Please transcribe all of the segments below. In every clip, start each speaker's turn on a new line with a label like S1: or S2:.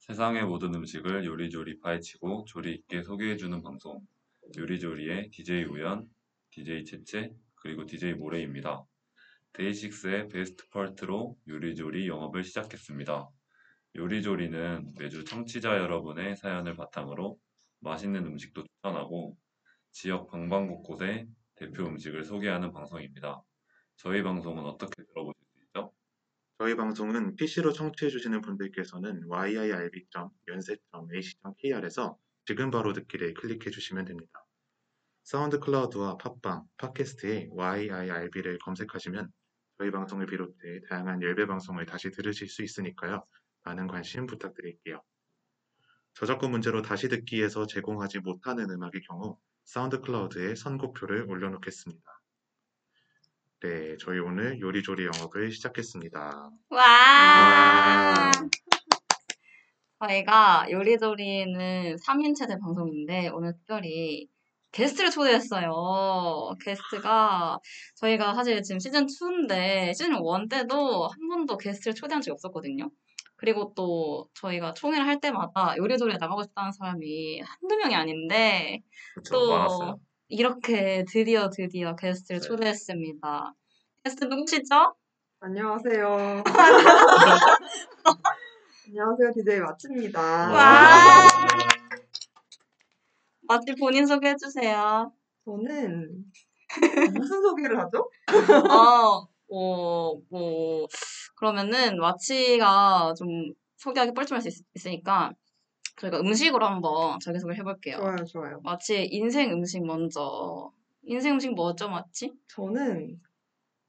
S1: 세상의 모든 음식을 요리조리 파헤치고 조리 있게 소개해주는 방송 요리조리의 DJ 우연, DJ 채채, 그리고 DJ 모레입니다. 데이식스의 베스트 파트로 요리조리 영업을 시작했습니다. 요리조리는 매주 청취자 여러분의 사연을 바탕으로 맛있는 음식도 추천하고 지역 방방곳곳의 대표 음식을 소개하는 방송입니다. 저희 방송은 어떻게 들어보실 수 있죠?
S2: 저희 방송은 PC로 청취해주시는 분들께서는 yirb.연세.ac.kr에서 지금 바로 듣기를 클릭해주시면 됩니다. 사운드 클라우드와 팟빵, 팟캐스트에 yirb를 검색하시면 저희 방송을 비롯해 다양한 열배 방송을 다시 들으실 수 있으니까요. 많은 관심 부탁드릴게요. 저작권 문제로 다시 듣기에서 제공하지 못하는 음악의 경우 사운드 클라우드에 선곡표를 올려놓겠습니다. 네, 저희 오늘 요리조리 영업을 시작했습니다.
S3: 와! 저희가 요리조리는 3인체제 방송인데 오늘 특별히 게스트를 초대했어요. 게스트가 저희가 사실 지금 시즌 2인데 시즌 1 때도 한 번도 게스트를 초대한 적이 없었거든요. 그리고 또 저희가 총회를 할 때마다 요리조리에 나가고 싶다는 사람이 한두 명이 아닌데
S1: 그쵸,
S3: 또
S1: 많았어요.
S3: 이렇게 드디어 드디어 게스트를
S1: 네.
S3: 초대했습니다. 게스트 누구시죠?
S4: 안녕하세요. 안녕하세요. DJ 마츠입니다.
S3: 와! 마치 본인 소개해주세요.
S4: 저는 무슨 소개를 하죠?
S3: 어, 어, 뭐, 그러면은 마치가 좀 소개하기 뻘쭘할 수 있, 으니까 저희가 음식으로 한번 자기소개를 해볼게요.
S4: 좋아요, 좋아요.
S3: 마치의 인생 음식 먼저. 인생 음식 뭐죠, 마치?
S4: 저는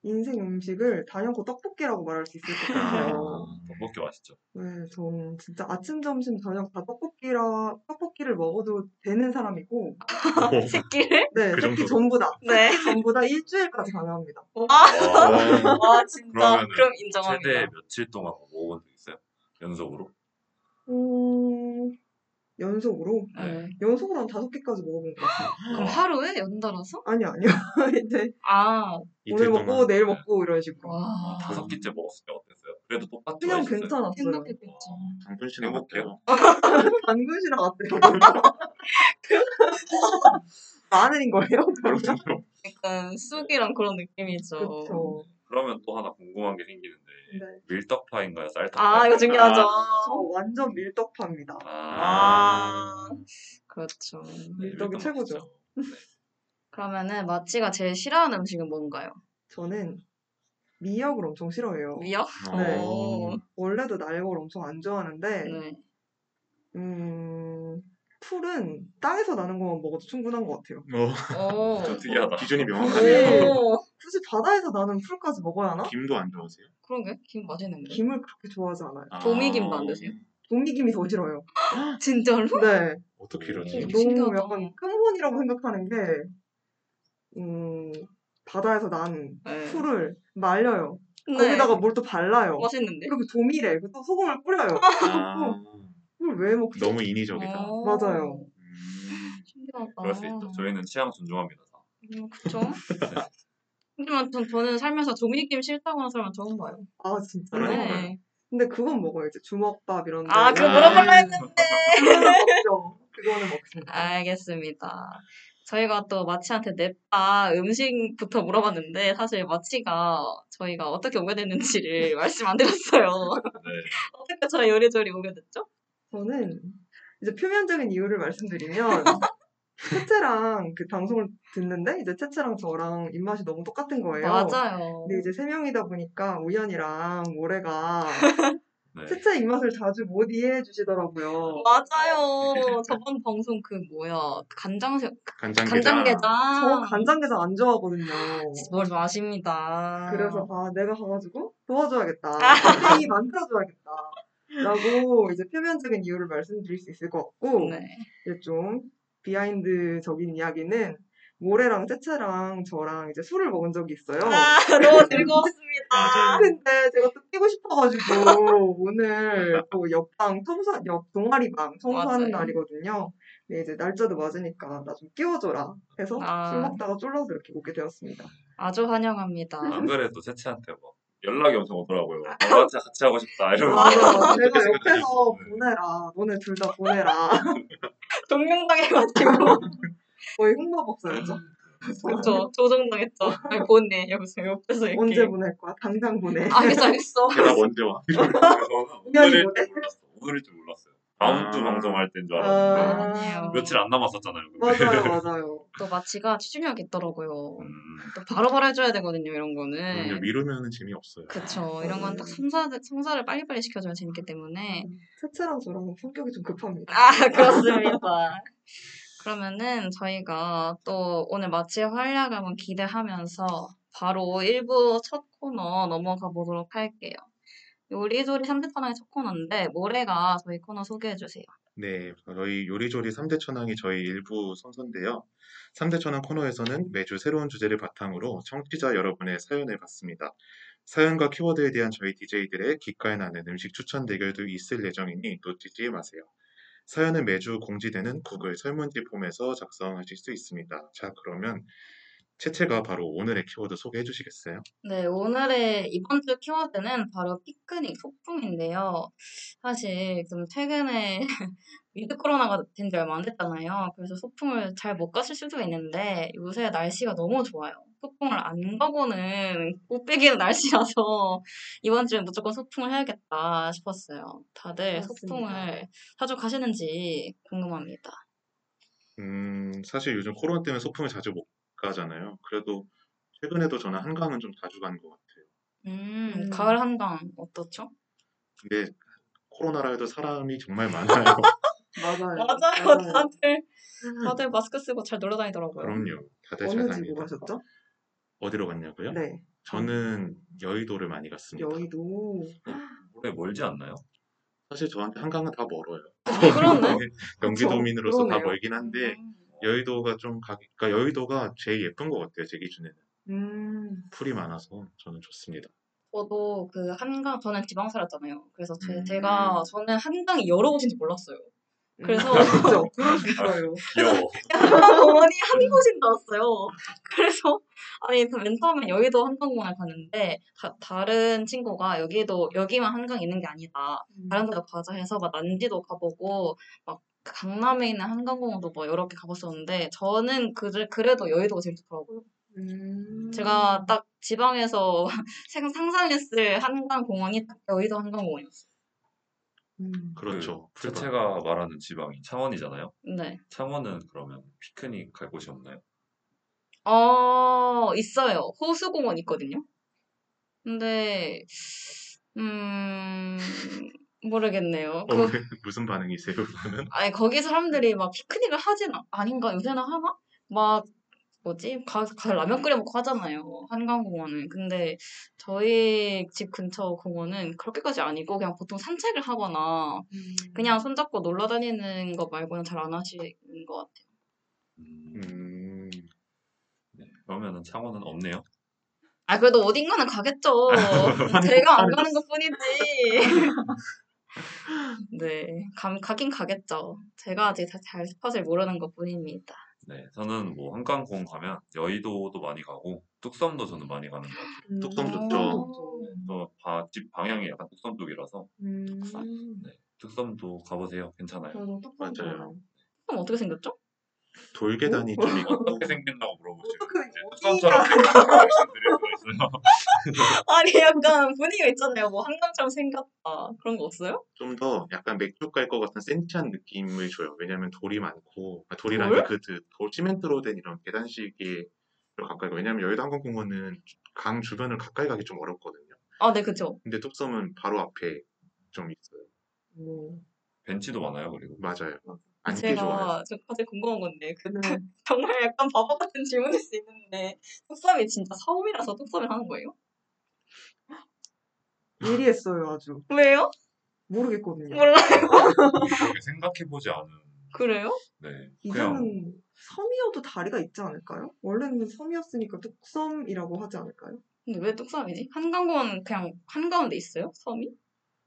S4: 인생 음식을 단연코 떡볶이라고 말할 수 있을 것 같아요.
S1: 떡볶이 맛있죠?
S4: 네, 저는 진짜 아침, 점심, 저녁 다 떡볶이라 떡볶이를 먹어도 되는 사람이고,
S3: 새끼를?
S4: 네,
S2: 그 정도로?
S4: 특히 전부 다,
S3: 네.
S4: 전부 다 일주일까지 가능합니다.
S1: 와,
S3: 와, 진짜.
S1: 그러면은
S3: 그럼 인정합니다.
S1: 최대 며칠 동안 뭐 먹어본 적 있어요? 연속으로?
S4: 음, 연속으로
S3: 네.
S4: 연속으로 한 다섯 개까지 먹어본 것 같아요.
S3: 그럼 하루에 연달아서?
S4: 아니요, 아니요. 이제
S3: 아,
S2: 이틀
S4: 오늘
S2: 동안
S4: 먹고 내일 먹고 이런 식으로.
S3: 와.
S1: 어, 다섯 끼째 먹었을 때 어땠어요? 그래도 똑같이
S4: 그냥
S1: 맛있어요?
S3: 아,
S4: 괜찮았어요.
S3: 행복했겠지.
S2: 당분 씨는
S1: 행복해요?
S2: 먹게요.
S4: 당근 씨랑 같아요. 마늘인 거예요?
S3: 그렇죠. 네. 약간 쑥이랑 그런 느낌이죠.
S4: 그렇죠.
S1: 그러면 또 하나 궁금한 게 생기는데
S4: 네.
S1: 밀떡파인가요? 쌀떡파인가요?
S3: 아, 이거 중요하죠.
S4: 저 완전 밀떡파입니다.
S3: 아, 그렇죠.
S1: 네,
S4: 밀떡이 최고죠.
S1: 맛있죠.
S3: 그러면은 마치가 제일 싫어하는 음식은 뭔가요?
S4: 저는 미역을 엄청 싫어해요.
S3: 미역?
S4: 네.
S3: 오.
S4: 원래도 날걸 엄청 안 좋아하는데
S3: 네.
S4: 음, 풀은 땅에서 나는 것만 먹어도 충분한 것 같아요.
S2: 어,
S3: 오.
S1: 좀 특이하다.
S2: 기준이 명확하네요.
S3: 오.
S4: 굳이 바다에서 나는 풀까지 먹어야 하나?
S2: 김도 안 좋아하세요?
S3: 그런게? 김 맛있는데.
S4: 김을 그렇게 좋아하지 않아요.
S2: 아.
S3: 도미김 만드세요? 아,
S4: 도미김이 더 싫어요.
S3: 진짜로?
S4: 네.
S2: 어떻게 이러지?
S3: 음.
S4: 너무
S3: 신기하다.
S4: 약간 근본이라고 생각하는 게 음, 바다에서 난
S3: 네.
S4: 풀을 말려요.
S3: 네.
S4: 거기다가 뭐 뭘 또 발라요.
S3: 맛있는데.
S4: 그리고 도미래. 그리고 또 소금을 뿌려요.
S2: 아,
S4: 그걸 왜 먹지?
S2: 너무 인위적이다.
S3: 오.
S4: 맞아요.
S2: 음.
S3: 신기하다.
S1: 그럴
S4: 아.
S1: 수 있죠. 저희는 취향 존중합니다. 다.
S3: 음, 그쵸? 하지만 전, 저는 살면서 조미김 싫다고 하는 사람은 처음 봐요.
S4: 아 진짜.
S2: 그런 네.
S4: 요
S2: 건가요?
S3: 네.
S4: 근데 그건 먹어야지. 주먹밥 이런 데. 음,
S3: 아, 그거
S2: 아. 물어보려고
S3: 했는데.
S4: 먹죠. 그거는 먹습니다.
S3: 알겠습니다. 저희가 또 마치한테 냅다 음식부터 물어봤는데 사실 마치가 저희가 어떻게 오게 됐는지를 말씀 안 드렸어요.
S1: 네.
S3: 어떻게 저희 요리조리 오게 됐죠?
S4: 저는 이제 표면적인 이유를 말씀드리면 채채랑 그 방송을 듣는데 이제 채채랑 저랑 입맛이 너무 똑같은 거예요. 네.
S3: 맞아요.
S4: 근데 이제 세 명이다 보니까 우연이랑 모래가
S1: 네.
S4: 채채 입맛을 자주 못 이해해 주시더라고요.
S3: 맞아요. 저번 방송 그 뭐야 간장새
S2: 간장게장.
S3: 간장게장.
S4: 저 간장게장 안 좋아하거든요.
S3: 뭘 마십니다.
S4: 그래서 아 내가 가가지고 도와줘야겠다. 생이 만들어줘야겠다. 라고 이제 표면적인 이유를 말씀드릴 수 있을 것 같고
S3: 네.
S4: 이제 좀 비하인드적인 이야기는 모래랑 채채랑 저랑 이제 술을 먹은 적이 있어요.
S3: 아 너무 즐거웠습니다.
S4: 근데 제가 또 뛰고 싶어가지고 오늘 또 옆방 청소 옆 동아리방 청소하는
S3: 맞아요.
S4: 날이거든요. 근데 이제 날짜도 맞으니까 나 좀 끼워줘라 해서
S3: 아.
S4: 술 먹다가 쫄라서 이렇게 오게 되었습니다.
S3: 아주 환영합니다.
S1: 안 그래도 채채한테 막 연락이 엄청 오더라고요. 너한테 같이 하고 싶다 이러면서
S4: 아. 맞아. 내가
S2: 어떻게
S4: 옆에서
S2: 생각하지?
S4: 보내라. 너네 둘 다 보내라.
S3: 동경당해가지고
S4: 거의 흑마 법사였죠.
S3: 그렇죠 조정당했죠 아니 보내 여보세요 옆에서 이렇게 아,
S4: 언제 보낼 거야? 당장 보내.
S3: 알겠어 알겠어
S2: 연락 언제 와?
S1: 그래서 오늘일
S4: 뭐래?
S1: 줄 몰랐어. 오늘일 줄 몰랐어요. 다음 주
S2: 아.
S1: 방송할 때인 줄 알았는데
S3: 아니에요.
S4: 아,
S1: 며칠 안 남았었잖아요. 근데.
S4: 맞아요, 맞아요.
S3: 또 마취가 추진력이 있더라고요
S1: 음,
S3: 또 바로바로 해줘야 되거든요 이런
S2: 그럼요,
S3: 거는
S2: 미루면은 재미없어요.
S3: 그쵸 이런 건 딱 성사, 성사를 빨리빨리 시켜줘야 재밌기 때문에
S4: 채채랑 저랑 성격이 좀 급합니다.
S3: 아, 그렇습니다. 그러면은 저희가 또 오늘 마치의 활약 한번 기대하면서 바로 1부 첫 코너 넘어가 보도록 할게요. 요리조리 3대 판왕의 첫 코너인데 모레가 저희 코너 소개해 주세요.
S2: 네, 저희 요리조리 3대 천왕이 저희 일부 선서인데요. 3대 천왕 코너에서는 매주 새로운 주제를 바탕으로 청취자 여러분의 사연을 받습니다. 사연과 키워드에 대한 저희 DJ들의 귓가에 나는 음식 추천 대결도 있을 예정이니 놓치지 마세요. 사연은 매주 공지되는 구글 설문지 폼에서 작성하실 수 있습니다. 자, 그러면 채채가 바로 오늘의 키워드 소개해 주시겠어요?
S3: 네, 오늘의 이번 주 키워드는 바로 피크닉 소풍인데요. 사실 좀 최근에 위드 코로나가 된 지 얼마 안 됐잖아요. 그래서 소풍을 잘 못 가실 수도 있는데 요새 날씨가 너무 좋아요. 소풍을 안 가고는 못 빼기는 날씨라서 이번 주에 무조건 소풍을 해야겠다 싶었어요. 다들
S4: 맞습니다.
S3: 소풍을 자주 가시는지 궁금합니다.
S2: 음, 사실 요즘 코로나 때문에 소풍을 자주 못 가잖아요. 그래도 최근에도 저는 한강은 좀 자주 간 것 같아요.
S3: 음,
S4: 음.
S3: 가을 한강 어떻죠?
S2: 근데 예, 코로나라 해도 사람이 정말 많아요.
S4: 맞아요.
S3: 맞아요. 다들 다들 마스크 쓰고 잘 놀러 다니더라고요.
S2: 그럼요. 다들 잘
S4: 어느 집으로
S2: 다닙니다.
S4: 가셨죠?
S2: 어디로 갔냐고요?
S4: 네.
S2: 저는 여의도를 많이 갔습니다.
S4: 여의도.
S1: 올해 멀지 않나요?
S2: 사실 저한테 한강은 다 멀어요.
S3: 그렇네.
S2: 경기도민으로서 다
S4: 그러네요.
S2: 멀긴 한데
S3: 음.
S2: 여의도가 좀 가기, 그러니까 여의도가 제일 예쁜 것 같아요. 제 기준에는
S4: 음.
S2: 풀이 많아서 저는 좋습니다.
S3: 저도 그 한강 저는 지방 살았잖아요. 그래서 제,
S2: 음.
S3: 제가 저는 한강이 여러 곳인지 몰랐어요. 그래서-
S4: 그렇죠. 그러셨어요.
S1: 귀여워.
S3: 한강 공원이 한 곳인 줄 알았어요. 그래서 아니 그 맨 처음에 여의도 한강공원에 갔는데 다, 다른 친구가 여기도 여기만 한강 있는 게 아니다.
S4: 음.
S3: 다른 데도 가자 해서 막 난지도 가보고 막 강남에 있는 한강공원도 뭐 여러 개 가봤었는데 저는 그 그래도 여의도가 제일 좋더라고요.
S4: 음.
S3: 제가 딱 지방에서 생- 상상했을 한강공원이 딱 여의도 한강공원이었어요.
S4: 음.
S2: 그렇죠.
S1: 그
S2: 풀밭.
S1: 채채가 말하는 지방이 창원이잖아요.
S3: 네.
S1: 창원은 그러면 피크닉 갈 곳이 없나요?
S3: 어, 있어요. 호수공원 있거든요. 근데, 음, 모르겠네요.
S2: 어,
S3: 그,
S2: 왜- 무슨 반응이세요? 그러면?
S3: 아니, 거기 사람들이 막 피크닉을 하진, 않- 아닌가? 요새는 하나? 막, 뭐지? 가, 가 라면 끓여 먹고 하잖아요. 한강공원은. 근데 저희 집 근처 공원은 그렇게까지 아니고 그냥 보통 산책을 하거나
S2: 음.
S3: 그냥 손잡고 놀러 다니는 거 말고는 잘 안 하시는 것 같아요.
S1: 음,
S2: 음,
S1: 네. 그러면은 창원은 없네요.
S3: 아, 그래도 어딘가는 가겠죠. 제가 안 가는 것 뿐이지. 네, 감, 가긴 가겠죠. 제가 아직 다- 잘 스팟을 모르는 것 뿐입니다.
S1: 네, 저는 뭐 한강공원 가면 여의도도 많이 가고 뚝섬도 저는 많이 가는 것 같아요.
S4: 음.
S3: 어.
S2: 뚝섬 좋죠.
S1: 저 바- 집 방향이 약간 뚝섬 쪽이라서
S4: 음.
S1: 뚝섬도 가보세요.
S3: 음.
S1: 괜찮아요.
S4: 저도 뚝섬
S2: 맞아요.
S4: 좋아요.
S3: 그럼 어떻게 생겼죠?
S2: 돌계단이 좀 있고
S1: 어떻게 생겼나고 물어보시면
S4: 어떡해,
S1: 이제
S4: 어디가-
S1: 뚝섬처럼 말씀드릴 수가 있어요.
S3: 아니, 약간 분위기가 있잖아요. 뭐, 한강처럼 생겼다. 그런 거 없어요?
S2: 좀 더 약간 맥주 깔 것 같은 센치한 느낌을 줘요. 왜냐면 돌이 많고, 아,
S3: 돌?
S2: 돌이라는 그, 그, 돌, 시멘트로 된 이런 계단식이 좀 가까이, 가 왜냐면 여의도 항공공원은 강 주변을 가까이 가기 좀 어렵거든요.
S3: 아, 네, 그쵸.
S2: 근데 뚝섬은 바로 앞에 좀 있어요.
S4: 음.
S1: 벤치도 많아요. 그리고
S2: 맞아요. 앉기 좋아요.
S3: 제가, 저 갑자기 궁금한 건데, 그,
S4: 네.
S3: 정말 약간 바보 같은 질문일 수 있는데, 뚝섬이 진짜 섬이라서 뚝섬을 하는 거예요?
S4: 예리했어요, 아주.
S3: 왜요?
S4: 모르겠거든요.
S3: 몰라요.
S1: 그렇게 생각해보지 않은.
S3: 그래요?
S1: 네, 그냥
S4: 이제는 섬이어도 다리가 있지 않을까요? 원래는 섬이었으니까 뚝섬이라고 하지 않을까요?
S3: 근데 왜 뚝섬이지? 한강공원 그냥 한가운데 있어요? 섬이?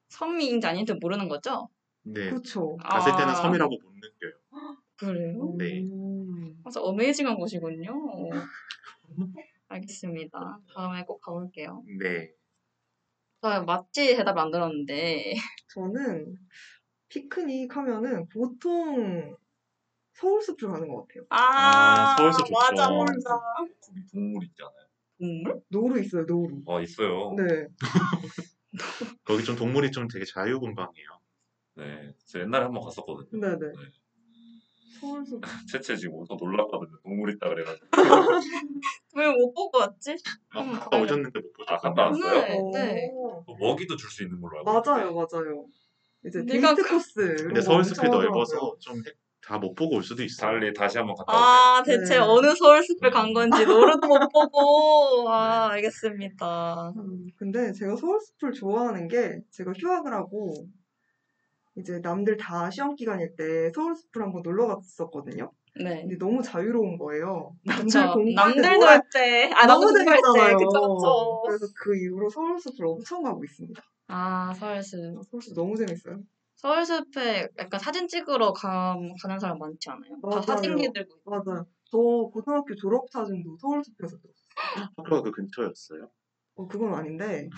S3: 섬인지 아닌지 모르는 거죠?
S2: 네.
S4: 그렇죠.
S2: 갔을 때는
S3: 아,
S2: 섬이라고 못 느껴요.
S3: 그래요?
S2: 네.
S4: 음.
S3: 아주 어메이징한 곳이군요. 알겠습니다. 다음에 꼭 가볼게요.
S2: 네.
S3: 저 맞지 대답 안 들었는데.
S4: 저는 피크닉 하면은 보통 서울 숲을 가는 것 같아요.
S1: 아, 서울숲 좋죠.
S3: 맞아, 맞아.
S1: 거기 동물 있잖아요.
S3: 동물?
S4: 노루 있어요, 노루.
S1: 어 있어요. 네.
S4: 네.
S2: 거기 좀 동물이 좀 되게 자유분방해요.
S1: 네. 저 옛날에 한번 갔었거든요.
S4: 네네. 서울 숲.
S1: 채채 지금 엄청 놀랐거든요. 동물 있다 그래가지고.
S3: 왜 못 보고 왔지? 음,
S2: 아, 갔다 오셨는데 못
S1: 아,
S2: 보셨어요?
S1: 갔다 왔어요?
S3: 네, 네.
S4: 오.
S1: 또 먹이도 줄 수 있는 걸로 알고
S4: 맞아요,
S1: 있는데.
S4: 맞아요. 이제
S3: 내가 그
S4: 데이트 코스. 이런
S2: 근데
S4: 거
S2: 서울
S4: 엄청
S2: 숲이
S4: 하더라고요.
S2: 넓어서 좀 다 못 보고 올 수도 있어요.
S1: 달리 다시 한번 갔다 올게요.
S3: 아, 대체
S4: 네.
S3: 어느 서울숲에 간 건지 노릇도 못 보고. 아, 알겠습니다.
S4: 음, 근데 제가 서울 숲을 좋아하는 게 제가 휴학을 하고 이제 남들 다 시험 기간일 때 서울 숲을 한번 놀러 갔었거든요.
S3: 네.
S4: 근데 너무 자유로운 거예요.
S3: 그쵸.
S4: 공부할 때
S3: 남들도
S4: 놀아야
S3: 할 때, 아,
S4: 너무
S3: 남들도 할 때,
S4: 재밌잖아요.
S3: 그쵸, 그쵸.
S4: 그래서 그 이후로 서울 숲을 엄청 가고 있습니다.
S3: 아, 서울숲.
S4: 서울 숲 너무 재밌어요.
S3: 서울숲에 약간 사진 찍으러 가, 가는 사람 많지 않아요? 다
S4: 맞아요. 네.
S3: 사진기 들고. 있고.
S4: 맞아요. 저 고등학교 졸업 사진도 서울 숲에서 찍었어요.
S2: 학교가 그 근처였어요.
S4: 어, 그건 아닌데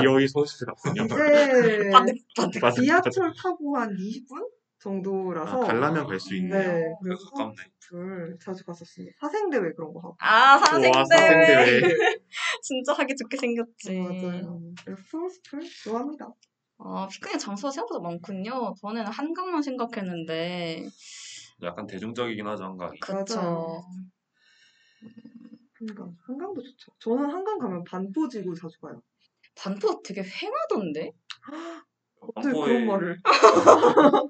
S2: 기어이 서울 숲에 갔군요.
S4: 이제
S3: 반대, 반대.
S2: 맞아.
S4: 지하철 타고 한 20분 정도라서
S2: 아, 갈라면 갈 수 있네요.
S4: 어. 네,
S1: 그래서
S4: 그래서
S1: 가깝네.
S4: 서울숲을 자주 갔었습니다. 사생대회 그런 거 하고.
S3: 아, 사생대회.
S2: 와, 사생대회.
S3: 진짜 하기 좋게 생겼지.
S4: 맞아요. 그래서 서울숲을 좋아합니다.
S3: 아, 피크닉 장소가 생각보다 많군요. 저는 한강만 생각했는데.
S1: 약간 대중적이긴 하죠 한강이.
S4: 맞아요.
S3: 그쵸.
S4: 한강. 한강도 좋죠. 저는 한강 가면 반포지구 자주 가요.
S3: 반포 되게 휑하던데?
S4: 갑자기 그런 말을.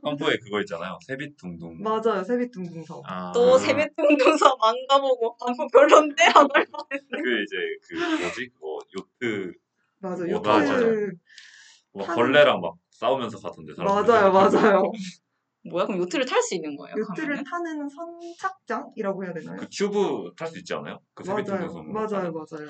S1: 한포에 그거 있잖아요. 세빛둥둥.
S4: 맞아요. 세빛둥둥섬.
S2: 아,
S3: 또 세뱃동동사 안 가보고 반포 별론데? 하고 할 뻔했네.
S1: 그 이제 그 뭐지 그거 요트
S4: 맞아요.
S1: 뭐
S4: 요트.
S1: 나왔잖아요. 막
S4: 타는-
S1: 벌레랑 막 싸우면서 가던데 사람들.
S4: 맞아요. 맞아요.
S3: 뭐야, 그럼 요트를 탈 수 있는 거예요?
S4: 요트를
S3: 가면은?
S4: 타는 선착장이라고 해야 되나요?
S1: 그 튜브 탈 수 있지 않아요? 그
S4: 맞아요.
S1: 세빛둥둥섬.
S4: 맞아요. 맞아요.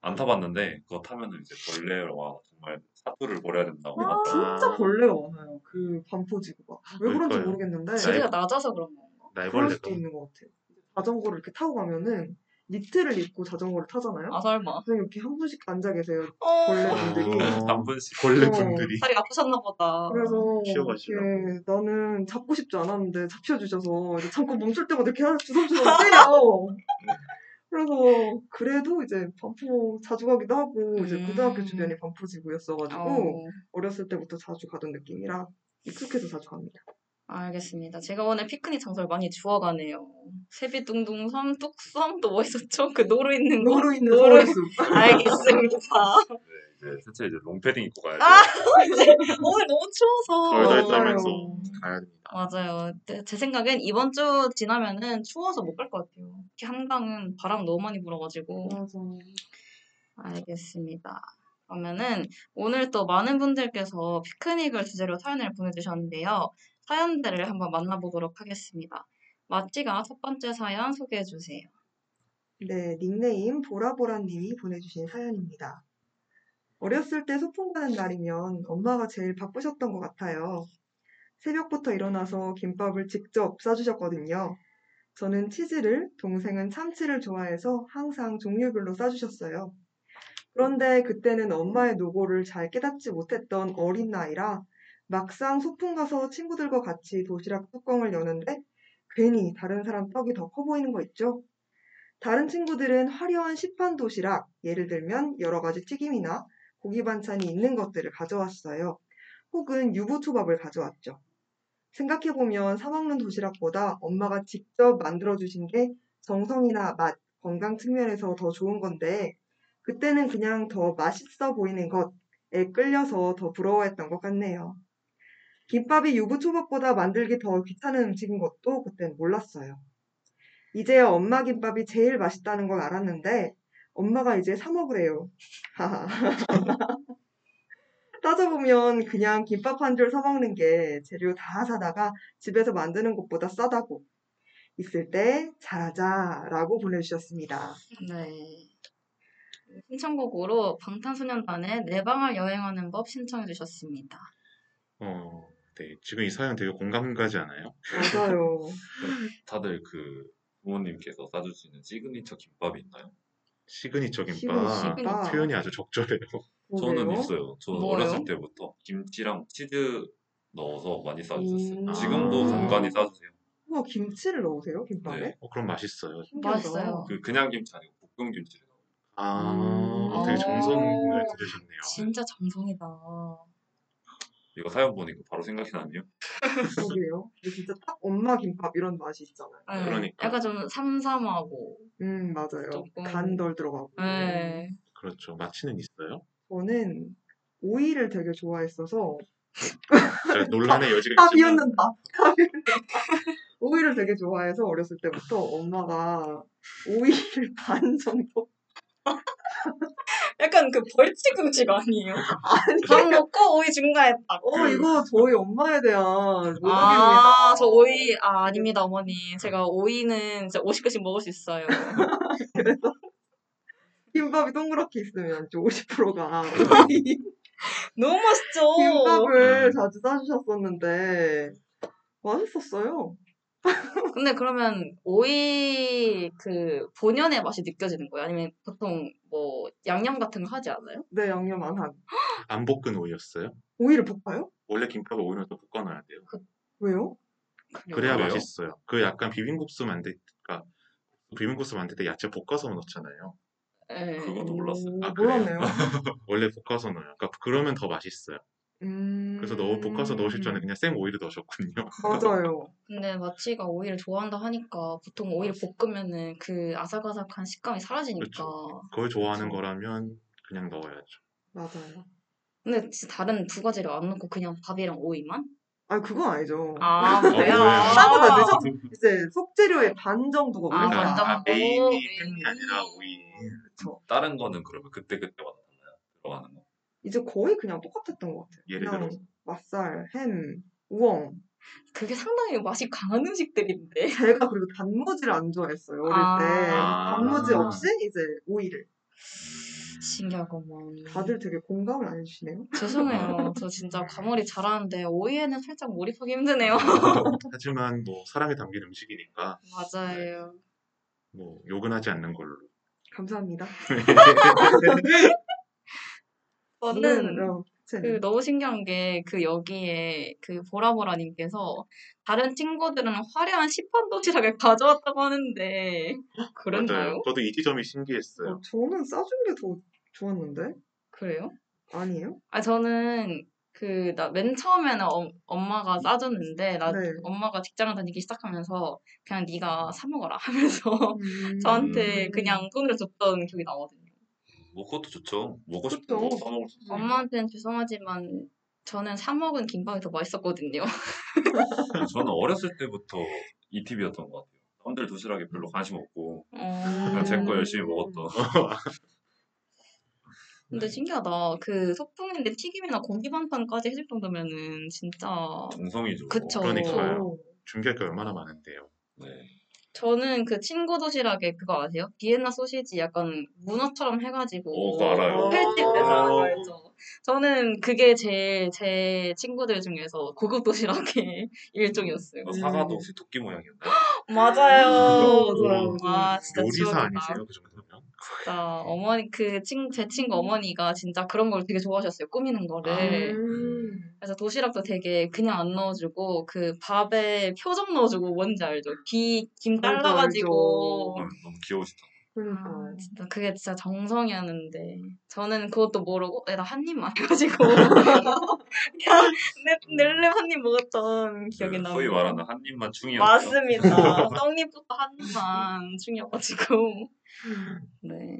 S1: 안 타봤는데 그거 타면은 이제 벌레와 정말 사투를 벌여야 된다고.
S4: 아,
S1: 하더라고요.
S4: 진짜 벌레 많아요. 그 반포지구가. 왜 그런지
S2: 그러니까요.
S4: 모르겠는데.
S3: 지리가 낮아서 그런 건가?
S4: 그럴
S2: 날벌레가
S4: 수도 있는 것 같아요. 자전거를 이렇게 타고 가면은 니트를 입고 자전거를 타잖아요.
S3: 아, 설마.
S4: 그냥 이렇게 한 분씩 앉아 계세요.
S3: 어,
S4: 벌레분들이.
S2: 어.
S1: 한 분씩.
S4: 네.
S2: 벌레분들이
S3: 다리가 아프셨나 보다.
S4: 그래서
S2: 쉬어가시려고.
S4: 이렇게 나는 잡고 싶지 않았는데 잡혀주셔서 이제 잠깐 멈출 때마다 이렇게 하나 주섬주섬 때요. 그래서 그래도 이제 반포 자주 가기도 하고 이제
S3: 음.
S4: 고등학교 주변이 반포지구였어가지고
S3: 어,
S4: 어렸을 때부터 자주 가던 느낌이라 익숙해서 자주 갑니다.
S3: 알겠습니다. 제가 오늘 피크닉 장소를 많이 주워가네요. 세비둥둥섬, 뚝섬, 또 뭐 있었죠? 그 노루 있는 거?
S4: 노루 있는
S3: 노루.
S4: 서울숲.
S3: 알겠습니다.
S1: 네, 이제 세차 이제 롱패딩 입고 가야 돼.
S3: 아, 이제 오늘 너무 추워서.
S2: 덜덜
S4: 맞아요.
S2: 떨면서 가야 됩니다.
S3: 맞아요. 네, 제 생각엔 이번 주 지나면은 추워서 못 갈 것 같아요. 특히 한강은 바람 너무 많이 불어가지고.
S4: 맞아.
S3: 알겠습니다. 그러면은 오늘 또 많은 분들께서 피크닉을 주제로 사연을 보내주셨는데요. 사연들을 한번 만나보도록 하겠습니다. 마찌가 첫 번째 사연 소개해주세요.
S4: 네, 닉네임 보라보라님이 보내주신 사연입니다. 어렸을 때 소풍 가는 날이면 엄마가 제일 바쁘셨던 것 같아요. 새벽부터 일어나서 김밥을 직접 싸주셨거든요. 저는 치즈를, 동생은 참치를 좋아해서 항상 종류별로 싸주셨어요. 그런데 그때는 엄마의 노고를 잘 깨닫지 못했던 어린 나이라 막상 소풍 가서 친구들과 같이 도시락 뚜껑을 여는데 괜히 다른 사람 떡이 더 커 보이는 거 있죠? 다른 친구들은 화려한 시판 도시락, 예를 들면 여러 가지 튀김이나 고기 반찬이 있는 것들을 가져왔어요. 혹은 유부초밥을 가져왔죠. 생각해보면 사먹는 도시락보다 엄마가 직접 만들어주신 게 정성이나 맛, 건강 측면에서 더 좋은 건데, 그때는 그냥 더 맛있어 보이는 것에 끌려서 더 부러워했던 것 같네요. 김밥이 유부초밥보다 만들기 더 귀찮은 음식인 것도 그땐 몰랐어요. 이제야 엄마 김밥이 제일 맛있다는 걸 알았는데 엄마가 이제 사 먹으래요. 하하. 따져보면 그냥 김밥 한 줄 사 먹는 게 재료 다 사다가 집에서 만드는 것보다 싸다고 있을 때 잘하자라고 보내주셨습니다.
S3: 네. 신청곡으로 방탄소년단의 내 방을 여행하는 법 신청해 주셨습니다.
S2: 어, 네. 지금 이 사연 되게 공감 가지 않아요?
S4: 맞아요.
S1: 다들 그 부모님께서 싸주시는 시그니처 김밥이 있나요?
S2: 시그니처
S4: 시그니처
S2: 김밥
S4: 김밥.
S2: 표현이 아주 적절해요.
S1: 저는
S4: 그러게요.
S1: 있어요. 저는
S3: 뭐예요?
S1: 어렸을 때부터 김치랑 치즈 넣어서 많이 싸줬었어요.
S4: 음.
S1: 지금도
S2: 아.
S1: 간간히 싸주세요.
S4: 우와, 김치를 넣으세요? 김밥에?
S1: 네.
S2: 어, 그럼 맛있어요.
S4: 신기하다.
S3: 맛있어요.
S1: 그 그냥 김치 아니고 볶음 김치를 넣어요.
S2: 아,
S4: 음.
S2: 어, 되게 정성을
S3: 어.
S2: 들으셨네요.
S3: 진짜 정성이다.
S1: 이거 사연 보니까 바로 생각이 나네요.
S4: 그러게요. 근데 진짜 딱 엄마 김밥 이런 맛이 있잖아요.
S3: 네,
S2: 그러니까.
S3: 약간 좀 삼삼하고.
S4: 음, 맞아요.
S3: 조금.
S4: 간 덜 들어가고.
S3: 네.
S4: 음.
S2: 그렇죠. 마취는 있어요?
S4: 저는 오이를 되게 좋아했어서
S2: 제가 논란의 여지가
S4: 아,
S2: 있지만
S4: 비웃는다. 오이를 되게 좋아해서 어렸을 때부터 엄마가 오이를 반 정도
S3: 약간 그 벌칙음식 아니에요?
S4: 아니
S3: 밥 먹고 오이 증가했다.
S4: 어 이거 저희 엄마에 대한 모독입니다.
S3: 아, 저 오이, 아, 아닙니다, 어머니. 제가 오이는 진짜 50개씩 먹을 수 있어요.
S4: 김밥이 동그랗게 있으면 50%가
S3: 어.
S4: 오이
S3: 너무 맛있죠?
S4: 김밥을
S2: 음.
S4: 자주 싸주셨었는데 맛있었어요.
S3: 근데 그러면 오이 그 본연의 맛이 느껴지는 거예요? 아니면 보통 뭐 양념 같은 거 하지 않아요?
S4: 네 양념 안 한.
S2: 안 볶은 오이였어요?
S4: 오이를 볶아요?
S2: 원래 김밥을 오이면 또 볶아놔야 돼요.
S4: 왜요?
S2: 그래야
S1: 그래요?
S2: 맛있어요. 그 약간 비빔국수 만들 그러니까 비빔국수 만들 때 야채 볶아서 넣잖아요.
S3: 예.
S1: 그건
S4: 음.
S1: 몰랐어요.
S4: 오,
S2: 아, 그래요?
S4: 몰랐네요.
S2: 원래 볶아서 넣어요. 그러니까 그러면 더 맛있어요.
S4: 음.
S2: 그래서 넣어 볶아서 넣으실 줄 알았는데 그냥 생 오이를 넣으셨군요.
S4: 맞아요.
S3: 근데 마치가 오이를 좋아한다 하니까 보통 오이를 볶으면은 그 아삭아삭한 식감이 사라지니까.
S2: 그쵸. 그걸 좋아하는
S3: 그쵸.
S2: 거라면 그냥 넣어야죠.
S4: 맞아요.
S3: 근데 진짜 다른 두 가지를 안 넣고 그냥 밥이랑 오이만?
S4: 아 그건 아니죠.
S3: 아, 그래요?
S2: 뭐예요?
S4: 생각보다 늦어. 이제 속재료의 반 정도가
S3: 아, 네.
S4: 올라가
S3: 완전
S2: 아,
S3: 완전 먹어.
S2: 메인이 팬이
S3: 메인.
S2: 아니라 오이.
S1: 다른 거는 그러면 그때그때마다 달라요. 들어가는 거.
S4: 이제 거의 그냥 똑같았던 것 같아요.
S3: 네.
S2: 예를
S4: 그냥
S2: 들어서.
S4: 맛살, 햄, 우엉.
S3: 그게 상당히 맛이 강한 음식들인데.
S4: 제가 그리고 단무지를 안 좋아했어요 어릴
S3: 아.
S4: 때.
S2: 아.
S4: 단무지 없이 이제 오이를.
S3: 신기하구먼.
S4: 다들 되게 공감을 안 해주시네요.
S3: 죄송해요. 저 진짜 과몰이 잘하는데 오이에는 살짝 몰입하기 힘드네요.
S2: 하지만 뭐 사랑이 담긴 음식이니까
S3: 맞아요.
S2: 뭐 욕은 하지 않는 걸로.
S4: 감사합니다.
S3: 저는
S4: 어,
S3: 그
S4: 그...
S3: 너무 신기한 게 그 여기에 그 보라보라님께서 다른 친구들은 화려한 시판 도시락을 가져왔다고 하는데
S2: 맞아요.
S3: 그랬나요?
S2: 저도 이 지점이 신기했어요.
S3: 그
S4: 어, 저는 싸준 게 더 좋았는데
S3: 그래요?
S4: 아니에요?
S3: 아 저는 그 나 맨 처음에는 어- 엄마가 싸줬는데 나
S4: 네.
S3: 엄마가 직장을 다니기 시작하면서 그냥 네가 사 먹어라 하면서
S4: 음.
S3: 저한테 그냥 돈을 줬던 기억이 나거든요.
S1: 뭐 그것도 좋죠. 먹고 싶은
S4: 그쵸.
S1: 거 사먹을 수 있어요.
S3: 엄마한테는 죄송하지만 저는 사 먹은 김밥이 더 맛있었거든요.
S1: 저는 어렸을 때부터 이 팁이었던 것 같아요. 남들 도시락에 별로 관심 없고 그냥 아, 제
S3: 음.
S1: 거 열심히 먹었던. 네.
S3: 근데 신기하다. 그 소풍인데 튀김이나 고기 반찬까지 해줄 정도면은 진짜
S1: 어, 정성이죠.
S3: 그쵸.
S2: 그러니까요.
S4: 오.
S3: 어.
S2: 준비할 게 얼마나 많은데요.
S1: 네.
S3: 저는 그 친구 도시락에 그거 아세요? 비엔나 소시지 약간 문어처럼
S1: 어,
S3: 해가지고
S1: 그거 알아요.
S3: 펠집 내서
S2: 아.
S3: 하는 거 알죠? 저는 그게 제일 제 친구들 중에서 고급 도시락의 일종이었어요.
S1: 그거 사과도 혹시 토끼 모양이었나요?
S3: 음. 맞아요.
S4: 맞아요.
S3: 아 진짜
S2: 요리사
S3: 추억이다.
S2: 아니세요? 그 정도면?
S3: 진짜 어머니 그 친 제 친구 어머니가 진짜 그런 걸 되게 좋아하셨어요. 꾸미는 거를.
S4: 음.
S3: 그래서 도시락도 되게 그냥 안 넣어주고 그 밥에 표정 넣어주고 뭔지 알죠? 귀 김
S4: 알죠,
S3: 잘라가지고
S1: 아, 너무 귀여우시다.
S4: 그러니까
S3: 아 진짜 그게 진짜 정성이었는데 저는 그것도 모르고 내가 한 입만 해가지고 그냥 내- 낼름 한 입 먹었던 기억이
S1: 그
S3: 나요.
S1: 소위 말하는 한 입만 충이었죠.
S3: 맞습니다. 떡잎부터 한 입만 중이어가지고
S4: 음.
S3: 네.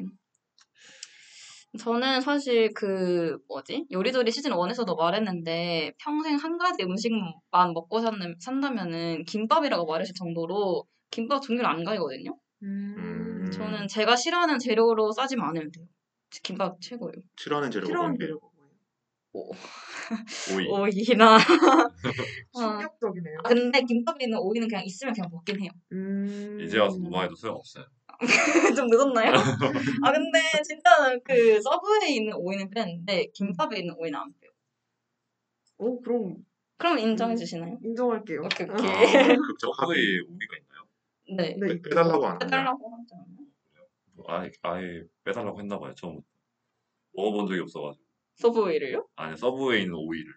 S3: 저는 사실 그 뭐지? 요리조리 시즌 1에서도 말했는데 평생 한 가지 음식만 먹고 산- 산다면은 김밥이라고 말했을 정도로 김밥 종류를 안 가리거든요.
S4: 음.
S2: 음.
S3: 저는 제가 싫어하는 재료로 싸지면 않으면 돼요. 김밥 최고예요.
S2: 싫어하는 재료가
S4: 싫어하는
S2: 뭔데요?
S4: 재료가 뭐예요?
S1: 오이.
S3: 오이나 아,
S4: 충격적이네요.
S3: 근데 김밥에는 오이는 그냥 있으면 그냥 먹긴 해요.
S4: 음.
S1: 이제 와서 노마에도 소용없어요.
S3: 좀 늦었나요? 아 근데 진짜 그 서브웨이에 있는 오이는 빼는데 김밥에 있는 오이는 안 빼요.
S4: 오 그럼
S3: 그럼 인정해 주시나요?
S4: 인정할게요.
S3: 오케이
S2: 아,
S3: 오케이.
S2: 극적하게
S1: 서브웨이 오이가 있나요?
S2: 아,
S3: 네.
S2: 그
S4: 네,
S2: 빼달라고 안 하냐?
S3: 해달라고 하지 않아요?
S1: 뭐 아예, 아예 빼달라고 했나 봐요, 처음부터. 먹어본 적이 없어가지고.
S3: 서브웨이를요?
S1: 아니 서브웨이는 오이를.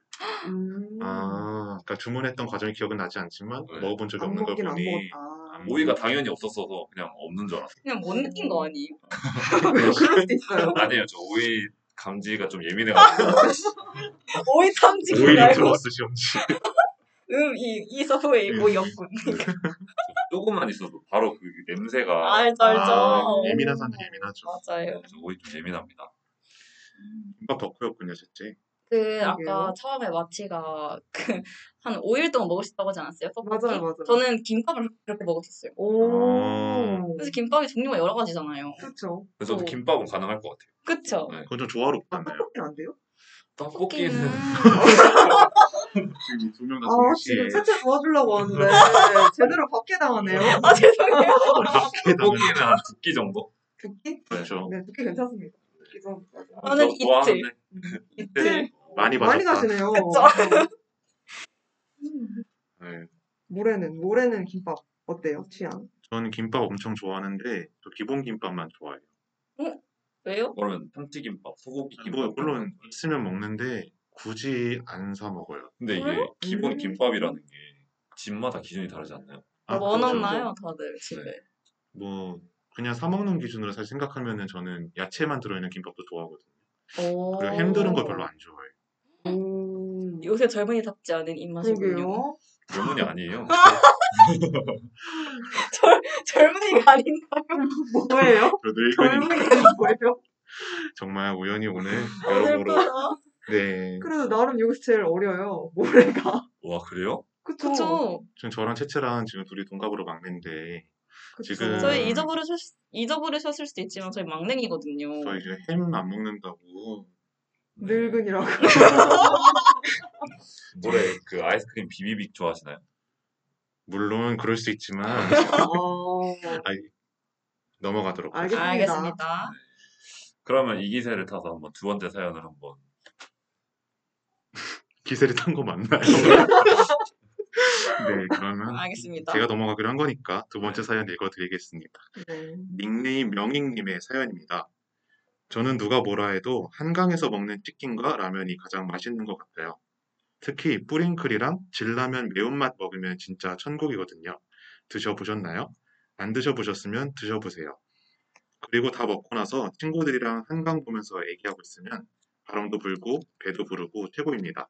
S4: 음,
S2: 아, 그러니까 주문했던 과정이 기억은 나지 않지만
S1: 네.
S2: 먹어본 적이
S4: 안
S2: 없는 걸
S4: 먹긴 안
S2: 보니
S4: 먹었다.
S3: 음.
S2: 안
S1: 오이가 당연히 없었어서 그냥 없는 줄 알았어요.
S3: 그냥 못 느낀 거 아니에요?
S4: 그럴 수도 있어요.
S1: 아니에요, 저 오이 감지가 좀 예민해가지고.
S3: 오이 탐지
S2: 오일이
S3: 기다리고
S2: 들어왔으시험지
S3: 음이 이 서브웨이 오이였군
S2: 음.
S1: 조금만 있어도 바로 그 냄새가.
S3: 알죠 알죠
S2: 아,
S3: 어,
S2: 예민한 사람들 예민하죠.
S4: 어. 네.
S3: 맞아요
S1: 저 오이 좀 예민합니다.
S2: 김밥 덕후였군요, 셋째.
S3: 그
S4: 그러게요.
S3: 아까 처음에 마치가 그한 5일 동안 먹으셨다고 하지 않았어요? 떡볶이?
S4: 맞아요, 맞아요.
S3: 저는 김밥을 그렇게 먹었었어요
S4: 오,
S3: 그래서 김밥이 종류가 여러 가지잖아요
S4: 그렇죠.
S1: 그래서 저도
S3: 오.
S1: 김밥은 가능할 것 같아요.
S3: 그쵸?
S1: 네.
S2: 그건 좀 조화롭지
S4: 아,
S2: 않나요?
S4: 떡볶이는 안 돼요?
S1: 떡볶이는
S2: 지금 두명다
S4: 아,
S2: 동시에
S4: 지금 채채 도와주려고 하는데 제대로 벗게 당하네요.
S3: 아 죄송해요
S2: 밖에
S4: 어.
S1: 떡볶이는
S2: 나가는
S1: 한 두 끼 정도?
S4: 붓기?
S2: 그렇죠.
S4: 네, 붓기 괜찮습니다. 붓기 좀.
S3: 저는
S1: 저 좋아하는데
S3: 이틀
S2: 네, 많이
S4: 많이
S2: 마셨다.
S4: 가시네요.
S3: 그쵸?
S4: 음,
S2: 네.
S4: 모레는, 모레는 김밥 어때요, 취향?
S2: 저는 김밥 엄청 좋아하는데 저 기본 김밥만 좋아해요.
S3: 왜요?
S1: 그러면 참치김밥, 소고기
S2: 뭐
S1: 김밥.
S2: 물론 있으면 먹는데 굳이 안 사 먹어요.
S1: 근데 이게
S3: 그래요?
S1: 기본
S4: 음.
S1: 김밥이라는 게 집마다 기준이 다르지 않나요?
S2: 아,
S4: 뭐
S2: 네.
S3: 원
S2: 그렇죠.
S3: 없나요 다들 집에
S2: 뭐 그냥 사 먹는 기준으로 사실 생각하면은 저는 야채만 들어있는 김밥도 좋아하거든요.
S3: 오.
S4: 어.
S2: 그리고 햄 들은 걸 별로 안 좋아해요.
S4: 음,
S3: 요새 젊은이답지 않은 입맛이군요
S4: 그러게요.
S1: 질문이 아니에요.
S3: 젊은이가 아닌가요?
S4: 뭐예요?
S2: 그래도 읽으니까
S4: 젊은이가 뭐예요?
S2: 정말 우연히 오늘
S4: 아,
S2: 여러모로
S3: 어떨까요?
S2: 네
S4: 그래도 나름 여기서 제일 어려요, 모레가.
S1: 와 그래요?
S4: 그쵸?
S3: 그쵸
S2: 지금 저랑 채채랑 지금 둘이 동갑으로 막내인데
S4: 그쵸.
S2: 지금-
S3: 저희 잊어버리셨, 잊어버리셨을 수도 있지만 저희 망랭이거든요
S2: 저희 이제 햄 안 먹는다고
S1: 네.
S4: 늙은이라고.
S1: 노래 그 아이스크림 비비빅 좋아하시나요?
S2: 물론 그럴 수
S4: 아.
S2: 있지만
S4: 어,
S2: 넘어가도록 하죠.
S4: 알겠습니다.
S3: 알겠습니다
S1: 그러면 이 기세를 타서 한번 두 번째 사연을 한번
S2: 기세를 탄 거 맞나요? 네
S4: 아,
S2: 그러면
S3: 알겠습니다 네,
S2: 제가 넘어가기로 한 거니까 두 번째 사연 읽어드리겠습니다.
S4: 네.
S2: 닉네임 명익님의 사연입니다. 저는 누가 뭐라 해도 한강에서 먹는 치킨과 라면이 가장 맛있는 것 같아요. 특히 뿌링클이랑 진라면 매운맛 먹으면 진짜 천국이거든요. 드셔보셨나요? 안 드셔보셨으면 드셔보세요. 그리고 다 먹고 나서 친구들이랑 한강 보면서 얘기하고 있으면 바람도 불고 배도 부르고 최고입니다.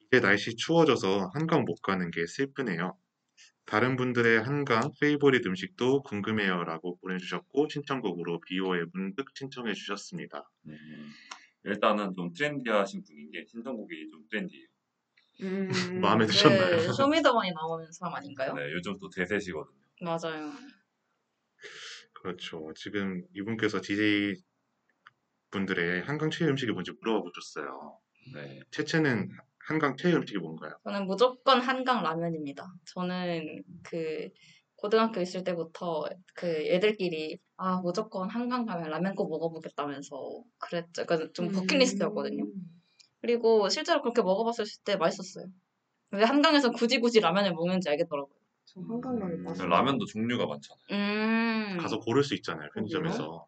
S2: 이제 날씨 추워져서 한강 못 가는 게 슬프네요. 다른 분들의 한강 페이보릿 음식도 궁금해요라고 보내주셨고 신청곡으로 비오에 문득 신청해 주셨습니다.
S1: 음, 일단은 좀 트렌디하신 분인 게 신청곡이 좀 트렌디해요.
S4: 음,
S2: 마음에
S4: 네.
S2: 드셨나요?
S3: 그 쇼미더머니 나오는 사람 아닌가요?
S1: 네, 요즘 또 대세시거든요.
S3: 맞아요
S2: 그렇죠. 지금 이분께서 DJ 분들의 한강 최애 음식이 뭔지 물어보셨어요.
S1: 네,
S2: 채채는 한강 최애 음식이 뭔가요?
S3: 저는 무조건 한강 라면입니다. 저는 그 고등학교 있을 때부터 그 애들끼리 아 무조건 한강 가면 라면 꼭 먹어보겠다면서 그랬죠. 그러니까 좀 버킷리스트였거든요.
S4: 음.
S3: 그리고 실제로 그렇게 먹어봤을 때 맛있었어요. 왜 한강에서 굳이 굳이 라면을 먹는지 알겠더라고요.
S4: 저 한강라면
S2: 음,
S4: 맛있어.
S1: 라면도 종류가 많잖아요.
S3: 음.
S2: 가서 고를 수 있잖아요. 편의점에서.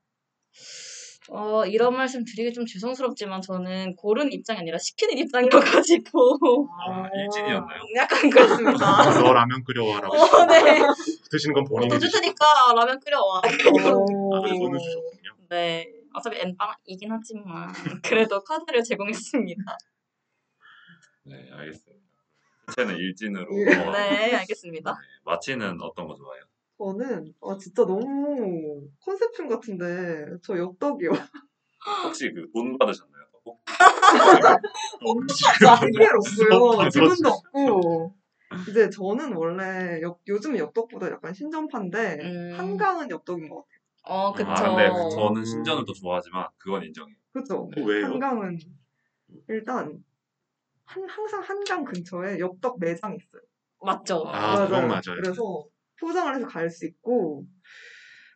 S3: 어 이런 말씀 드리기 좀 죄송스럽지만 저는 고른 입장이 아니라 시키는 입장이어가지고
S1: 아, 일진이었나요?
S3: 약간 그렇습니다.
S2: 너 라면 끓여와라고
S3: 어, 네.
S2: 아. 드시는 건
S3: 돈
S2: 본인이
S3: 줄
S2: 드시고
S3: 테니까 라면 끓여와.
S2: 아, 그래
S4: 어,
S2: 돈을 주셨군요.
S3: 네. 어차피 엠빵이긴 하지만 그래도 카드를 제공했습니다.
S1: 네, 알겠습니다. 채는 일진으로
S4: 예.
S1: 넘어가고
S3: 네, 알겠습니다.
S1: 마치는 어떤 거 좋아해요?
S4: 저는 아 진짜 너무 컨셉층 같은데 저 엽떡이요.
S1: 혹시 그 돈 받으셨나요? 떡볶이?
S4: 특별 없고요.
S2: 없어.
S4: 아, 지분도 없고. 이제 저는 원래 엽- 요즘 엽떡보다 약간 신전파인데
S3: 음.
S4: 한강은 엽떡인 것 같아요. 네,
S3: 어, 그쵸.
S1: 아, 근데
S2: 어.
S1: 저는 신전을 더 좋아하지만 그건 인정해요.
S4: 그죠?
S2: 어, 왜요?
S4: 한강은 일단 한- 항상 한강 근처에 엽떡 매장이 있어요.
S3: 맞죠.
S1: 아,
S2: 아, 그건 맞아요.
S4: 그래서 포장을 해서 갈 수 있고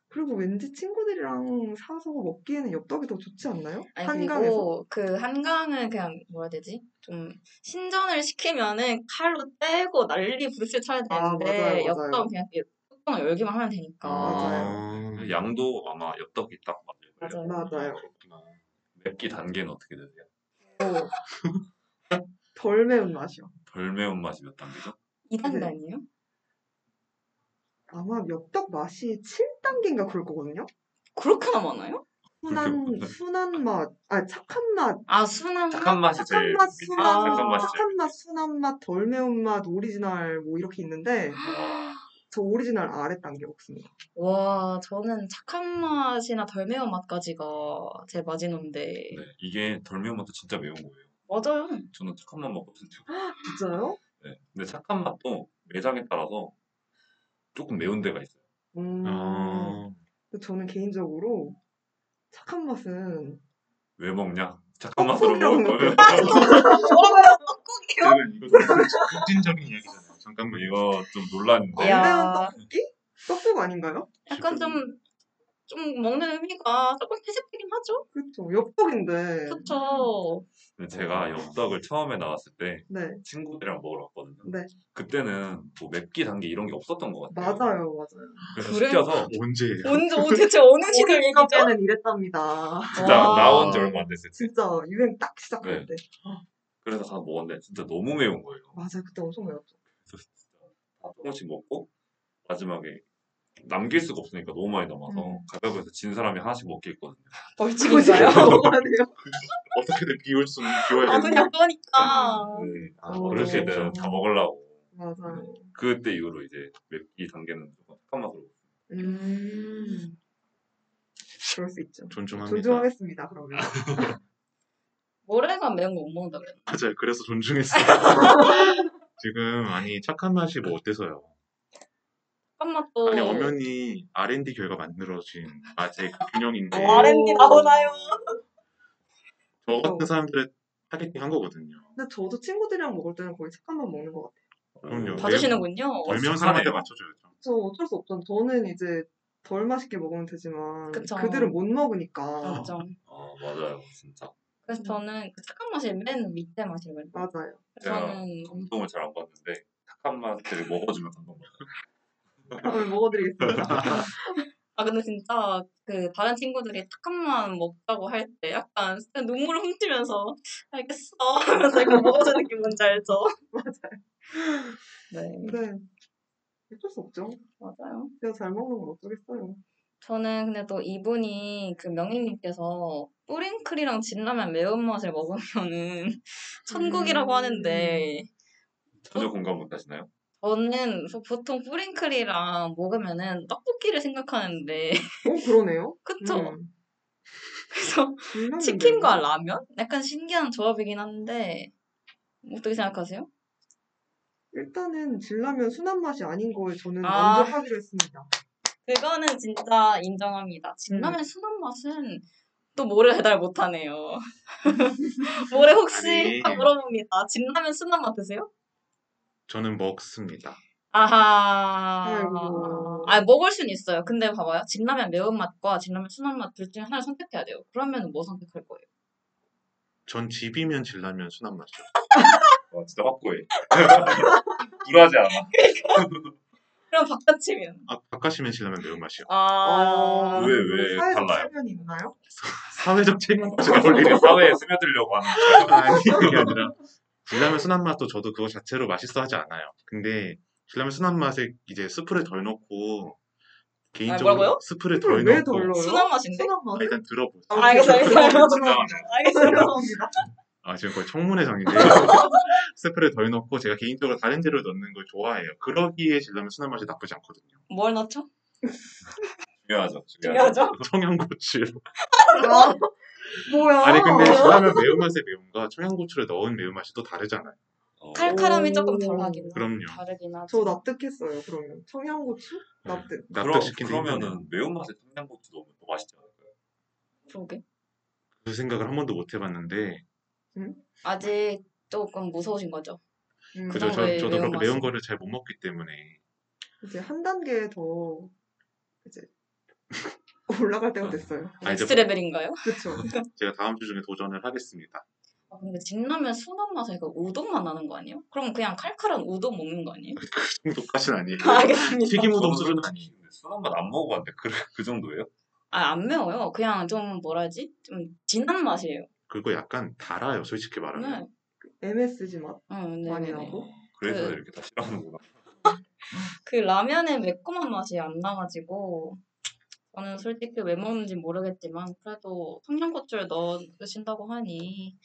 S4: 그리고 왠지 친구들이랑 사서 먹기에는 엽떡이 더 좋지 않나요?
S3: 아니,
S4: 한강에서
S3: 그리고 그 한강은 그냥 뭐라 해야 되지? 좀 신전을 시키면은 칼로 떼고 난리 부르스 쳐야
S4: 아,
S3: 되는데
S4: 맞아요, 맞아요.
S3: 엽떡은 그냥 이렇게 뚜껑을 열기만 하면 되니까.
S4: 맞아요.
S2: 아,
S1: 양도 아마 엽떡이 딱 음. 맞아요.
S3: 맞아요.
S4: 맞아요.
S2: 그렇구나.
S1: 맵기 단계는 어떻게 되세요?
S4: 덜 매운맛이요.
S1: 덜 매운맛이 몇 단계죠?
S3: 2단계아니에요
S4: 아마 엽떡 맛이 7단계인가 그럴 거거든요.
S3: 그렇게나 많아요?
S4: 순한,
S1: 그렇게
S4: 순한 맛, 아, 착한 맛,
S3: 아, 순한
S1: 착한
S3: 맛?
S1: 맛이
S4: 착한
S1: 제일
S4: 맛,
S1: 그치?
S4: 순한
S3: 아,
S1: 착한
S4: 맛,
S1: 맛이 제일
S4: 착한 맛, 순한 맛, 덜 매운 맛, 오리지널 뭐 이렇게 있는데 저 오리지널 아래 단계 먹습니다.
S3: 와, 저는 착한 맛이나 덜 매운 맛까지가 제 마지노인데.
S1: 네, 이게 덜 매운맛도 진짜 매운 거예요
S3: 맞아요.
S1: 저는 착한 맛 먹거든요
S4: 진짜요?
S1: 네, 근데 착한 맛도 매장에 따라서 조금 매운 데가 있어요
S4: 음.
S2: 어,
S4: 근데 저는 개인적으로 착한 맛은
S1: 왜 먹냐? 착한 맛으로
S4: 떡국이라고
S1: 어, 먹을
S4: 생각해요.
S1: 거면
S3: 뭐라고요? 떡국이요?
S2: 저는 이거 좀 급진적인 이야기잖아요. 잠깐만 이거
S1: 이거 좀 논란인데
S3: 아,
S4: 안
S3: 야.
S4: 매운 떡볶이? 떡국 아닌가요?
S3: 약간 좀, 좀 먹는 의미가 조금 회색되긴 하죠?
S4: 그쵸.
S3: 네.
S4: 엽떡인데.
S3: 그쵸.
S1: 근데 제가 엽떡을 처음에 나왔을 때
S4: 네.
S1: 친구들이랑 먹으러 갔거든요
S4: 네.
S1: 그때는 뭐 맵기 단계 이런 게 없었던 것 같아요
S4: 맞아요. 맞아요.
S1: 그래서
S3: 그래요?
S1: 시켜서
S2: 언제예요?
S3: 언제, 어, 대체 어느 시절 얘기죠?
S4: 오리지널에는 이랬답니다.
S1: 진짜
S3: 와.
S1: 나온 지 얼마 안 됐을 때
S4: 진짜 유행 딱
S1: 네.
S4: 시작할 때.
S1: 그래서 가서 먹었는데 진짜 너무 매운 거예요
S4: 맞아요. 그때 엄청 매웠죠.
S1: 그래서 진짜 다 조금씩 먹고 마지막에 남길 수가 없으니까 너무 많이 남아서
S4: 음.
S1: 가위바위보에서 진 사람이 하나씩 먹게 했거든요
S3: 벌칙인가요?
S4: 뭐하네요.
S2: 어떻게든 비울 수는 비워야
S3: 아,
S2: 되는
S3: 그냥 그러니까.
S1: 네.
S2: 아,
S4: 어.
S1: 그럴 때는 다 먹으려고
S4: 맞아요.
S1: 그때 이후로 이제 맵기 단계는 무조건 착한 맛으로
S2: 네.
S4: 음. 그럴 수 있죠.
S2: 존중합니다.
S4: 존중하겠습니다. 그러면.
S3: 모래가 매운 거 못 먹는다 그랬나?
S2: 맞아요. 그래서 존중했어요. 지금 아니 착한 맛이 뭐 어때서요?
S3: 착한 맛도.
S2: 아니 엄연히 R&D 결과 만들어진 맛의 그 균형인데
S5: 아,
S4: 어,
S3: R&D 나오나요?
S2: 저 같은 사람들의 타겟팅 한 거거든요.
S4: 근데 저도 친구들이랑 먹을 때는 거의 착한 맛 먹는 것 같아요.
S1: 그럼요.
S3: 봐주시는군요.
S2: 덜
S1: 착하네요.
S2: 매운 사람한테 맞춰줘야죠.
S4: 저 어쩔 수 없죠. 저는 이제 덜 맛있게 먹으면 되지만
S3: 그쵸.
S4: 들은못 먹으니까.
S3: 맞죠.
S1: 아 맞아요 진짜
S3: 어, 그래서 저는 그 착한 맛이 맨 밑에 맛이거든요.
S4: 맞아요.
S3: 그래서
S1: 제가
S3: 저는
S1: 감동을 잘 안 받는데 착한 맛을 먹어주면 감동 받아요
S4: 한번 먹어드리겠습니다.
S3: 아 근데 진짜 그 다른 친구들이 착한 맛 먹자고 할 때 약간 진짜 눈물을 훔치면서 알겠어 하면서 이거 먹어주는 게 뭔지 알죠? 맞아요. 네
S4: 근데 어쩔 수 없죠.
S3: 맞아요.
S4: 제가 잘 먹는 건 어쩌겠어요.
S3: 저는 근데 또 이분이 그 명희님께서 뿌링클이랑 진라면 매운맛을 먹으면은 천국이라고 하는데
S1: 전혀 공감 못 하시나요?
S3: 저는 보통 뿌링클이랑 먹으면은 떡볶이를 생각하는데
S4: 어, 그러네요.
S3: 그쵸?
S4: 음,
S3: 그래서
S4: 불만인데요.
S3: 치킨과 라면? 약간 신기한 조합이긴 한데 어떻게 생각하세요?
S4: 일단은 진라면 순한 맛이 아닌 거에 저는
S3: 아.
S4: 먼저 하기로 했습니다.
S3: 그거는 진짜 인정합니다. 진라면 순한 맛은 또 모래 대달 못하네요. 모래 혹시
S2: 아니.
S3: 딱 물어봅니다. 진라면 순한 맛 드세요?
S2: 저는 먹습니다.
S3: 아하.
S4: 아이고.
S3: 아, 먹을 순 있어요. 근데 봐봐요. 진라면 매운맛과 진라면 순한 맛 둘 중에 하나를 선택해야 돼요. 그러면 뭐 선택할 거예요?
S2: 전 집이면 질라면 순한 맛이요.
S1: 와 어, 진짜 확고해 불하지 않아
S3: 그럼 바깥치면.
S2: 아, 바카시면 질라면 매운 맛이요.
S4: 어,
S3: 아.
S1: 왜, 왜
S4: 사회적
S1: 달라요?
S4: 체면이 있나요?
S2: 사회적 책임까지
S1: 나올
S2: 올리는
S1: 일이 사회에 스며들려고 하는 거예요
S2: 아니 그게 아니라 신라면 순한 맛도 저도 그거 자체로 맛있어 하지 않아요. 근데 신라면 순한 맛에 이제 스프를 덜 넣고 개인적으로
S3: 뭐라고요?
S2: 스프를 덜
S4: 술을 왜
S2: 넣고
S4: 덜 넣어요?
S3: 순한 맛인데?
S4: 순한
S2: 아,
S4: 맛.
S2: 일단 들어보세요.
S4: 아,
S3: 알겠어요, 알겠어요.
S4: 죄송합니다.
S3: 알겠어요.
S4: 죄송합니다.
S2: 아 지금 거의 청문회장인데 스프를 덜 넣고 제가 개인적으로 다른 재료 넣는 걸 좋아해요. 그러기에 신라면 순한 맛이 나쁘지 않거든요.
S3: 뭘 넣죠?
S1: 중요하죠 중요하죠
S3: 중요하죠?
S2: 청양고추.
S4: 아, 뭐야?
S2: 아니 근데 신라면 매운맛의 매운과 청양고추를 넣은 매운맛이 또 다르잖아요.
S1: 어,
S3: 칼칼함이 조금
S4: 오.
S3: 덜하긴 하죠.
S2: 그럼요.
S3: 다르긴 하죠.
S4: 저 납득했어요. 그러면 청양고추 납득.
S2: 납득시킨 음,
S1: 그럼-
S2: 그러면은
S1: 그러면은 매운맛에 청양고추 넣으면 더 맛있지 않을까요?
S3: 그러게.
S2: 그 생각을 한 번도 못 해봤는데
S3: 아직 조금 무서우신 거죠?
S4: 음,
S2: 그죠 저,
S3: 정도의
S2: 저도 그렇게 매운
S3: 네, 매운맛이.
S2: 거를 잘 못 먹기 때문에
S4: 이제 한 단계 더 이제 올라갈 때가
S1: 아.
S4: 됐어요.
S2: 아, 이제
S3: 넥스트 레벨인가요?
S4: 그렇죠.
S2: 제가 다음 주 중에 도전을 하겠습니다.
S3: 아, 근데 진라면 순한 맛에 그 우동만 나는 거 아니에요? 그럼 그냥 칼칼한 우동 먹는 거 아니에요?
S2: 그 정도까지는 아니에요.
S3: 아, 알겠습니다.
S2: 튀김 우동
S1: 저는
S2: 수준은
S1: 솔직히
S2: 아니에요.
S1: 근데 순한 맛 안 먹어봤는데 그, 그 정도예요?
S3: 아, 안 매워요. 그냥 좀 뭐라 하지? 좀 진한 맛이에요.
S2: 그리고 약간 달아요, 솔직히 말하면.
S3: 네.
S4: MSG 맛.
S3: 어, 네,
S4: 많이
S3: 네, 네.
S4: 나고.
S1: 그래서
S3: 그-
S1: 이렇게 다 싫어하는구나.
S3: 그 라면의 매콤한 맛이 안 나가지고 저는 솔직히 왜 먹는지 모르겠지만 그래도 청양고추를 넣어 드신다고 하니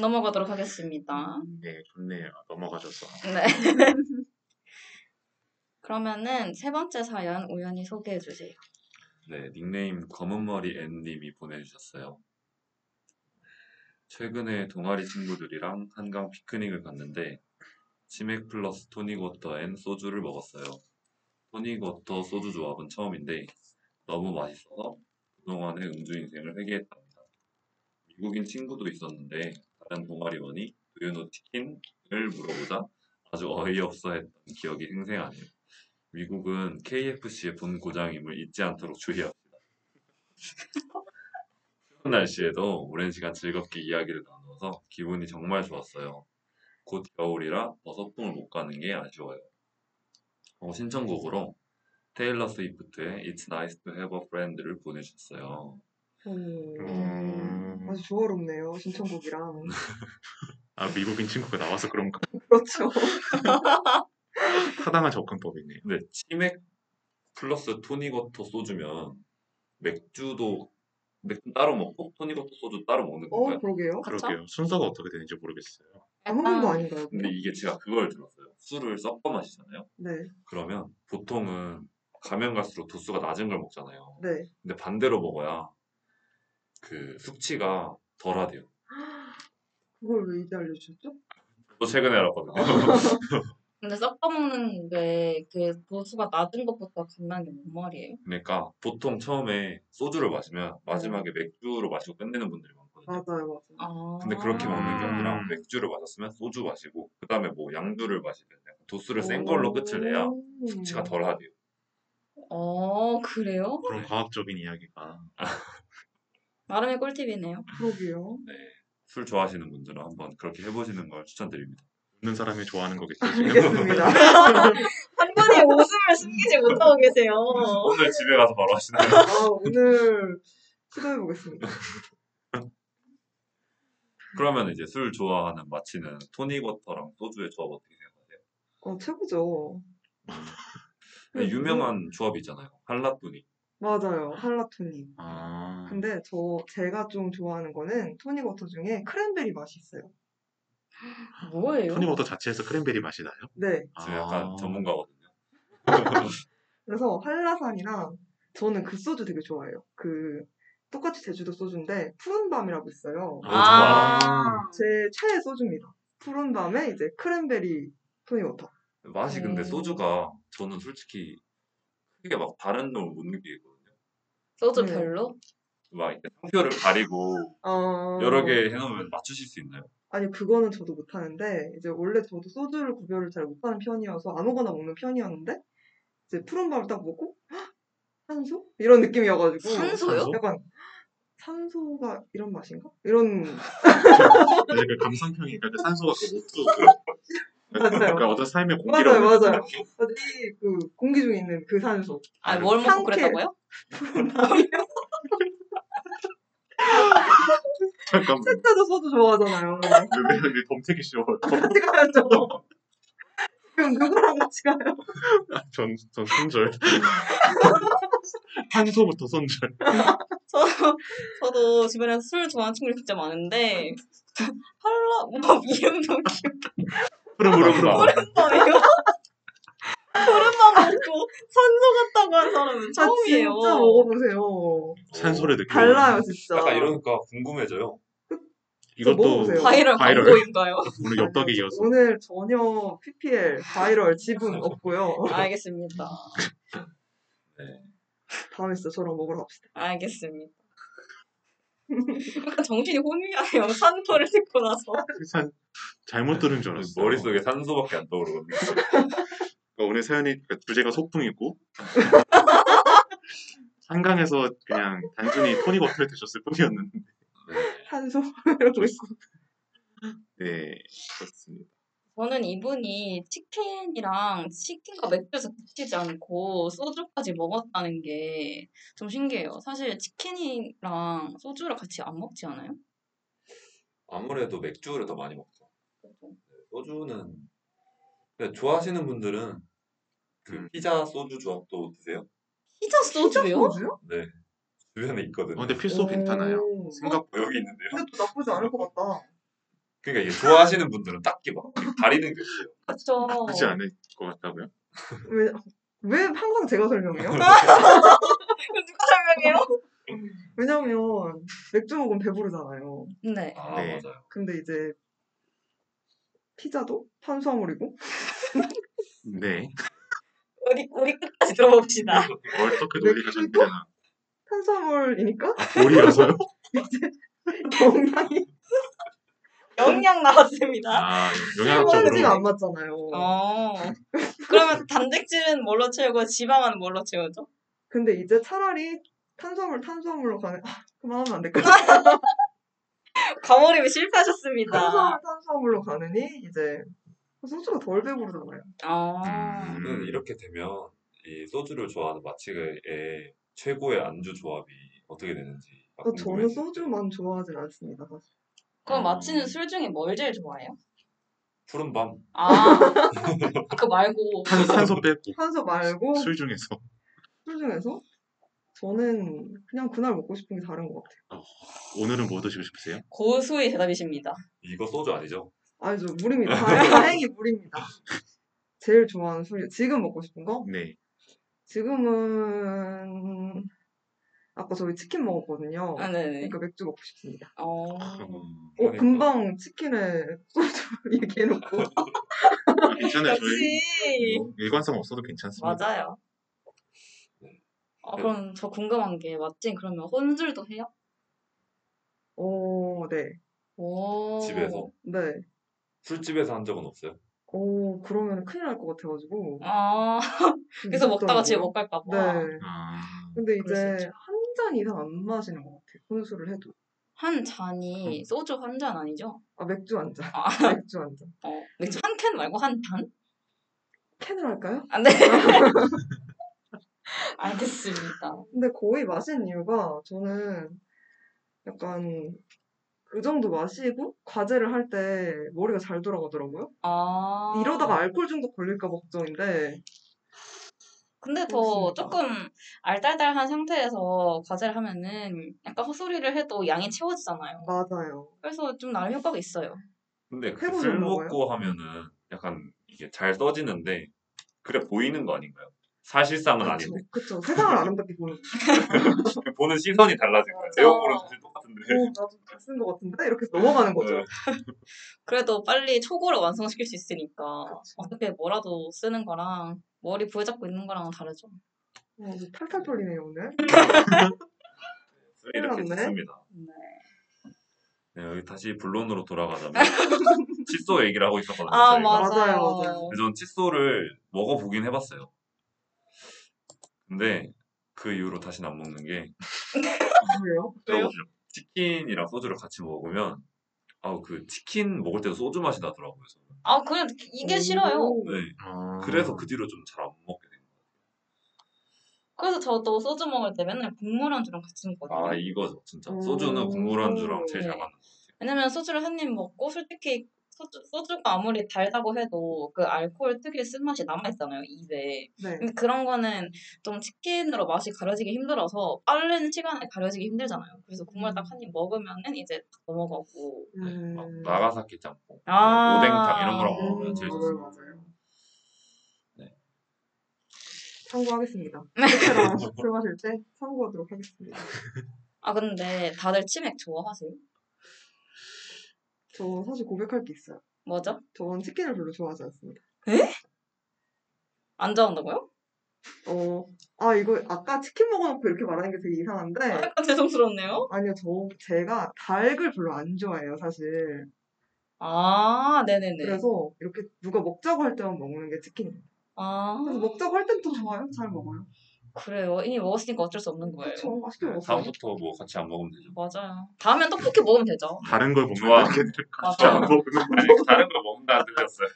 S3: 넘어가도록 하겠습니다.
S2: 네, 좋네요. 넘어가줘서.
S3: 네. 그러면은 세 번째 사연 우연히 소개해 주세요.
S1: 네, 닉네임 검은머리 N님이 보내주셨어요. 최근에 동아리 친구들이랑 한강 피크닉을 갔는데 치맥 플러스 토닉워터 앤 소주를 먹었어요. 토닉워터 소주 조합은 처음인데 너무 맛있어서 그동안의 음주 인생을 회개했답니다. 미국인 친구도 있었는데 다른 동아리원이 두유노 치킨을 물어보자 아주 어이없어 했던 기억이 생생하네요. 미국은 KFC의 본 고장임을 잊지 않도록 주의합시다. 추운 날씨에도 오랜 시간 즐겁게 이야기를 나누어서 기분이 정말 좋았어요. 곧 겨울이라 어서풍을 못 가는 게 아쉬워요. 어, 신청곡으로 테일러 스위프트의 It's Nice to Have a Friend를 보내주셨어요.
S4: 음, 아주 조화롭네요. 신청곡이랑.
S2: 아, 미국인 친구가 나와서 그런가?
S4: 그렇죠.
S2: 타당한 접근법이네요.
S1: 근데 치맥 플러스 토니거터 소주면 맥주도 맥주 따로 먹고 토니거터 소주 따로 먹는 건가요?
S4: 어, 그러게요.
S3: 그쵸?
S2: 그러게요. 순서가 어떻게 되는지 모르겠어요.
S4: 아무것도 아닌가요?
S1: 근데 이게 제가 그걸 들었어요. 술을 섞어 마시잖아요.
S4: 네,
S1: 그러면 보통은 가면 갈수록 도수가 낮은 걸 먹잖아요.
S4: 네.
S1: 근데 반대로 먹어야 그 숙취가 덜하대요.
S4: 그걸 왜 이제 알려주셨죠?
S1: 또 최근에 알았거든요.
S3: 근데 섞어 먹는 게 그 도수가 낮은 것부터 간다는 게 뭔 말이에요?
S1: 그러니까 보통 처음에 소주를 마시면 마지막에 맥주로 마시고 끝내는 분들이 많거든요.
S4: 음. 맞아요, 맞아요.
S3: 아.
S1: 근데 그렇게 먹는 게 아니라
S2: 음.
S1: 맥주를 마셨으면 소주 마시고 그다음에 뭐 양주를 마시든 약간 도수를 센 걸로 끝을 내야
S4: 음.
S1: 숙취가 덜하대요.
S3: 어, 그래요?
S2: 그런
S4: 네.
S2: 과학적인 이야기가.
S3: 나름의 꿀팁이네요.
S4: 그러게요.
S1: 네. 술 좋아하시는 분들은 한번 그렇게 해보시는 걸 추천드립니다.
S2: 웃는 사람이 좋아하는 거겠죠, 지금?
S4: 알겠습니다.
S3: 한 분이 웃음을 숨기지 못하고 계세요.
S1: 오늘 집에 가서 바로 하시나요?
S4: 아, 오늘 시도해보겠습니다.
S1: 그러면 이제 술 좋아하는 마치는 토닉워터랑 소주의 조합 어떻게 생각하세요?
S4: 어, 최고죠. 네,
S1: 근데 아, 유명한 조합이 있잖아요. 한라토닉.
S4: 맞아요. 할라토닉.
S2: 아,
S4: 근데 저, 제가 좀 좋아하는 거는 토닉워터 중에 크랜베리 맛이 있어요.
S3: 뭐예요?
S2: 토니버터 자체에서 크랜베리 맛이 나요?
S4: 네.
S1: 제가 약간
S2: 아.
S1: 전문가거든요.
S4: 그래서 한라산이랑 저는 그 소주 되게 좋아해요. 그, 똑같이 제주도 소주인데, 푸른밤이라고 있어요.
S2: 아.
S3: 아,
S4: 제 최애 소주입니다. 푸른밤에 이제 크랜베리 토닉워터.
S1: 맛이 근데
S3: 음.
S4: 네.
S1: 소주가 저는 솔직히 크게 막 다른 놈을 못 느끼거든요.
S3: 소주
S4: 네.
S3: 별로?
S1: 막 이렇게 상표를 가리고
S4: 어...
S1: 여러 개 해놓으면 맞추실 수 있나요?
S4: 아니, 그거는 저도 못하는데, 이제 원래 저도 소주를 구별을 잘 못하는 편이어서 아무거나 먹는 편이었는데, 이제 푸른밤을 딱 먹고, "헉, 산소? 이런 느낌이어가지고.
S3: 산소요?
S4: 약간, "헉, 산소가 이런 맛인가? 이런,
S2: 근데 그 감성평이니까 그 산소가 그못들어
S4: 맞아요.
S2: 그러니까 어떤 삶의
S4: 맞아요,
S2: 공기라고.
S4: 맞아요. 어디 그 공기 중에 있는 그 산소.
S3: 아, 뭘 먹고
S4: 상쾌.
S3: 그랬다고요?
S2: 잠깐만.
S4: 색다도 소주 좋아하잖아요.
S2: 왜냐면 범태기 씨와
S4: 같이 가야죠. 그럼 누구랑 같이 가요?
S2: 전, 전 손절. 탄소부터 손절.
S3: 저도, 저도 주변에 술 좋아하는 친구들이 진짜 많은데, 팔라, 뭐, 이름도
S2: 흐름, 흐름, 흐름.
S3: 오랜만이에요. 오랜만 먹고 산소 같다고 한 사람은
S4: 아,
S3: 처음이에요.
S4: 진짜 먹어보세요.
S2: 산소를 느끼고.
S4: 달라요, 진짜.
S1: 어, 약간 이러니까 궁금해져요.
S2: 이것도
S4: 먹어보세요.
S3: 과일은
S2: 과일을.
S3: 광고인가요?
S2: 오늘 엽떡에 이어서.
S4: 네. 오늘 전혀 PPL, 바이럴 지분 없고요.
S3: 알겠습니다.
S4: 다음에 진짜 저랑 먹으러 갑시다.
S3: 알겠습니다. 약간 정신이 혼미하네요. 산토를 듣고 나서.
S2: 산, 잘못 들은 줄 알았어.
S1: 머릿속에 산소밖에 안 떠오르거든요.
S2: 그러니까 오늘 사연이 그러니까 주제가 소풍이고 한강에서 그냥 단순히 토닉 워터를 드셨을 뿐이었는데
S1: 네.
S4: 산소 이러고 있고.
S2: 네 그렇습니다
S3: 저는 이분이 치킨이랑 치킨과 맥주에서 그치지 않고 소주까지 먹었다는 게 좀 신기해요. 사실 치킨이랑 소주를 같이 안 먹지 않아요?
S1: 아무래도 맥주를 더 많이 먹죠.
S4: 그렇죠.
S1: 네,
S3: 그죠?
S1: 소주는 근데 좋아하시는 분들은 그
S2: 음.
S1: 피자 소주 조합도 드세요?
S3: 피자 소주요?
S4: 소주요?
S1: 네. 주변에 있거든요.
S2: 어, 근데 필소 괜찮아요.
S4: 어, 오.
S2: 생각
S1: 어, 여기 있는데요.
S4: 근데 또 나쁘지 않을 것 같다.
S1: 그러니까 이게 좋아하시는 분들은 딱히 막 가리는 게 없어요.
S3: 그렇죠.
S2: 나쁘지 않을 것 같다고요?
S4: 왜, 왜 항상 제가 설명해요?
S3: 누가 설명해요?
S4: 왜냐면 맥주 먹으면 배부르잖아요.
S3: 네.
S1: 아,
S2: 네.
S1: 맞아요.
S4: 근데 이제 피자도 탄수화물이고
S2: 네.
S3: 우리 우리 끝까지 들어봅시다.
S2: 어떻게 논리가
S4: 맥주도?
S2: 전개되나?
S4: 탄수화물이니까
S2: 오리여서요?
S4: 영양이
S3: 영양 나왔습니다.
S2: 아,
S4: 설문지가 안
S2: 영양학적으로
S4: 맞잖아요.
S3: 어. 그러면 단백질은 뭘로 채우고 지방은 뭘로 채우죠?
S4: 근데 이제 차라리 탄수화물 탄수화물로 가는 아, 그만하면 안 될까?
S3: 과몰입이 실패하셨습니다.
S4: 탄수화물 탄수화물로 가느니 이제 소주가 덜 배부르잖아요.
S3: 어.
S2: 음.
S1: 저는 그러니까 이렇게 되면 이 소주를 좋아하는 마치의 최고의 안주 조합이 어떻게 되는지 막
S4: 그러니까 저는
S1: 궁금해지는데
S4: 소주만 좋아하진 않습니다. 사실.
S3: 그럼
S2: 음.
S3: 마치는 술 중에 뭘 제일 좋아해요?
S1: 푸른 밤
S3: 아, 그 말고
S2: 탄- 탄소 빼고
S4: 탄수 말고 술
S2: 술 중에서
S4: 중에서 저는 그냥 그날 먹고 싶은 게 다른 것 같아요.
S2: 오늘은 뭐 드시고 싶으세요?
S3: 고수의 대답이십니다.
S1: 이거 소주 아니죠?
S4: 아니죠 물입니다. 다행히 물입니다. 제일 좋아하는 술 지금 먹고 싶은 거
S2: 네.
S4: 지금은 아까 저희 치킨 먹었거든요.
S3: 아, 네네.
S4: 그러니까 맥주 먹고 싶습니다.
S3: 어.
S2: 아, 뭐.
S1: 음,
S4: 어,
S1: 그러니까.
S4: 금방 치킨에 소주 얘기해놓고
S2: 아, 괜찮아요. 저희
S3: 역시.
S2: 뭐 일관성 없어도 괜찮습니다.
S3: 맞아요. 아, 그럼 저 궁금한 게 마침 그러면 혼술도 해요?
S4: 오, 네,
S3: 오.
S1: 집에서?
S4: 네.
S1: 술집에서 한 적은 없어요.
S4: 오, 그러면 큰일 날 것 같아가지고.
S3: 아, 그래서 먹다가 집에 못 갈까 봐.
S4: 네.
S2: 아,
S4: 근데
S3: 그럴 수
S4: 이제
S3: 있죠.
S4: 한 잔 이상 안 마시는 것 같아요. 혼술을 해도.
S3: 한 잔이 소주 한 잔 아니죠?
S4: 아, 맥주 한 잔.
S3: 아.
S4: 맥주 한 잔.
S3: 어, 맥주 한 캔 말고 한 잔?
S4: 캔을 할까요?
S3: 안 돼. 알겠습니다.
S4: 근데 거의 마시는 이유가 저는 약간 그 정도 마시고 과제를 할 때 머리가 잘 돌아가더라고요.
S3: 아.
S4: 이러다가 알코올 중독 걸릴까 걱정인데
S3: 근데 더
S4: 그렇습니다.
S3: 조금 알딸딸한 상태에서 과제를 하면은 약간 헛소리를 해도 양이 채워지잖아요.
S4: 맞아요.
S3: 그래서 좀 나름 효과가 있어요.
S1: 근데 그
S4: 해보셨나
S1: 술
S4: 봐요?
S1: 먹고 하면은 약간 이게 잘 써지는데 그래 보이는 거 아닌가요? 사실상은
S4: 그쵸,
S1: 아닌데
S4: 그쵸. 세상을 아름답게 보는 어, 거.
S1: 그 보는 시선이 달라진 거예요.
S3: 맞아.
S1: 내용으로는 사실 똑같은데
S4: 어, 나도 잘쓴것 같은데? 이렇게 해서 넘어가는
S3: 네.
S4: 거죠.
S3: 그래도 빨리 초고를 완성시킬 수 있으니까
S4: 그치.
S3: 어떻게 뭐라도 쓰는 거랑 머리 부여잡고 있는 거랑은 다르죠.
S4: 어, 이제 탈탈 털리네요, 오늘.
S1: 술이 이렇게
S4: 큰일 났네.
S1: 좋습니다.
S3: 네. 네.
S1: 네, 여기 다시 본론으로 돌아가자면 칫솔 얘기를 하고 있었거든요.
S3: 아
S1: 저희가.
S3: 맞아요.
S4: 맞아요, 맞아요.
S1: 근데 전 칫솔을 먹어보긴 해봤어요. 근데 그 이후로 다시는 안 먹는 게
S4: 왜요?
S3: 왜요?
S1: 들어보죠. 치킨이랑 소주를 같이 먹으면 아우 그 치킨 먹을 때도 소주 맛이 나더라고요. 저는.
S3: 아 그냥 이게
S4: 오.
S3: 싫어요.
S1: 네.
S2: 아.
S1: 그래서 그 뒤로 좀 잘 안 먹게 된
S3: 그래서 저도 소주 먹을 때 맨날 국물 안주랑 같이
S1: 거예요. 아
S3: 먹거든요.
S1: 이거 진짜
S4: 음.
S1: 소주는 국물 안주랑 제일 잘 맞는
S3: 왜냐면 소주를 한 입 먹고 솔직히 소주, 소주가 아무리 달다고 해도 그 알코올 특유의 쓴맛이 남아있잖아요 입에.
S4: 네.
S3: 근데 그런 거는 좀 치킨으로 맛이 가려지기 힘들어서 빠른 시간에 가려지기 힘들잖아요. 그래서 국물 딱 한 입 먹으면은 이제 딱 넘어가고.
S1: 네, 막
S4: 음.
S1: 나가사키 짬뽕, 뭐
S3: 아.
S1: 오뎅탕 이런 거랑 먹으면
S4: 음,
S1: 제일
S4: 맞아요,
S1: 좋습니다.
S4: 맞아요.
S1: 네.
S4: 참고하겠습니다.
S3: 네.
S4: 소주랑 술 마실 때 참고하도록 하겠습니다.
S3: 아 근데 다들 치맥 좋아하세요?
S4: 저 사실 고백할 게 있어요.
S3: 뭐죠?
S4: 저는 치킨을 별로 좋아하지 않습니다.
S3: 안 좋아한다고요?
S4: 어, 아, 이거 아까 치킨 먹어놓고 이렇게 말하는 게 되게 이상한데.
S3: 약간 죄송스럽네요.
S4: 아니요, 저, 제가 닭을 별로 안 좋아해요, 사실.
S3: 아 네네네.
S4: 그래서 이렇게 누가 먹자고 할 때만 먹는 게 치킨입니다.
S3: 아
S4: 그래서 먹자고 할 땐 또 좋아요, 잘 먹어요.
S3: 그래요. 이미 먹었으니까 어쩔 수 없는 거예요.
S4: 그쵸, 맛있게 먹었어요.
S1: 다음부터 뭐 같이 안 먹으면 되죠.
S3: 맞아요. 다음엔 떡볶이 먹으면 되죠.
S2: 다른 걸
S1: 좋아.
S2: 보면 이렇게 같이
S3: 맞아.
S2: 안 먹으면
S1: 아니, 다른 거 먹는다 안 드셨어요.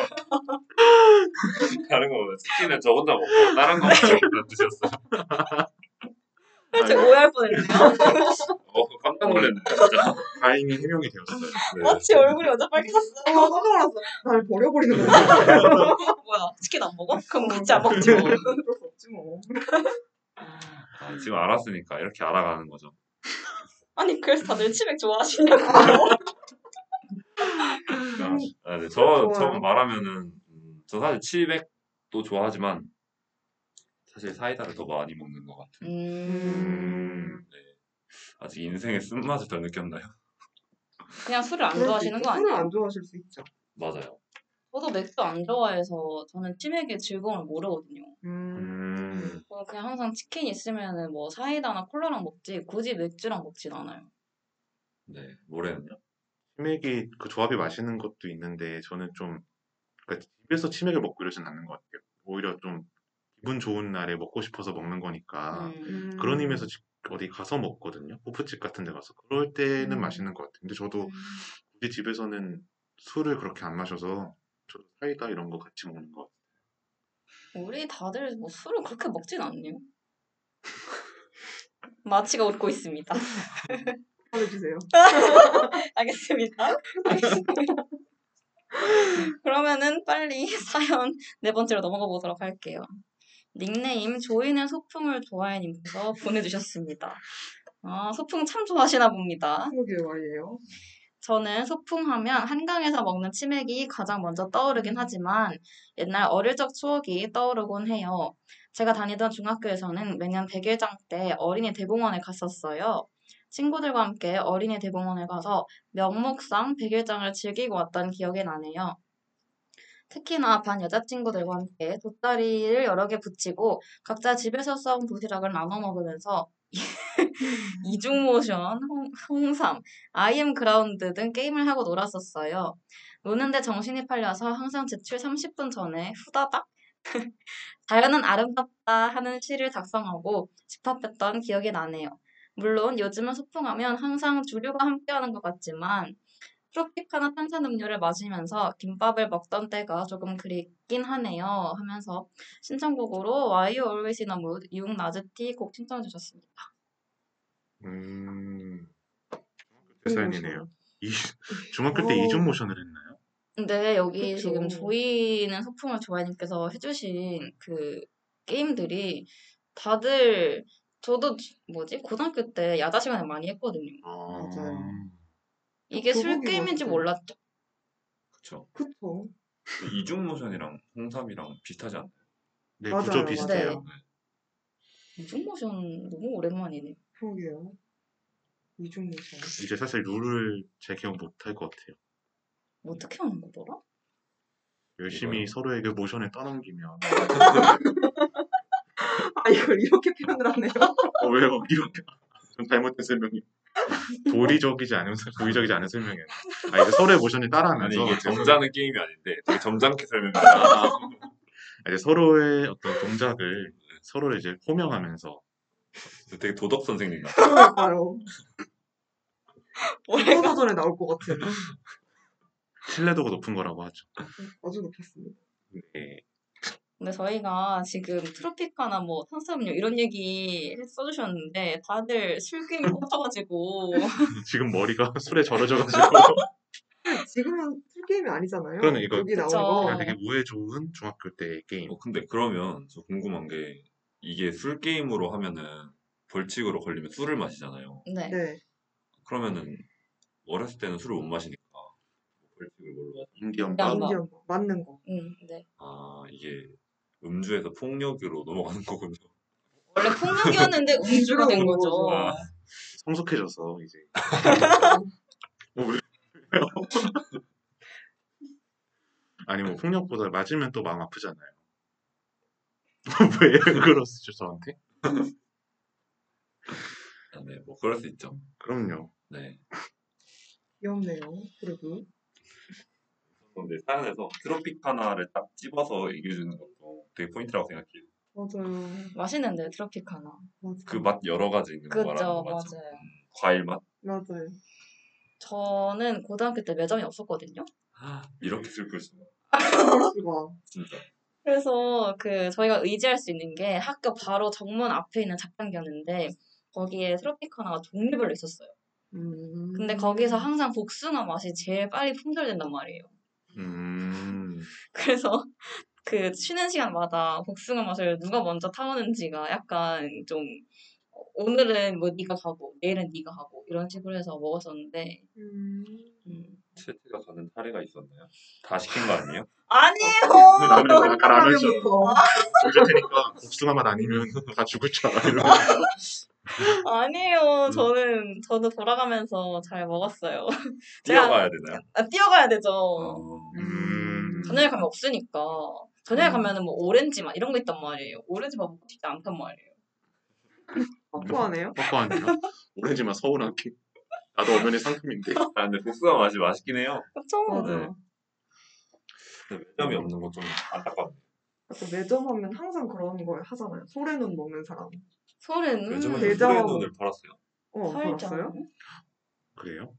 S1: 다른 거 먹어요. 치킨은 저 혼자 먹고 다른 거 먹는다 안 드셨어요.
S3: 제가 오해할 뻔했네요.
S1: 어, 깜짝 놀랐네, 진짜.
S2: 다행히 해명이 되었어요.
S1: 네.
S3: 마치 얼굴이 완전
S4: 아,
S3: 빨개졌어.
S4: 깜짝 놀랐어. 날 버려버리는 거야.
S3: 뭐야, 치킨 안 먹어? 그럼 같이 안 먹지 뭐.
S4: 그럴 수 없지 뭐.
S1: 아, 지금 알았으니까 이렇게 알아가는 거죠.
S3: 아니, 그래서 다들 치맥 좋아하시냐고.
S1: 그러니까, 아, 네,
S4: 좋아요.
S1: 저, 저 말하면은, 음, 저 사실 치맥도 좋아하지만, 사실 사이다를 더 많이 먹는 것 같아요.
S4: 음.
S1: 네. 아직 인생의 쓴맛을 덜 느꼈나요?
S3: 그냥 술을 안
S4: 그럴 수
S3: 좋아하시는
S4: 있죠.
S3: 거
S4: 술을
S3: 아니에요?
S4: 안 좋아하실 수 있죠.
S1: 맞아요.
S3: 저도 맥주 안 좋아해서 저는 치맥의 즐거움을 모르거든요.
S1: 음,
S3: 어, 그냥 항상 치킨 있으면은 뭐 사이다나 콜라랑 먹지 굳이 맥주랑 먹진 않아요.
S1: 네. 모레는요?
S2: 치맥이 그 조합이 맛있는 것도 있는데 저는 좀 그러니까 집에서 치맥을 먹고 이러진 않는 것 같아요. 오히려 좀 기분 좋은 날에 먹고 싶어서 먹는 거니까
S3: 음.
S2: 그런 의미에서 집- 어디 가서 먹거든요. 호프집 같은 데 가서 그럴 때는
S3: 음.
S2: 맛있는 것 같아요. 근데 저도 우리 집에서는 술을 그렇게 안 마셔서 저도 사이다 이런 거 같이 먹는 것 같아요.
S3: 우리 다들 뭐 술을 그렇게 먹진 않네요. 마치가 웃고 있습니다.
S4: 보내주세요.
S3: 알겠습니다. 알겠습니다. 그러면은 빨리 사연 네 번째로 넘어가 보도록 할게요. 닉네임 조인의 소풍을 좋아해님께서 보내주셨습니다. 아, 소풍 참 좋아하시나 봅니다.
S4: 그러게 말이에요.
S3: 저는 소풍하면 한강에서 먹는 치맥이 가장 먼저 떠오르긴 하지만 옛날 어릴 적 추억이 떠오르곤 해요. 제가 다니던 중학교에서는 매년 백일장 때 어린이 대공원에 갔었어요. 친구들과 함께 어린이 대공원에 가서 명목상 백일장을 즐기고 왔던 기억이 나네요. 특히나 반 여자친구들과 함께 돗다리를 여러 개 붙이고 각자 집에서 싸온 도시락을 나눠 먹으면서 이중모션, 홍, 홍삼, 아이엠 그라운드 등 게임을 하고 놀았었어요. 노는데 정신이 팔려서 항상 제출 30분 전에 후다닥 자연은 아름답다 하는 시를 작성하고 집합했던 기억이 나네요. 물론 요즘은 소풍하면 항상 주류가 함께하는 것 같지만 프로픽하나 탄산음료를 마시면서 김밥을 먹던 때가 조금 그립긴 하네요 하면서 신청곡으로 Why You Always In A Mood 융나즈티 곡 신청해 주셨습니다.
S2: 음,
S4: 그
S2: 제 사연이네요. 이, 중학교
S4: 어.
S2: 때 이중 모션을 했나요?
S3: 근데 여기
S4: 그쵸.
S3: 지금 조이는 소풍을 좋아해님께서 해주신 그 게임들이 다들 저도 주- 뭐지 고등학교 때 야자 시간에 많이 했거든요.
S2: 어,
S4: 맞아요.
S3: 이게 술
S4: 교복이
S3: 게임인지
S4: 멋있어요.
S3: 몰랐죠.
S1: 그쵸.
S4: 그쵸.
S1: 근데 이중 모션이랑 홍삼이랑 비슷하지 않나요?
S2: 네,
S4: 맞아요,
S2: 구조 비슷해요.
S3: 무슨 모션 너무 오랜만이네.
S4: 그러게요. 이중모션.
S2: 이제 사실 룰을 제 기억 못 할 것 같아요.
S3: 뭐 어떻게 하는 거더라?
S2: 열심히
S1: 이거요?
S2: 서로에게 모션을 떠넘기면 네.
S4: 아, 이걸 이렇게 표현을 하네요.
S2: 어, 왜요? 이렇게 좀 잘못된 설명이 도리적이지 않은 설- 도의적이지 않은 설명이에요. 아 이제 서로의 모션을
S1: 아니,
S2: 따라하면서
S1: 이게
S2: 이제
S1: 점잖은 게임이 아닌데, 되게 점잖게 설명해요.
S2: 이제 서로의 어떤 동작을 서로를 이제 호명하면서
S1: 되게 도덕 선생님 같아.
S4: 그러니까요.
S3: 올해가
S4: 코로나 전에 나올 것 같은.
S2: 신뢰도가 높은 거라고 하죠.
S4: 아주 높았습니다.
S2: 네.
S3: 근데 저희가 지금 트로피카나 뭐 탄산음료 이런 얘기 써주셨는데 다들 술 게임 꽂혀가지고
S2: 지금 머리가 술에 절여져가지고
S4: 지금은 술게임이 아니잖아요.
S2: 그러네, 이거.
S4: 여기 나오는
S3: 그쵸.
S4: 거.
S2: 그냥 되게 우애 좋은 중학교 때 게임.
S1: 어, 근데 그러면 저 궁금한 게, 이게 술 게임으로 하면은 벌칙으로 걸리면 술을 마시잖아요.
S3: 네.
S4: 네.
S1: 그러면은 어렸을 때는 술을 못 마시니까 뭐 벌칙을 뭘로 하죠?
S2: 인디언
S3: 야,
S2: 밥.
S3: 뭐.
S4: 인디언 거. 맞는 거.
S3: 음, 네.
S1: 아, 이게 음주에서 폭력으로 넘어가는 거군요.
S3: 원래 폭력이었는데 음주가 된 거죠.
S1: 아.
S2: 성숙해져서 이제 뭐 왜- 아니 뭐 폭력보다 맞으면 또 마음 아프잖아요. 왜 그러시죠 저한테?
S1: 아, 네, 뭐 그럴 수 있죠.
S2: 그럼요.
S1: 네.
S4: 귀엽네요. 그래도.
S1: 근데 사연에서 트로피카나를 딱 집어서 얘기해주는 것도 되게 포인트라고 생각해요.
S4: 맞아요.
S3: 맛있는데 트로피카나.
S4: 맞아요.
S1: 그 맛 여러 가지 있는 거
S3: 그죠,
S1: 말하는 거
S3: 맞아요.
S1: 맞죠? 음, 과일 맛?
S4: 맞아요.
S3: 저는 고등학교 때 매점이 없었거든요.
S1: 이렇게 슬플 수
S4: 그거.
S1: 진짜.
S3: 그래서 그 저희가 의지할 수 있는 게 학교 바로 정문 앞에 있는 잡당기였는데 거기에 트로피카나가 종류별로 있었어요.
S4: 음.
S3: 근데 거기서 항상 복숭아 맛이 제일 빨리 품절된단 말이에요.
S2: 음,
S3: 그래서 그 쉬는 시간마다 복숭아 맛을 누가 먼저 타오는지가 약간 좀 오늘은 뭐 네가 가고 내일은 네가 가고 이런 식으로 해서 먹었었는데
S4: 음.
S3: 음.
S1: 채태가 가는 사례가 있었나요? 다 시킨 거 아니에요?
S3: 아니에요.
S2: 라면 하나 깔아
S4: 어,
S2: 놓죠.
S4: 라면부터.
S2: 죽일 테니까 복숭아 맛 아니면 다 죽을 줄 알아. 이러고.
S3: 아니에요.
S2: 음.
S3: 저는 저도 돌아가면서 잘 먹었어요. 제가-
S1: 뛰어가야 되나요?
S3: 아, 뛰어가야 되죠.
S1: 어,
S2: 음.
S3: 저녁에 가면 없으니까. 저녁에
S4: 음.
S3: 가면은 뭐 오렌지 막 이런 거 있단 말이에요. 오렌지 막 먹고 싶지 않단 말이에요.
S4: 어, 확보하네요.
S2: 확보하네요. 오렌지만 서운하게. 나도 엄연히 상품인데.
S1: 아, 근데 복숭아 맛이 맛있긴 해요.
S3: 그쵸?
S4: 맞아.
S1: 네. 근데 매점이
S4: 음.
S1: 없는 거 좀 안타깝네요.
S4: 아까 매점하면 항상 그런 걸 하잖아요. 소래눈 먹는 사람.
S3: 소래는 뭐
S1: 매점은
S4: 음,
S1: 소의
S4: 매점.
S1: 눈을 팔았어요.
S4: 어, 봤어요?
S2: 그래요?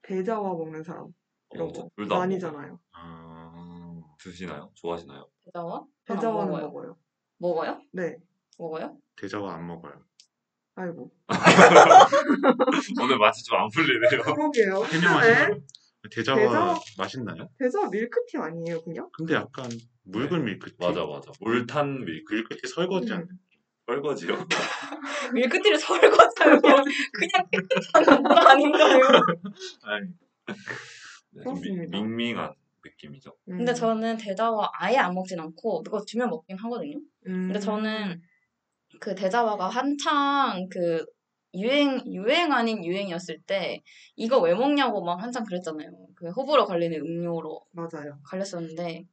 S4: 대자와 먹는 사람. 이런 거.
S1: 어, 뭐, 둘다 안
S4: 아니잖아요.
S2: 아,
S1: 드시나요? 좋아하시나요?
S3: 대자와? 저는 안
S4: 대자와는
S3: 먹어요.
S4: 먹어요.
S3: 먹어요?
S4: 네.
S3: 먹어요?
S2: 대자와 안 먹어요.
S4: 아이고.
S1: 오늘 맛이 좀 안 풀리네요.
S4: 그러게요.
S2: 아, 해명하시나요? 대자와
S4: 대자와?
S2: 맛있나요?
S4: 대자와 밀크티 아니에요, 그냥?
S2: 근데 약간 그 묽은 밀크티.
S1: 맞아 맞아. 물탄 밀크
S2: 밀크티 그 설거지 안
S4: 음.
S1: 설거지요.
S3: 밀크티를 설거지하면 그냥 깨끗한 거 아닌가요?
S2: 아니,
S1: 네, 좀 미-
S4: 그렇습니다.
S1: 밍밍한 느낌이죠.
S4: 음.
S3: 근데 저는 대자와 아예 안 먹진 않고 누가 주면 먹긴 하거든요.
S4: 음.
S3: 근데 저는 그 대자화가 한창 그 유행 유행 아닌 유행이었을 때 이거 왜 먹냐고 막 한창 그랬잖아요. 그 호불호 갈리는 음료로
S4: 맞아요.
S3: 갈렸었는데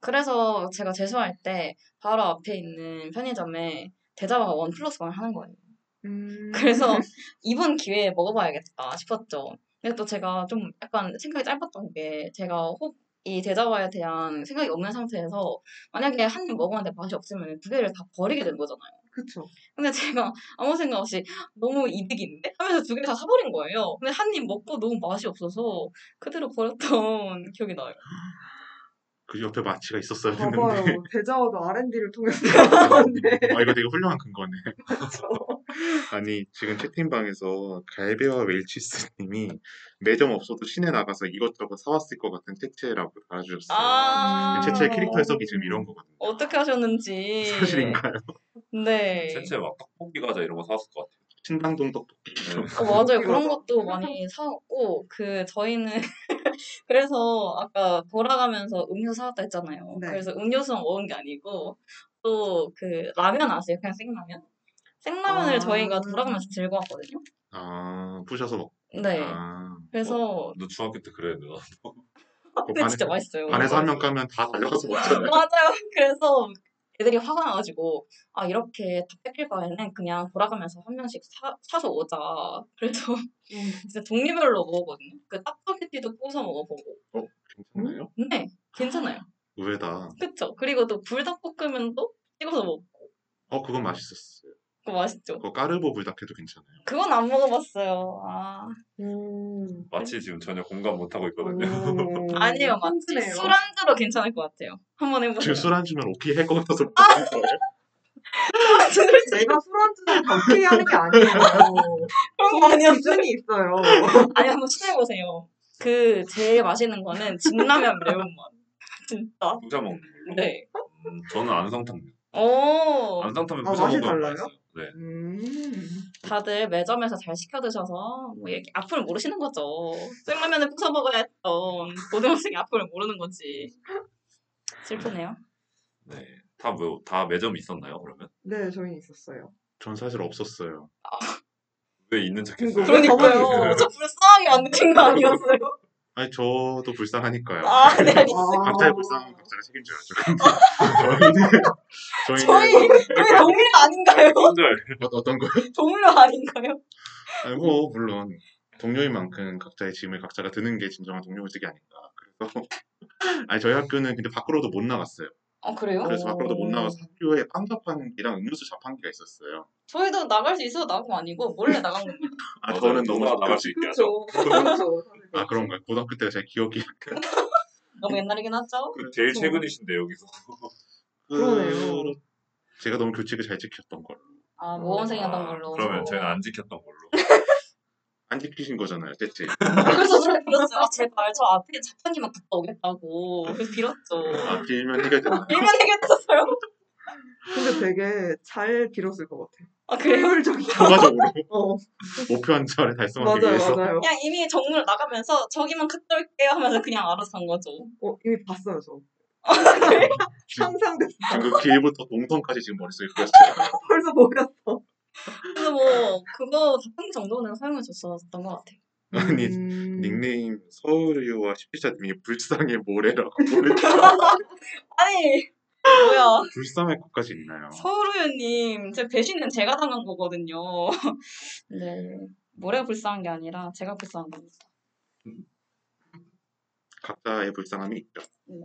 S3: 그래서 제가 재수할 때 바로 앞에 있는 편의점에 대자화가 원 플러스 원 하는 거예요.
S4: 음.
S3: 그래서 이번 기회에 먹어봐야겠다 싶었죠. 근데 또 제가 좀 약간 생각이 짧았던 게 제가 혹 이 대자화에 대한 생각이 없는 상태에서 만약에 한 입 먹었는데 맛이 없으면 두 개를 다 버리게 된 거잖아요.
S4: 그쵸.
S3: 근데 제가 아무 생각 없이 너무 이득인데? 하면서 두 개 다 사버린 거예요. 근데 한 입 먹고 너무 맛이 없어서 그대로 버렸던 기억이 나요.
S2: 그 옆에 마취가 있었어야 했는데.
S4: 봐봐요. 대자와도 R&D를 통해서 나왔는데.
S2: 아, 이거 되게 훌륭한 근거네. 아니, 지금 채팅방에서 갈배와 웰치스님이 매점 없어도 시내 나가서 이것저것 사왔을 것 같은 채채라고 달아주셨어요.
S3: 아.
S2: 채채의 캐릭터 해석이 지금 이런 거거든요.
S3: 어떻게 하셨는지.
S2: 사실인가요?
S3: 네.
S1: 채채 막 떡볶이 과자 이런 거 사왔을 것
S2: 신당동 떡볶이.
S1: 같아요. 네.
S3: 어, 맞아요.
S4: 이거죠.
S3: 그런 것도 많이 사왔고, 그, 저희는, 그래서 아까 돌아가면서 음료 사왔다 했잖아요.
S4: 네.
S3: 그래서 음료수만 먹은 게 아니고, 또 그, 라면 아세요? 그냥 생라면? 생라면을
S4: 아.
S3: 저희가 돌아가면서 들고 왔거든요.
S2: 아, 부셔서 먹.
S3: 네.
S2: 아,
S3: 그래서
S1: 너 중학교 때 그랬나?
S2: 그거
S3: 근데 진짜 맛있어요.
S2: 뭐 반에서 한 명 까면 다 달려가서 먹잖아요.
S3: 맞아요. 그래서 애들이 화가 나가지고 아 이렇게 다 뺏길 바에는 그냥 돌아가면서 한 명씩 사, 사서 오자. 그래서
S4: 음.
S3: 진짜 종류별로 먹었거든요. 그 떡볶이도 구워 먹어보고.
S2: 괜찮나요?
S3: 근데 괜찮아요.
S2: 의외다.
S3: 그쵸? 그리고 또 불닭볶음면도 찍어서 먹고
S2: 어, 그건 맛있었어요.
S3: 그거 맛있죠.
S2: 그거 까르보 불닭해도 괜찮아요.
S3: 그건 안 먹어봤어요. 아
S4: 음.
S3: 네.
S1: 마치 지금 전혀 공감 못 하고 있거든요.
S4: 오.
S3: 아니에요, 맞지?
S4: 튼튼해요.
S3: 술안주로 괜찮을 것 같아요. 한번
S2: 지금
S3: 해보세요.
S2: 술 안 주면 오피 할 것 같아서 못 먹는 거예요.
S4: 내가 술안주를 덮기 하는 게 아니에요.
S3: 그런 거 아니었어요?
S4: 기준이 있어요.
S3: 아니 한번 시도해보세요. 그 제일 맛있는 거는 진라면 매운맛. 진짜.
S1: 부자 먹는 걸로.
S3: 네.
S1: 음, 저는 안성탕면.
S3: 오.
S1: 안성탕면
S4: 아,
S1: 부자
S4: 맛이
S1: 먹으면
S4: 달라요?
S1: 맛있어요. 네.
S4: 음.
S3: 다들 매점에서 잘 시켜 드셔서 뭐 얘기 앞을 모르시는 거죠. 생라면을 부숴 먹어야 했던 고등학생이 앞을 모르는 거지. 슬프네요.
S1: 네. 다, 뭐, 다 매점 있었나요, 그러면?
S4: 네, 저희는 있었어요.
S2: 전 사실 없었어요.
S1: 왜 있는 척 했어요? 네.
S4: 그러니까요.
S3: 그러니까요. 저 불쌍하게 만드신 거 아니었어요?
S2: 아니, 저도 불쌍하니까요.
S3: 아, 네. 알겠-
S2: 각자의 불쌍함은 각자가 책임져야죠. 근데 저희는,
S3: 저희
S2: 저희는
S3: 저희 동료 아닌가요?
S1: 혼절.
S2: 어- 어떤 거?
S3: 동료 아닌가요?
S2: 아니, 뭐, 물론 동료인 만큼 각자의 짐을 각자가 드는 게 진정한 동료의식이 아닌가. 그래서 아니, 저희 학교는 근데 밖으로도 못 나갔어요.
S3: 아 그래요?
S2: 그래서
S4: 어.
S2: 밖으로도 못 나가서 학교에 빵 자판기랑 음료수 자판기가 있었어요.
S3: 저희도 나갈 수 있어서 나온 거 아니고 몰래 나간 겁니다.
S2: 아,
S1: 맞아요.
S2: 저는 너무
S1: 누가 어, 나갈
S2: 가깝지.
S1: 수 있게 하죠.
S4: 그렇죠. 그렇죠.
S2: 아, 그런가요? 고등학교 때가 제 기억이 약간.
S3: 너무 옛날이긴 하죠.
S1: 그 제일 최근이신데, 여기서.
S4: 그러네요.
S2: 제가 너무 규칙을 잘 지켰던 걸로.
S3: 아, 모범생이었던
S1: 아,
S3: 걸로.
S1: 그러면 저희는 안 지켰던 걸로.
S2: 안 지키신 거잖아요, 됐지?
S3: 그래서 저를 빌었어요. 아, 제발 저 앞에 작가님만 갔다 오겠다고. 그래서 빌었죠.
S2: 아, 빌면 해결된다.
S3: 일만 해결됐어요.
S4: 근데 되게 잘 빌었을 것 같아.
S3: 아, 그래요?
S4: 효율적이다.
S2: 효과적으로
S4: 어,
S2: 목표 한 차를 달성하기
S4: 맞아요,
S2: 위해서
S4: 맞아요.
S3: 그냥 이미 정문을 나가면서 저기만 갔다 올게요 하면서 그냥 알아서 간 거죠.
S4: 어, 이미 봤어요, 저.
S3: 아,
S4: 상상됐어.
S2: 지금 그 길부터 농성까지 지금 머릿속에 그렸어요.
S4: 벌써 보였어.
S3: 근데 뭐 그거 답변 정도는 사용해 줬었던 것 같아요.
S2: 아니,
S4: 음,
S2: 닉네임 서울유와 십시자님이 불쌍해 모래라고 보내
S3: 아니 뭐야
S2: 불쌍할 것까지 있나요?
S3: 서울우유님 제 배신은 제가 당한 거거든요. 네 모래가 불쌍한 게 아니라 제가 불쌍한 겁니다.
S2: 각자의 불쌍함이 있죠.
S3: 네.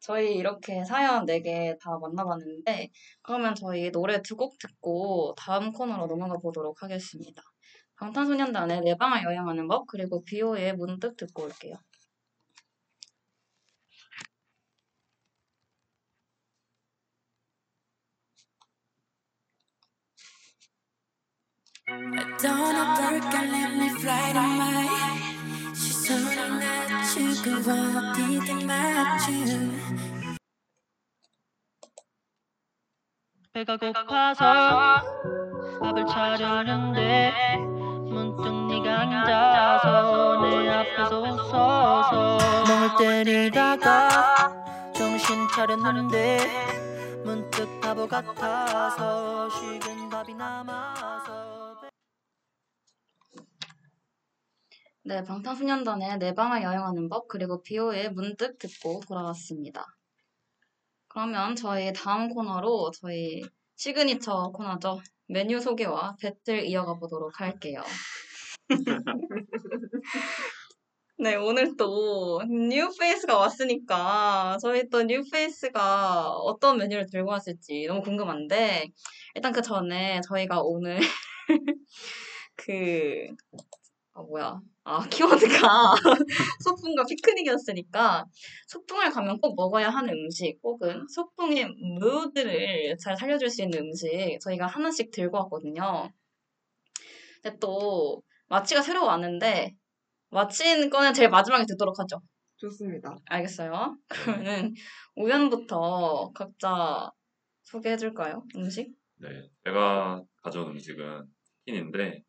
S3: 저희 이렇게 사연 4개 다 만나봤는데 그러면 저희 노래 두 곡 듣고 다음 코너로 넘어가 보도록 하겠습니다. 방탄소년단의 내 방을 여행하는 법 그리고 비오의 문득 듣고 올게요.
S6: Don't a bird can let me fly to my She's so not you could walk in my you
S7: 배가 고파서 밥을 차려는데 문득 네가 앉아서 내 앞에서 웃어서 멍을 때리다가 정신 차렸는데 문득 바보 같아서 식은 밥이 남아서
S3: 네, 방탄소년단의 내 방을 여행하는 법 그리고 비오의 문득 듣고 돌아왔습니다. 그러면 저희 다음 코너로 저희 시그니처 코너죠. 메뉴 소개와 배틀 이어가 보도록 할게요. 네, 오늘 또 뉴페이스가 왔으니까 저희 또 뉴페이스가 어떤 메뉴를 들고 왔을지 너무 궁금한데 일단 그 전에 저희가 오늘 그 아, 뭐야. 아, 키워드가 소풍과 피크닉이었으니까 소풍을 가면 꼭 먹어야 하는 음식 혹은 소풍의 무드를 잘 살려줄 수 있는 음식 저희가 하나씩 들고 왔거든요. 근데 또 마치가 새로 왔는데 마친 거는 제일 마지막에 듣도록 하죠.
S4: 좋습니다.
S3: 알겠어요.
S1: 네.
S3: 그러면은 우연부터 각자 소개해줄까요? 음식?
S1: 네, 제가 가져온 음식은 치킨인데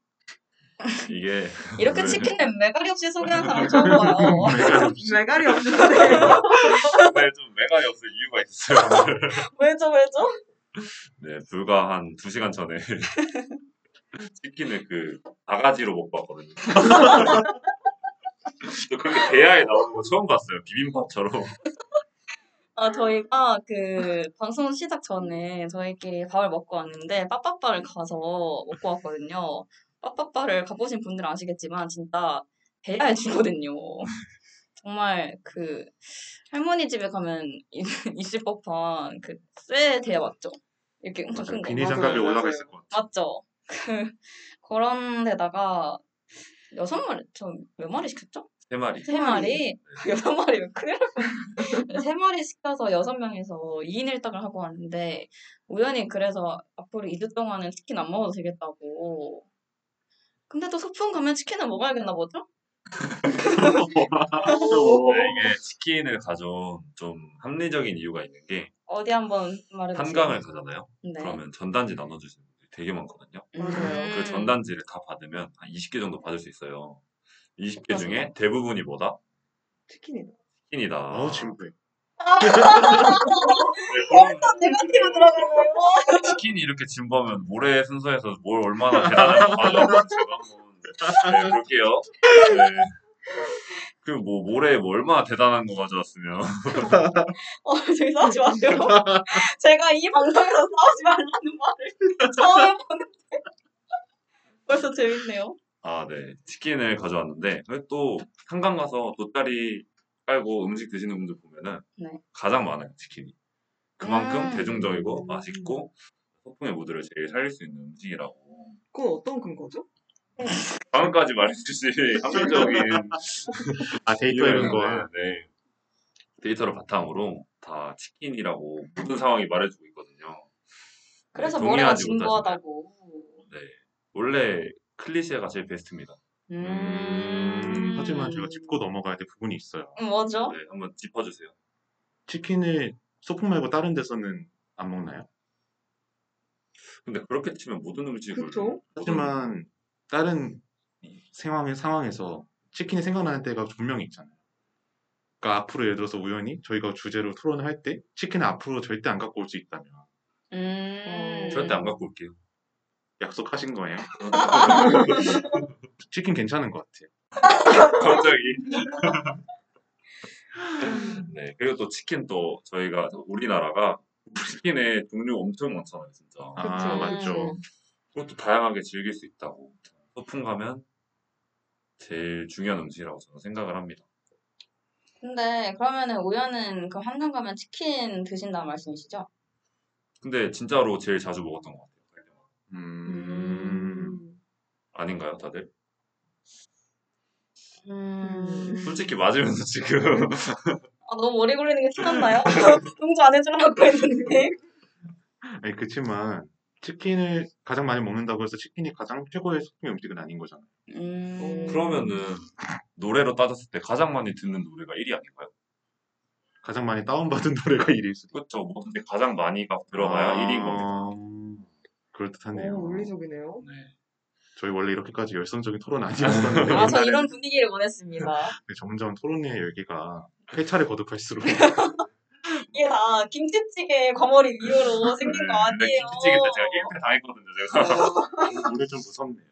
S1: 이게
S3: 이렇게
S1: 네.
S3: 치킨을 매가리 없이 소개한 사람 처음 봐요.
S4: 메갈이 없는데.
S1: 오늘 좀 매가이 없을 이유가 있어요.
S3: 왜죠, 왜죠?
S1: 네, 불과 한 2시간 전에 치킨을 그 바가지로 먹고 왔거든요. 저 그렇게 대야에 나오는 거 처음 봤어요. 비빔밥처럼.
S3: 아, 저희가 그 방송 시작 전에 저희끼리 밥을 먹고 왔는데 빠빠빠를 가서 먹고 왔거든요. 빠빠빠를 가보신 분들은 아시겠지만 진짜 대야의 주거든요. 정말 그 할머니 집에 가면 있- 있을 법한 그쇠 대야 맞죠? 이렇게 엄청
S2: 맞아요.
S3: 큰 거.
S2: 비니
S3: 맞아요.
S2: 장갑이 올라가
S4: 맞아요.
S2: 있을 것 같아요.
S3: 맞죠? 그, 그런 데다가 여섯 마리, 저 몇 마리 시켰죠?
S1: 세 마리.
S3: 세 마리? 여섯 마리면 큰일 날뻔세 마리 시켜서 여섯 명에서 2인 1닭을 하고 왔는데 우연히 그래서 앞으로 2주 동안은 치킨 안 먹어도 되겠다고 근데 또 소풍 가면 치킨을 먹어야겠나 보죠?
S1: 네,
S4: 어.
S1: 이게 치킨을 가져온 좀 합리적인 이유가 있는 게
S3: 어디 한번 말해보세요
S1: 한강을 가잖아요.
S3: 네. 음.
S1: 그러면 전단지 나눠주시는 분들이 되게 많거든요.
S4: 맞아요.
S1: 그 전단지를 다 받으면 한 20개 정도 받을 수 있어요. 20개
S3: 그렇죠.
S1: 중에 대부분이 뭐다?
S4: 치킨이다.
S1: 어, 치킨이다.
S2: 아, 친구야.
S1: 네, 그럼
S3: 어, 내가 팀에 들어가는 거
S1: 치킨이 이렇게 진보하면 모래 순서에서 뭘 얼마나 대단한 거 하려고 제가 한번 네, 볼게요. 네. 그 뭐 모래 뭐 얼마나 대단한 거 가져왔으면
S3: 어, 저기 싸우지 마세요. 제가 이 방송에서 싸우지 말라는 말을 처음 해보는데. 벌써 재밌네요.
S1: 아, 네. 치킨을 가져왔는데, 그리고 또, 한강 가서 돗자리 깔고 음식 드시는 분들 보면은
S3: 네.
S1: 가장 많아요, 치킨이. 그만큼
S3: 음.
S1: 대중적이고 맛있고 소풍의 무드를 제일 살릴 수 있는 음식이라고.
S4: 그건 어떤 근거죠?
S1: 방금까지 말했듯이 합리적인
S2: 아, 데이터
S1: 이유였는데,
S2: 이런 거.
S1: 예, 네. 데이터를 바탕으로 다 치킨이라고 모든 상황이 말해주고 있거든요.
S3: 그래서
S1: 네,
S3: 머리가
S1: 동의하지 못하시네요.
S3: 진부하다고.
S1: 원래 클리셰가 제일 베스트입니다.
S3: 음.
S2: 하지만 제가 짚고 넘어가야 될 부분이 있어요.
S3: 음, 뭐죠?
S1: 네, 한번 짚어주세요.
S2: 치킨을 소풍 말고 다른 데서는 안 먹나요?
S1: 근데 그렇게 치면 모든 음식을
S4: 그쵸?
S1: 모든-
S2: 하지만 다른 상황의 상황에서 치킨이 생각나는 때가 분명히 있잖아요. 그러니까 앞으로 예를 들어서 우연히 저희가 주제로 토론을 할 때 치킨은 앞으로 절대 안 갖고 올 수 있다면
S3: 음.
S1: 절대 네. 안 갖고 올게요.
S2: 약속하신 거예요? 치킨 괜찮은 것 같아요.
S1: 갑자기. 네, 그리고 또 치킨 또 저희가 우리나라가 치킨의 종류 엄청 많잖아요, 진짜.
S2: 아
S4: 그쵸.
S2: 맞죠.
S1: 그것도 다양하게 즐길 수 있다고. 소풍 가면 제일 중요한 음식이라고 저는 생각을 합니다.
S3: 근데 그러면은 우연은 그 함정 가면 치킨 드신다는 말씀이시죠?
S1: 근데 진짜로 제일 자주 먹었던 것 같아요.
S4: 네.
S2: 음...
S1: 아닌가요, 다들?
S3: 음.
S1: 솔직히 맞으면서 지금
S3: 아, 너무 머리 굴리는 게 티났나요? 동조 안 해주려고 했는데.
S2: 아니 그렇지만 치킨을 가장 많이 먹는다고 해서 치킨이 가장 최고의 소풍 음식은 아닌 거잖아요.
S3: 음.
S1: 그러면은 노래로 따졌을 때 가장 많이 듣는 노래가 1위 아닌가요?
S2: 가장 많이 다운받은 노래가 1위일 수도
S1: 그렇죠. 뭐든지 가장 많이가 들어가야 1위인 겁니다.
S2: 겁니다. 그럴듯하네요.
S4: 오, 논리적이네요.
S1: 네.
S2: 저희 원래 이렇게까지 열성적인 토론 아니었었는데
S3: 아, 저
S2: 옛날에
S3: 이런 분위기를 원했습니다.
S2: 점점 토론의 열기가 회차를 거듭할수록
S3: 이게 다 김치찌개 거머리 위로로 생긴 거
S1: 근데
S3: 아니에요. 아,
S1: 김치찌개 때 네, 제가 게임 때 당했거든요, 제가. 아,
S2: 오늘 좀 무섭네요.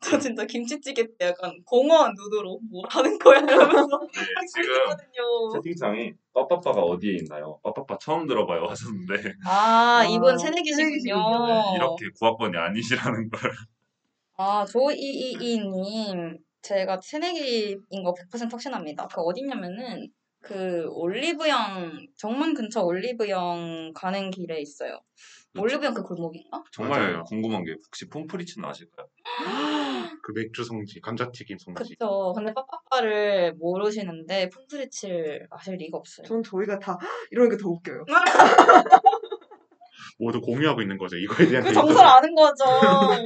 S3: 저 진짜 김치찌개 때 약간 공허한 눈으로 뭐 하는 거야 이러면서
S1: 네, 지금
S3: 그랬거든요.
S1: 채팅창이 빠빠빠가 어디에 있나요? 빠빠빠 처음 들어봐요 하셨는데
S3: 아,
S4: 아,
S3: 이분
S4: 새내기시군요.
S1: 네,
S3: 새내기시군요.
S1: 이렇게 구합권이 아니시라는 걸
S3: 아, 조이이이님, 제가 새내기인 거 100% 확신합니다. 그 어디냐면은, 그 올리브영, 정문 근처 올리브영 가는 길에 있어요. 올리브영 그 골목인가?
S1: 정말
S2: 맞아요.
S1: 궁금한 게 혹시 폼프리츠는 아실까요?
S2: 그 맥주 성지, 감자튀김 성지.
S3: 그쵸. 근데 빠빠빠를 모르시는데, 풍수리치를 아실 리가 없어요.
S4: 전 저희가 다 이러니까 더 웃겨요.
S2: 모두 공유하고 있는 거죠. 이거에 대한
S3: 그
S2: 데이터를.
S3: 정서를 아는 거죠.
S1: 네.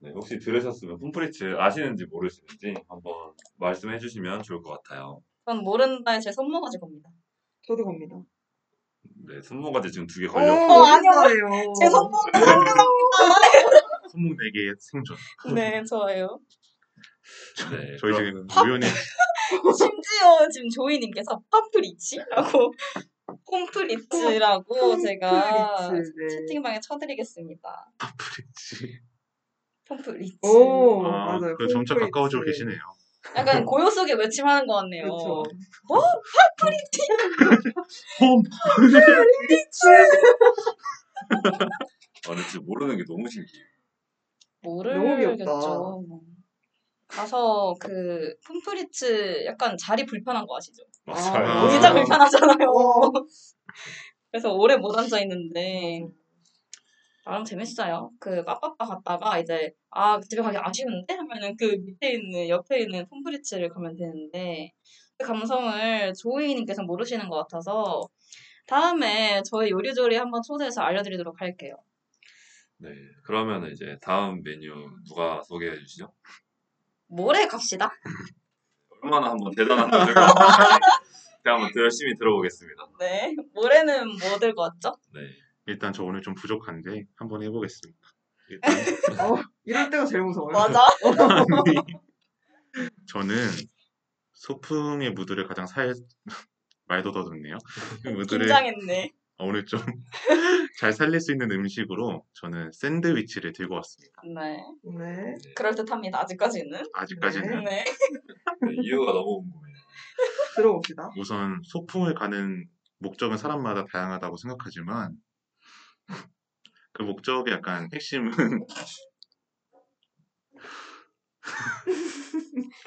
S1: 네, 혹시 들으셨으면 폼프리츠 아시는지 모르시는지 한번 말씀해 주시면 좋을 것 같아요.
S3: 전 모른다에 제 손모가지 겁니다.
S4: 저도 겁니다.
S1: 네, 손모가지 지금 두 개
S4: 어,
S1: 걸렸고
S3: 아니요.
S4: 어렵네요.
S3: 제 손모가지 겁니다.
S2: 손목 네 개의 생존.
S3: 네, 좋아요.
S1: 네,
S2: 저희
S1: 그럼-
S2: 지금 우연히
S3: 심지어 지금 조이님께서 파프리치라고
S4: 어,
S3: 폼프리치라고 제가
S4: 폼프리츠, 네.
S3: 아, 채팅방에 쳐드리겠습니다.
S2: 브릿지.
S3: 폼프리치. 어,
S4: 오,
S2: 아,
S4: 맞아요.
S2: 그 점차
S4: 콩쿠리츠.
S2: 가까워지고 계시네요.
S3: 약간 고요 속에 외침하는 것 같네요. 어?
S4: 그렇죠.
S2: 홈!
S1: 아, 근데 진짜 모르는 게 너무 신기해요.
S4: 너무 귀엽다.
S3: 모르겠죠. 뭐. 가서 그 폼프리츠 약간 자리 불편한 거 아시죠?
S1: 맞아요.
S2: 아.
S3: 의자 불편하잖아요.
S4: 어.
S3: 그래서 오래 못 앉아 있는데 나름 재밌어요. 그 빠빠빠 갔다가 이제 아 집에 가기 아쉬운데 하면은 그 밑에 있는 옆에 있는 폼프리츠를 가면 되는데 그 감성을 조이님께서 모르시는 것 같아서 다음에 저희 요리조리 한번 초대해서 알려드리도록 할게요.
S1: 네, 그러면 이제 다음 메뉴 누가 소개해 주시죠?
S3: 모레 갑시다.
S1: 얼마나 한번 대단한 분들 제가 한번 열심히 들어보겠습니다.
S3: 네. 모레는 뭐 들고 왔죠?
S1: 네,
S2: 일단 저 오늘 좀 부족한데 한번 해보겠습니다. 일단
S4: 이럴 때가 제일 무서워요.
S3: 맞아.
S2: 아니, 저는 소풍의 무드를 가장 살 말도 더듬네요. 그 무드를 아,
S3: 긴장했네.
S2: 오늘 좀 잘 살릴 수 있는 음식으로 저는 샌드위치를 들고 왔습니다.
S3: 네.
S4: 네.
S3: 그럴 듯합니다. 아직까지는.
S2: 아직까지는
S3: 네.
S1: 네, 이유가 너무 궁금해요.
S4: 들어봅시다.
S2: 우선 소풍을 가는 목적은 사람마다 다양하다고 생각하지만 그 목적의 약간 핵심은
S4: 왜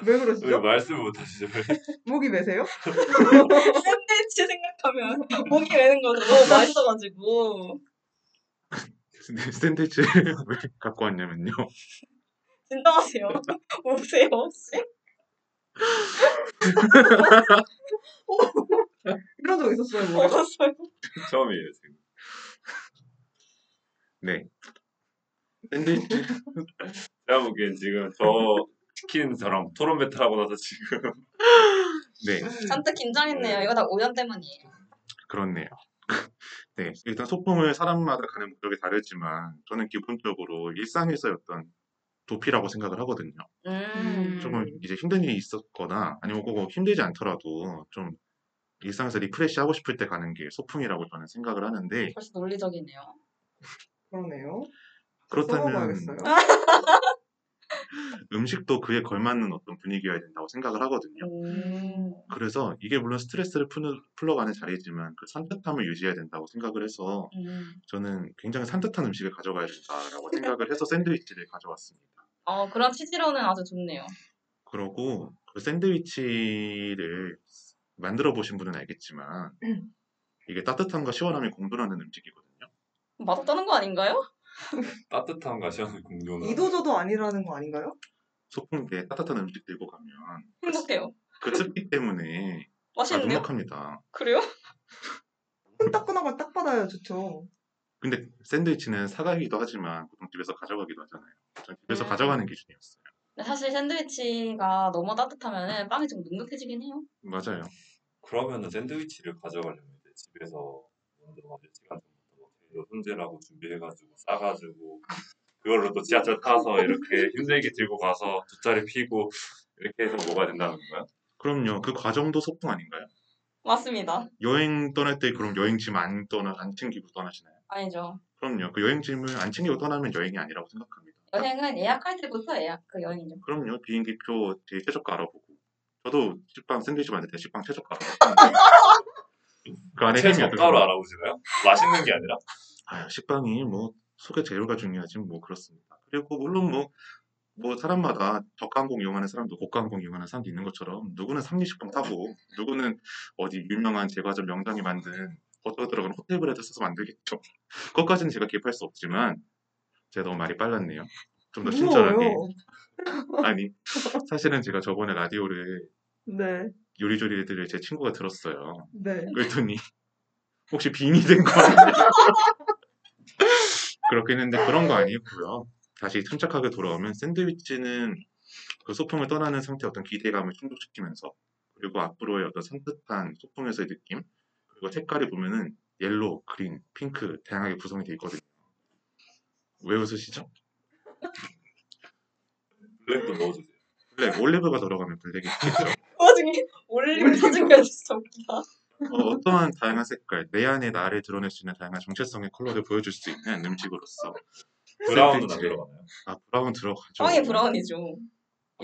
S1: 왜
S4: 그러시죠?
S1: 말씀을 못 하시죠?
S4: 목이 매세요?
S3: 샌드위치 생각하면 목이 매는 거죠. 너무 맛있어가지고.
S2: 샌드위치를 왜 갖고 왔냐면요.
S3: 진정하세요. 오세요, 혹시?
S1: 음.
S4: 이런 적 있었어요, 목에.
S3: 먹었어요.
S1: 처음이에요, 지금.
S2: 네.
S1: 샌드위치. 제가 보기엔 지금 저 치킨처럼 토론 배틀하고 나서 지금
S2: 네.
S3: 잔뜩 긴장했네요. 이거 다 오연 때문이에요.
S2: 그렇네요. 네, 일단 소풍을 사람마다 가는 목적이 다르지만 저는 기본적으로 일상에서의 어떤 도피라고 생각을 하거든요.
S3: 음.
S2: 조금 이제 힘든 일이 있었거나 아니면 꼭 힘들지 않더라도 좀 일상에서 리프레시 하고 싶을 때 가는 게 소풍이라고 저는 생각을 하는데
S3: 벌써 논리적이네요.
S4: 그러네요.
S2: 그렇다면
S4: 써먹어야겠어요.
S3: 아,
S2: 음식도 그에 걸맞는 어떤 분위기여야 된다고 생각을 하거든요.
S3: 음.
S2: 그래서 이게 물론 스트레스를 푸는, 풀러가는 자리지만 그 산뜻함을 유지해야 된다고 생각을 해서
S3: 음.
S2: 저는 굉장히 산뜻한 음식을 가져가야 된다라고 생각을 해서 샌드위치를 가져왔습니다.
S3: 어, 그런 치즈로는 아주 좋네요.
S2: 그러고 그 샌드위치를 만들어 보신 분은 알겠지만 이게 따뜻함과 시원함이 공존하는 음식이거든요.
S3: 맛없다는 거 아닌가요?
S1: 따뜻함과 시원한
S2: 음.
S1: 공존을
S4: 이도저도 아니라는 거 아닌가요?
S2: 소풍에 따뜻한 음식 들고 가면
S3: 행복해요.
S2: 그 습기 때문에 다
S3: 맛있는데요?
S1: 아,
S2: 눅눅합니다.
S3: 그래요?
S4: 따끈한 걸 딱 받아야 좋죠.
S2: 근데 샌드위치는 사가기도 하지만 보통 집에서 가져가기도 하잖아요. 전 집에서
S1: 네.
S3: 음.
S2: 가져가는 기준이었어요.
S3: 근데 사실 샌드위치가 너무 따뜻하면 빵이 좀 눅눅해지긴 해요.
S2: 맞아요.
S1: 그러면은 샌드위치를 가져가려면 이제 집에서 먼저 막 시간 전부터 막 재료 손질하고 준비해가지고 싸가지고 그걸로 또 지하철 타서 이렇게 힘들게 들고 가서 돗자리 피고 이렇게 해서 먹어야 된다는 건가요?
S2: 그럼요. 그 과정도 소풍 아닌가요?
S3: 맞습니다.
S2: 여행 떠날 때 그럼 여행짐 안 떠나 안 챙기고 떠나시나요?
S3: 아니죠.
S2: 그럼요. 그 여행짐을 안 챙기고 떠나면 여행이 아니라고 생각합니다.
S1: 네.
S3: 여행은 예약할 때부터 예약, 그 여행이죠.
S2: 그럼요. 비행기표 뒤에 최저가 알아보고. 저도 식빵 샌드위치 만들 때 식빵 최저가 알아보고. 그 안에 햄이 어떤
S1: 최저가로 알아보시나요? 맛있는 게 아니라?
S2: 아, 식빵이 뭐 속의 재료가 중요하지 뭐 그렇습니다. 그리고 물론 뭐, 뭐 사람마다 저가항공 이용하는 사람도 고가항공 이용하는 사람도 있는 것처럼 누구는 삼리식빵 타고 누구는 어디 유명한 제과점 명당이 만든 어쩌고 들어간 호텔 브레드 써서 만들겠죠. 그것까지는 제가 개입할 수 없지만 제가 너무 말이 빨랐네요. 좀 더 음, 친절하게.
S4: 무서워요.
S2: 아니 사실은 제가 저번에 라디오를
S4: 네,
S2: 요리조리들을 제 친구가 들었어요.
S4: 네.
S2: 그랬더니 혹시 빙이 된 거 아니에요? 그렇긴 했는데 그런 거 아니고요. 다시 침착하게 돌아오면 샌드위치는 그 소풍을 떠나는 상태 어떤 기대감을 충족시키면서 그리고 앞으로의 어떤 산뜻한 소풍에서의 느낌 그리고 색깔이 보면은 옐로우, 그린, 핑크 다양하게 구성이 돼 있거든요. 왜 웃으시죠?
S1: 블랙도 넣어주세요.
S2: 블랙, 올리브가 들어가면 블랙이 되겠죠.
S3: 터진 게, 올리브 터진 게 진짜 웃기다.
S2: 어, 어떠한 다양한 색깔, 내 안의 나를 드러낼 수 있는 다양한 정체성의 컬러를 보여줄 수 있는 음식으로서
S1: 브라운은 안
S2: 샌드위치.
S1: 들어가나요?
S2: 아 브라운 들어가죠.
S4: 예,
S3: 빵이 브라운이죠. 옐로우.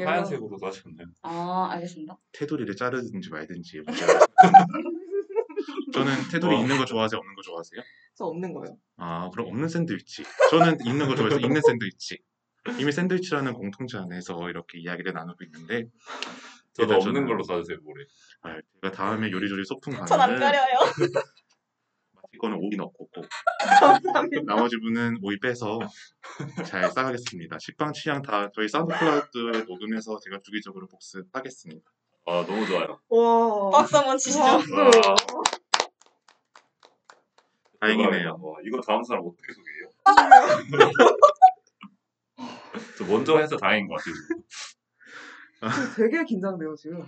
S1: 아, 하얀색으로도 하시겠네요.
S3: 아, 알겠습니다.
S2: 테두리를 자르든지 말든지. 뭔지 저는 테두리
S1: 와.
S2: 있는 거 좋아하세요? 없는 거 좋아하세요?
S4: 저 없는 거예요.
S2: 아 그럼 없는 샌드위치. 저는 있는 거 좋아해서 있는 샌드위치. 이미 샌드위치라는 공통체 안에서 이렇게 이야기를 나누고 있는데
S1: 저도
S2: 일단
S1: 없는
S2: 저는-
S1: 걸로 사주세요, 모래.
S2: 아, 제가 다음에 요리조리 소풍
S3: 전
S1: 네.
S3: 안
S2: 가면은
S3: 가려요.
S2: 이거는 오이 넣고 꼭
S4: 감사합니다.
S2: 나머지 분은 오이 빼서 잘 싸가겠습니다. 식빵 취향 다 저희 사운드클라우드에 녹음해서 제가 주기적으로 복습하겠습니다.
S1: 아, 너무 좋아요. 아,
S4: 와.
S3: 박수 한번 치시죠.
S1: 와,
S2: 다행이네요.
S1: 뭐, 대박이다. 와, 이거 다음 사람 어떻게 소개해요? 저 먼저 해서 다행인 것 같아요. 지금.
S4: 되게 긴장돼요, 지금.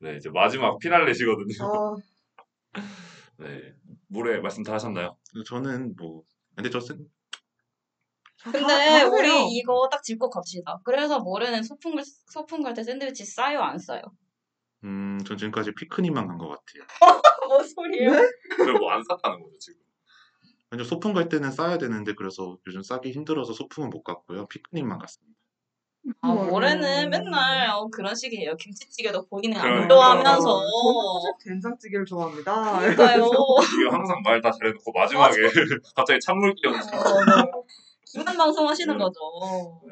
S1: 네, 이제 마지막 피날레시거든요.
S4: 아,
S1: 네, 모래 말씀 다 하셨나요?
S2: 저는 뭐 근데 저 샌-
S4: 다-
S3: 근데
S4: 다 하세요.
S3: 우리 이거 딱 짚고 갑시다. 그래서 모레는 소풍을 소풍 갈 때 샌드위치 싸요 안 싸요?
S2: 음, 전 지금까지 피크닉만 간 것 같아요.
S3: 뭔 소리예요?
S4: 네?
S1: 그리고 뭐안 쌌다는 거죠, 지금.
S2: 먼저 소풍 갈 때는 싸야 되는데 그래서 요즘 싸기 힘들어서 소풍은 못 갔고요. 피크닉만 갔습니다.
S3: 아,
S4: 정말요.
S3: 모레는 맨날 어, 그런 식이에요. 김치찌개도 본인은 안
S1: 그러니까.
S3: 좋아하면서.
S4: 저는 사실 된장찌개를 좋아합니다.
S3: 그러니까요.
S1: 이거 항상 말 다 잘해놓고 마지막에 갑자기 찬물 끼얹는.
S3: 기만 방송하시는
S1: 네.
S3: 거죠.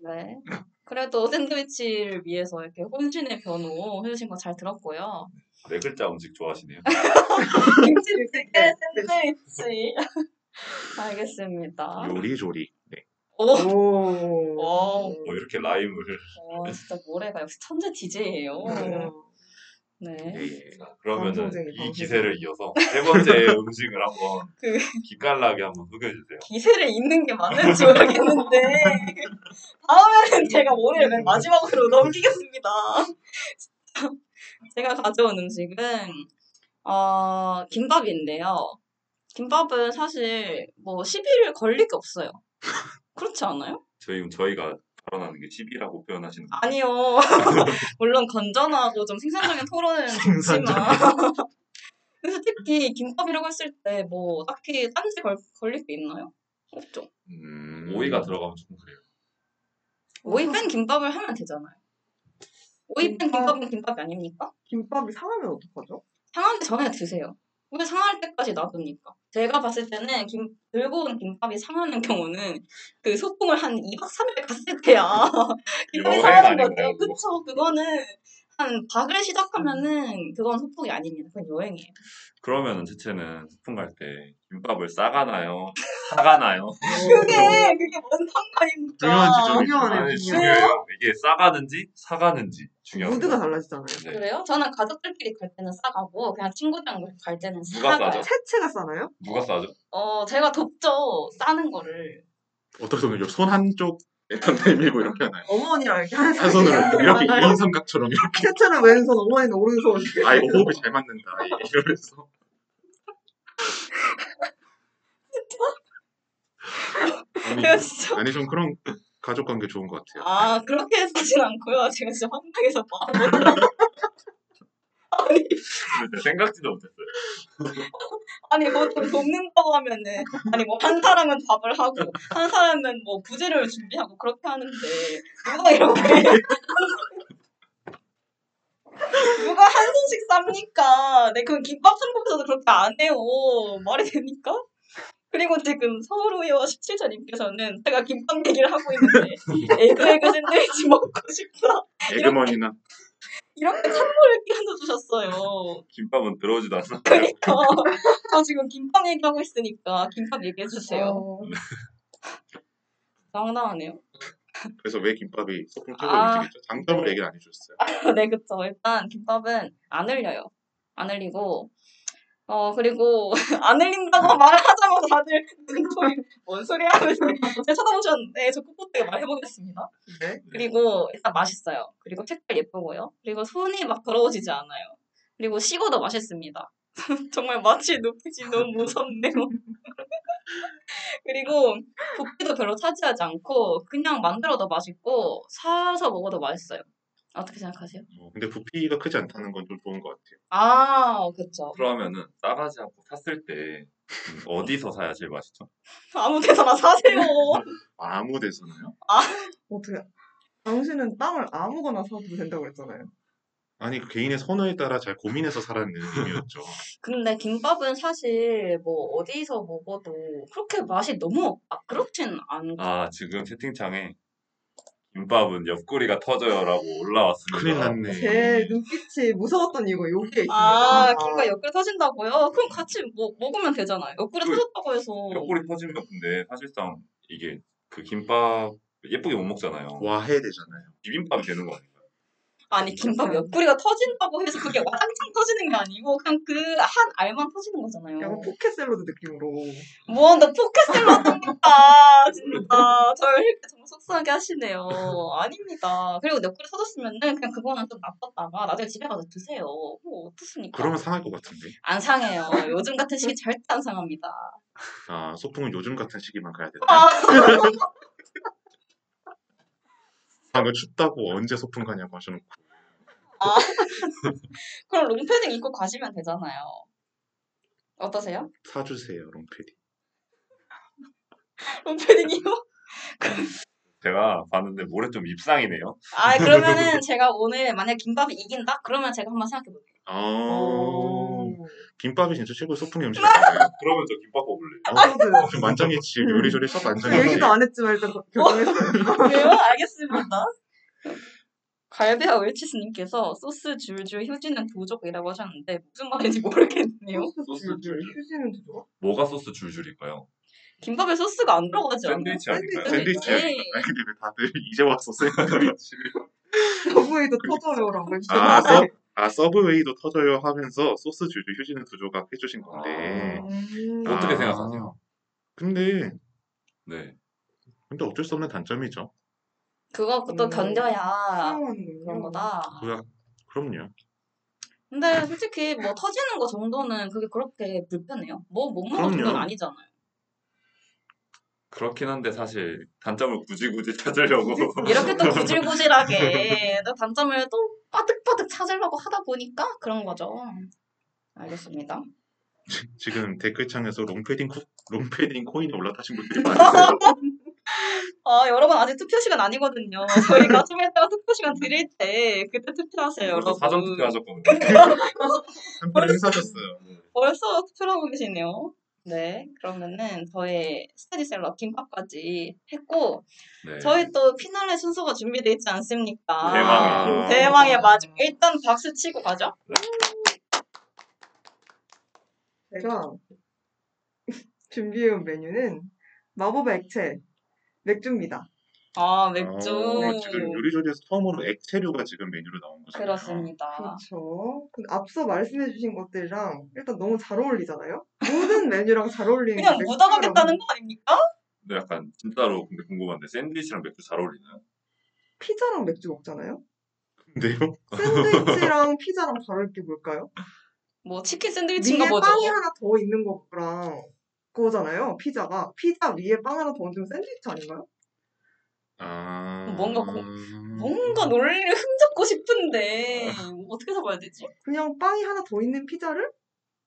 S1: 네,
S3: 네. 그래도 샌드위치를 위해서 이렇게 혼신의 변호 해주신 거 잘 들었고요.
S1: 네 글자 음식 좋아하시네요.
S3: 김치찌개
S4: 네.
S3: 샌드위치.
S4: 아.
S3: 알겠습니다.
S2: 요리조리. 네.
S3: 오,
S4: 오.
S3: 와우.
S1: 뭐 이렇게 라임을.
S3: 와, 진짜 모래가 역시 천재 DJ예요.
S4: 네.
S3: 네.
S2: 예.
S1: 그러면은
S4: 방송쟁이,
S1: 이
S4: 방송쟁이.
S1: 기세를 이어서 세 번째 음식을 한번
S3: 그-
S1: 기깔나게 한번 소개해주세요.
S3: 기세를 잇는 게 맞는지 모르겠는데 다음에는 제가 오늘 맨 마지막으로 넘기겠습니다. 진짜. 제가 가져온 음식은 어, 김밥인데요. 김밥은 사실 뭐 시비를 걸릴 게 없어요. 그렇지 않아요?
S1: 저희, 저희가 발언하는 게 시비라고 표현하시는 거
S3: 아니요. 물론 건전하고 좀 생산적인 토론은
S2: 생산적인.
S3: 좋지만 아. 그래서 특히 김밥이라고 했을 때 뭐 딱히 딴지 걸, 걸릴 게 있나요? 없죠.
S1: 음, 오이가 들어가면 조금 그래요.
S3: 오이 뺀 김밥을 하면 되잖아요. 오이 뺀 김밥은 김밥이 아닙니까?
S4: 김밥이 상하면 어떡하죠?
S3: 상하기 전에 드세요. 왜 상할 때까지 놔두니까? 제가 봤을 때는 김, 들고 온 김밥이 상하는 경우는 그 소풍을 한 2박 3일 갔을 때야. 김밥이
S1: 여행
S3: 상하는
S1: 아닌가요,
S3: 거죠. 그쵸. 그거는 한 박을 시작하면은 그건 소풍이 아닙니다. 그건 여행이에요.
S1: 그러면은 채채는 소풍 갈 때 김밥을 싸가나요? 사가나요?
S3: 그게, 그게 뭔
S4: 아,
S3: 상관입니까?
S2: 중요한 지점이
S4: 중요하네요,
S1: 아니,
S4: 중요해요.
S1: 중요해요. 이게 싸가는지 사가는지
S2: 어,
S1: 중요해요.
S4: 무드가 달라지잖아요.
S1: 네.
S3: 그래요? 저는 가족들끼리 갈 때는 싸가고 그냥 친구들이랑 갈 때는
S1: 누가
S3: 싸가요.
S1: 싸죠?
S4: 채채가 싸나요?
S1: 누가 싸죠?
S3: 어, 제가 돕죠. 싸는 거를.
S2: 어떨 때 보면 손 한쪽 약간 내밀고 이렇게 하나요?
S4: 어머니랑 이렇게 하는
S2: 한 손으로 이렇게
S4: 아,
S2: 인삼각처럼 이렇게
S4: 채채는 왼손, 어머니는 오른손.
S2: 아 이거 호흡이 잘 맞는다 이- 이러면서
S1: 음.
S2: 아니,
S3: 제가 진짜
S2: 아니 좀 그런 가족 관계 좋은 것 같아요
S3: 아 그렇게 해서진 않고요. 제가 진짜 황당해서 말을 아니
S1: 근데 생각지도 못했어요.
S3: 아니 보통 돕는다고 하면은 아니 뭐 한 사람은 밥을 하고 한 사람은 뭐 부재료를 준비하고 그렇게 하는데 누가 이렇게 누가 한 손씩 쌉니까? 네 그럼 김밥 상품에서도 그렇게 안 해요. 말이 됩니까? 그리고 지금 서울의원 17차님께서는 제가 김밥 얘기를 하고 있는데 에그에그 샌드위치 먹고 싶다.
S2: 에그머니나
S3: 이렇게 찬물을 끼얹어 주셨어요.
S1: 김밥은 들어오지도 않았어요.
S3: 그러니까 저 지금 김밥 얘기하고 있으니까 김밥 얘기해 주세요.
S4: 어,
S3: 장난하네요.
S2: 그래서 왜 김밥이 소풍 최고
S3: 아.
S2: 음식이죠 장점을 얘기를 안 해줬어요
S3: 네, 그쵸. 일단 김밥은 안 흘려요. 안 흘리고 어 그리고 안 흘린다고 말하자마자 다들 눈코입 뭔 소리야 하면서 제가 쳐다보셨는데 저 꿋꿋하게 말해보겠습니다.
S4: 네.
S3: 그리고 일단 맛있어요. 그리고 색깔 예쁘고요. 그리고 손이 막 더러워지지 않아요. 그리고 식어도 맛있습니다. 정말 마치 높이지 너무 무섭네요. 그리고 부피도 별로 차지하지 않고 그냥 만들어도 맛있고 사서 먹어도 맛있어요. 어떻게 생각하세요?
S2: 뭐, 근데 부피가 크지 않다는 건 좀 좋은 것 같아요
S3: 아, 그쵸.
S1: 그러면은 싸가지 않고 샀을 때 음, 어디서 사야 제일 맛있죠?
S3: 아무 데서나 사세요.
S2: 아무 데서나요?
S4: 어떻게. 당신은 땅을 아무거나 사도 된다고 그랬잖아요.
S2: 아니 그 개인의 선호에 따라 잘 고민해서 살라는 의미였죠
S3: 근데 김밥은 사실 뭐 어디서 먹어도 그렇게 맛이 너무 없다. 그렇진 않고.
S1: 아 지금 채팅창에 김밥은 옆구리가 터져요라고 올라왔습니다.
S2: 큰일 났네
S4: 제 눈빛이 무서웠던 이유가 요게 있습니다.
S3: 아, 김밥 옆구리 터진다고요? 그럼 같이 뭐 먹으면 되잖아요. 옆구리
S1: 그-
S3: 터졌다고 해서.
S1: 옆구리 터지면 근데 사실상 이게 그 김밥 예쁘게 못 먹잖아요.
S2: 와해되잖아요
S1: 비빔밥이 되는 거 아닌가요?
S3: 아니, 김밥 옆구리가 터진다고 해서 그게 와장창 터지는 게 아니고 그냥 그 한 알만 터지는 거잖아요.
S4: 약간 포켓 샐러드 느낌으로.
S3: 뭐, 나 포켓셀러입니다. 진짜. 저를 이렇게 정말 속상하게 하시네요. 아닙니다. 그리고 옆구리 터졌으면은 그냥 그거는 좀 나빴다가 나중에 집에 가서 드세요. 뭐, 어떻습니까?
S2: 그러면 상할 것 같은데
S3: 안 상해요. 요즘 같은 시기 절대 안 상합니다.
S2: 아 소풍은 요즘 같은 시기만 가야 된다
S3: 아,
S2: 방금 춥다고 언제 소풍 가냐고 하셔놓고
S3: 그럼 롱패딩 입고 가시면 되잖아요. 어떠세요?
S2: 사주세요 롱패디
S3: 롱패딩이요?
S1: 제가 봤는데 모래 좀 입상이네요.
S3: 아, 그러면은 제가 오늘 만약 김밥이 이긴다? 그러면 제가 한번 생각해 볼게요.
S2: 아
S4: 오.
S2: 김밥이 진짜 최고 의 소풍의 음식 아닌가요?
S1: 그러면 저 김밥 먹을래요.
S4: 저도요.
S2: 좀 만장일치 요리조리 써
S4: 그
S2: 만장일치
S4: 얘기도 안 했지만 일단 결정했어요.
S3: 그래요? 알겠습니다. 갈배와 웰치스님께서 소스 줄줄 휴지는 도적이라고 하셨는데 무슨 말인지 모르겠네요.
S1: 소스
S4: 줄줄 휴지는 주죠?
S1: 뭐가 소스 줄줄일까요?
S3: 김밥에 소스가 안 들어가지 않나요?
S1: 샌드위치 아닐까요?
S3: 샌드위치. 예,
S2: 샌드위치 아닌가요? 아니 근데 왜 다들 이제 와서 샌드위치를
S4: 저부에도 터져요라고 해주셨는데.
S2: 아, 서, 아, 서브웨이도 터져요 하면서 소스 줄줄 휴지는 두 조각 해주신 건데.
S1: 아.
S4: 음.
S1: 어떻게
S2: 아.
S1: 생각하세요?
S2: 근데,
S1: 네.
S2: 근데 어쩔 수 없는 단점이죠.
S3: 그거부터
S4: 음. 아,
S3: 견뎌야
S4: 사용하는군요.
S3: 그런 거다.
S2: 그야, 그럼요.
S3: 근데 솔직히 뭐 터지는 거 정도는 그게 그렇게 불편해요. 뭐 못 먹을
S2: 그럼요.
S3: 정도는 아니잖아요.
S1: 그렇긴 한데 사실 단점을 굳이 굳이 찾으려고
S3: 이렇게 또 구질구질하게 또 단점을 또 빠득빠득 찾으려고 하다 보니까 그런 거죠. 알겠습니다.
S2: 지금 댓글창에서 롱패딩, 코, 롱패딩 코인이 올라타신 분들이 많으세요.
S3: 아, 여러분 아직 투표 시간 아니거든요. 저희가 좀 이따가 투표 시간 드릴 때 그때 투표하세요, 여러분.
S1: 사전 투표하셨거든요.
S2: 한 표를 행사하셨어요.
S3: 벌써 투표를 하고 계시네요. 네, 그러면은 저의 스테디셀러 김밥까지 했고
S1: 네.
S3: 저희 아. 또 피날레 순서가 준비되어 있지 않습니까?
S1: 대망의.
S3: 대망의 마지막 일단 박수 치고 가죠. 네.
S4: 제가 준비해온 메뉴는 마법의 액체 맥주입니다.
S3: 아, 맥주.
S2: 아, 지금 요리조리에서 처음으로 액체류가 지금 메뉴로 나온 거잖아요.
S3: 네. 그렇습니다.
S4: 그렇죠. 근데 앞서 말씀해주신 것들이랑 일단 너무 잘 어울리잖아요. 모든 메뉴랑 잘 어울리는
S3: 그냥
S4: 맥주랑
S3: 묻어가겠다는 거 아닙니까?
S1: 근데 약간 진짜로 근데 궁금한데 샌드위치랑 맥주 잘 어울리나요?
S4: 피자랑 맥주 먹잖아요.
S2: 근데요?
S4: 샌드위치랑 피자랑 다를 게 뭘까요?
S3: 뭐 치킨
S4: 위에
S3: 샌드위치인가 뭐죠?
S4: 빵이 하나 더 있는 거랑 그거잖아요. 피자가 피자 위에 빵 하나 더 얹으면 샌드위치 아닌가요?
S2: 아.
S3: 뭔가 고- 뭔가 논리를 흠잡고 싶은데 어떻게 잡아야 되지?
S4: 그냥 빵이 하나 더 있는 피자를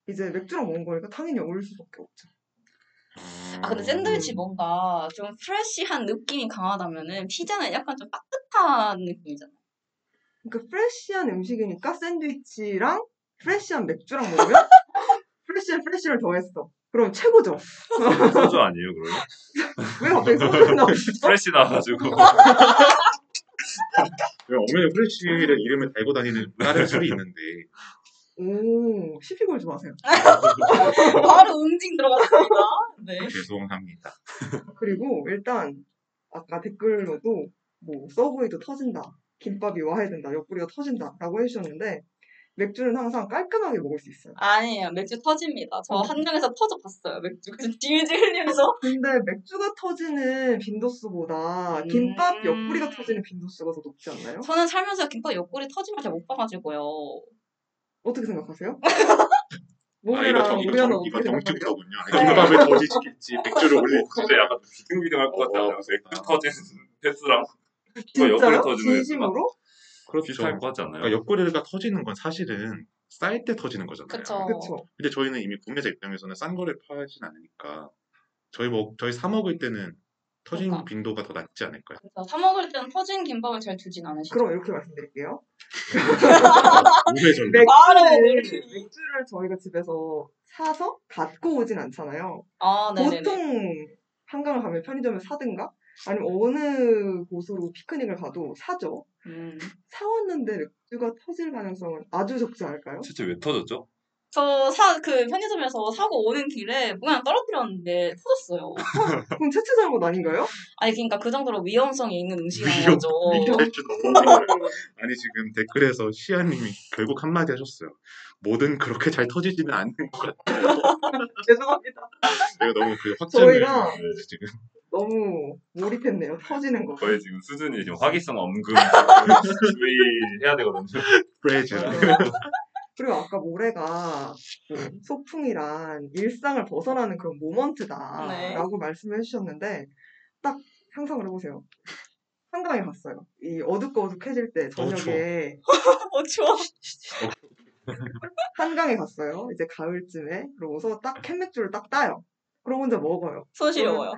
S4: 이제 맥주랑 먹은 거니까 당연히 어울릴 수밖에 없죠.
S3: 아 근데 샌드위치 뭔가 좀 프레쉬한 느낌이 강하다면은 피자는 약간 좀 따뜻한 느낌이잖아.
S4: 그러니까 프레쉬한 음식이니까 샌드위치랑 프레쉬한 맥주랑 먹으면 프레쉬한 프레쉬를 더했어. 그럼 최고죠.
S1: 소주 아니에요, 그러면?
S4: 왜 갑자기 소주가 나오시죠?
S1: 프레시 나와가지고.
S2: 왜 어머니 프레쉬를 이름을 달고 다니는 다른 술이 있는데.
S4: 오, 시피골 좋아하세요.
S3: 바로 응징 들어갔습니다. 네.
S2: 죄송합니다.
S4: 그리고 일단 아까 댓글로도 뭐 서브웨이도 터진다, 김밥이 와야 된다, 옆구리가 터진다라고 해주셨는데 맥주는 항상 깔끔하게 먹을 수 있어요.
S3: 아니에요. 맥주 터집니다. 저 한강에서 터져봤어요. 맥주 그래서 질질 흘리면서
S4: 근데 맥주가 터지는 빈도수보다
S3: 음.
S4: 김밥 옆구리가 터지는 빈도수가 더 높지 않나요?
S3: 저는 살면서 김밥 옆구리 터진 걸 잘 못 봐가지고요.
S4: 어떻게 생각하세요?
S2: 아, 이거
S4: 몸이랑
S2: 정, 이거
S4: 우려는
S2: 정, 이거
S4: 어떻게 생각하세요?
S2: 정치구더군요. 김밥을 더지시겠지, 맥주를 올릴
S1: 근데 약간 비등비등할 것 같아요.
S2: 어,
S1: 맥주 터진 횟수랑 이거 옆구리
S4: 진짜요?
S1: 터지는 횟수랑
S4: 진심으로?
S1: 비슷할 것 같지 않나요?
S2: 그러니까 옆구리가 터지는 건 사실은 쌀 때 터지는 거잖아요.
S3: 그쵸.
S4: 그쵸.
S2: 근데 저희는 이미 구매자 입장에서는 싼 거를 팔진 않으니까 저희 먹 저희 사 먹을 때는 터진
S3: 그러니까.
S2: 빈도가 더 낮지 않을까요?
S3: 그래서 사 먹을 때는 터진 김밥을 잘 두진 않으시죠.
S4: 그럼 이렇게 말씀드릴게요.
S2: 구매 전
S4: 맥-
S3: 바로
S4: 네. 맥주를 맥주를 저희가 집에서 사서 갖고 오진 않잖아요.
S3: 아 네네네.
S4: 보통 한강을 가면 편의점에 사든가 아니면 어느 곳으로 피크닉을 가도 사죠.
S3: 음.
S4: 사왔는데 맥주가 터질 가능성은 아주 적지 않을까요?
S1: 대체 왜 터졌죠?
S3: 저 사, 그 편의점에서 사고 오는 길에 그냥 떨어뜨렸는데 터졌어요.
S4: 그럼 채취 잘못 아닌가요?
S3: 아니, 그러니까 그 정도로 위험성이 있는 음식인
S2: 위험,
S3: 거죠.
S4: 네.
S2: 탈출 너무 아니 지금 댓글에서 시아님이 결국 한마디 하셨어요. 뭐든 그렇게 잘 터지지는 않는 것 같아요.
S4: 죄송합니다.
S2: 제가 너무 그 확증을
S4: 저희가-
S2: 지금
S3: 네.
S4: 너무 몰입했네요. 터지는 거.
S1: 거의 지금 수준이 지금 화기성 언급 주의해야 되거든요.
S2: 프레즈
S4: 네. 그리고 아까 모래가 뭐 소풍이란 일상을 벗어나는 그런
S3: 네.
S4: 모먼트다라고 말씀해 주셨는데 딱 상상을 해보세요. 한강에 갔어요. 이 어둑어둑해질 때
S2: 너무
S4: 저녁에
S3: 어, 추워.
S4: 한강에 갔어요. 이제 가을쯤에 그러고서 딱 캔맥주를 딱 따요. 그럼 혼자 먹어요.
S3: 손 시려워요.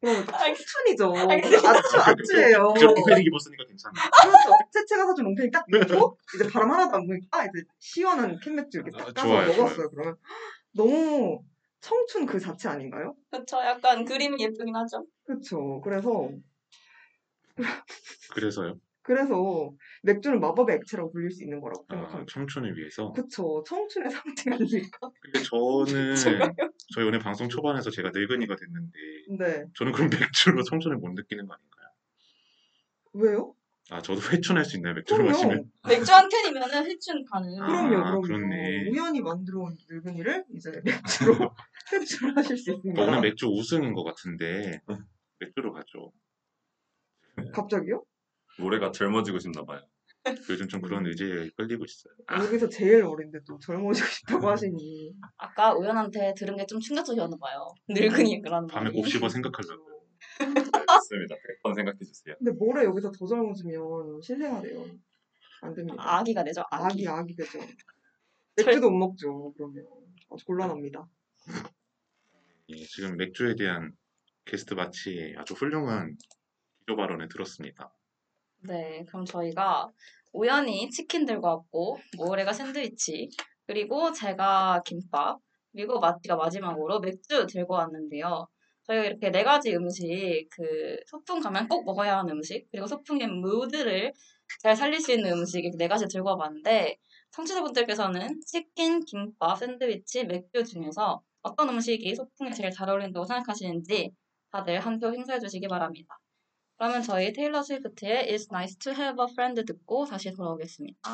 S4: 그럼 춘이죠.
S3: 알겠습니다.
S4: 아추 아추예요.
S2: 저 롱패딩 입었으니까 괜찮아요.
S4: 그렇죠. 채채가 사준 롱팽이 딱
S2: 네.
S4: 입고 이제 바람 하나도 안 부니까 아, 이제 시원한 캔맥주 이렇게 딱
S2: 아,
S4: 따서
S2: 좋아요,
S4: 먹었어요. 그러면 너무 청춘 그 자체 아닌가요?
S3: 그쵸. 약간 그림이 예쁘긴 하죠.
S4: 그렇죠. 그래서
S2: 그래서요.
S4: 그래서 맥주는 마법의 액체라고 불릴 수 있는 거라고
S2: 아,
S4: 생각합니다.
S2: 청춘을 위해서.
S4: 음. 그쵸. 청춘의 상징 아닐까?
S2: 근데 저는
S3: 좋아요.
S2: 저희 오늘 방송 초반에서 제가 늙은이가 됐는데
S4: 근데
S2: 저는 그럼 맥주로 청춘을 못 느끼는 거 아닌가요?
S4: 왜요?
S2: 아, 저도 회춘할 수 있나요? 맥주를
S4: 그럼요.
S2: 마시면?
S3: 맥주 한 캔이면은 회춘 가능.
S2: 아,
S4: 그럼요, 그럼요.
S2: 그렇네.
S4: 우연히 만들어온 늙은이를 이제 맥주로 흡수를 하실 수 있습니다.
S2: 아, 오늘 맥주 우승인 것 같은데 맥주로 가죠.
S4: 갑자기요?
S1: 노래가 젊어지고 싶나 봐요.
S2: 요즘 좀 그런 의지에 끌리고 있어요. 아, 음.
S4: 여기서 제일 어린데 또 젊어지고 싶다고 하시니.
S3: 아까 우연한테 들은 게 좀 충격적이었나 봐요. 늙은이라는
S2: 밤에
S3: 말이.
S2: 곱씹어 생각하려고.
S1: 좋습니다. 100번 생각해 주세요.
S4: 근데 모레 여기서 더 젊어지면 실례가 돼요. 안 됩니다.
S3: 음. 아기가 되죠. 아기.
S4: 아기, 아기 되죠. 맥주도 못 먹죠, 그러면. 아주 곤란합니다.
S2: 예, 지금 맥주에 대한 게스트 마치 아주 훌륭한 기조 발언을 들었습니다.
S3: 네, 그럼 저희가 우연히 치킨 들고 왔고, 모래가 샌드위치, 그리고 제가 김밥, 그리고 마티가 마지막으로 맥주 들고 왔는데요. 저희가 이렇게 네 가지 음식, 그 소풍 가면 꼭 먹어야 하는 음식, 그리고 소풍의 무드를 잘 살릴 수 있는 음식 이렇게 네 가지 들고 와봤는데, 청취자분들께서는 치킨, 김밥, 샌드위치, 맥주 중에서 어떤 음식이 소풍에 제일 잘 어울린다고 생각하시는지 다들 한 표 행사해 주시기 바랍니다. 그러면 저희 테일러 스위프트의 It's Nice to Have a Friend 듣고 다시 돌아오겠습니다.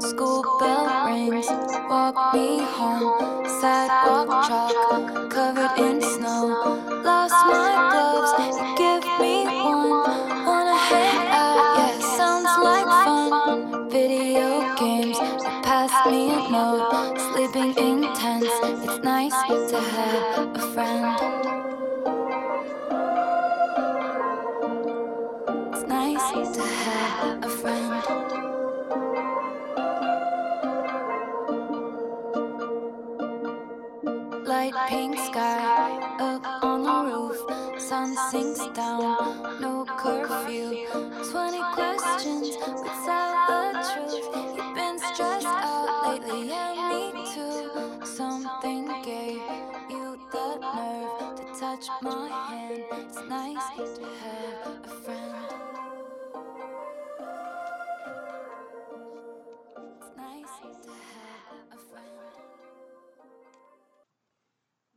S6: School bell rings, walk me home. Sidewalk chalk, covered in snow. Lost my gloves, you give me one. Wanna hang out, Uh, yeah, sounds like fun. Video games, you pass me a note. Sleeping in tents, it's nice to have a friend. It's nice to have a friend. Light pink sky up on the roof. Sun sinks down, no curfew. 20 questions without a truth. You've been stressed out lately, yeah, me too. Something gave you the nerve to touch my hand. It's nice to have a friend. It's nice to have a friend.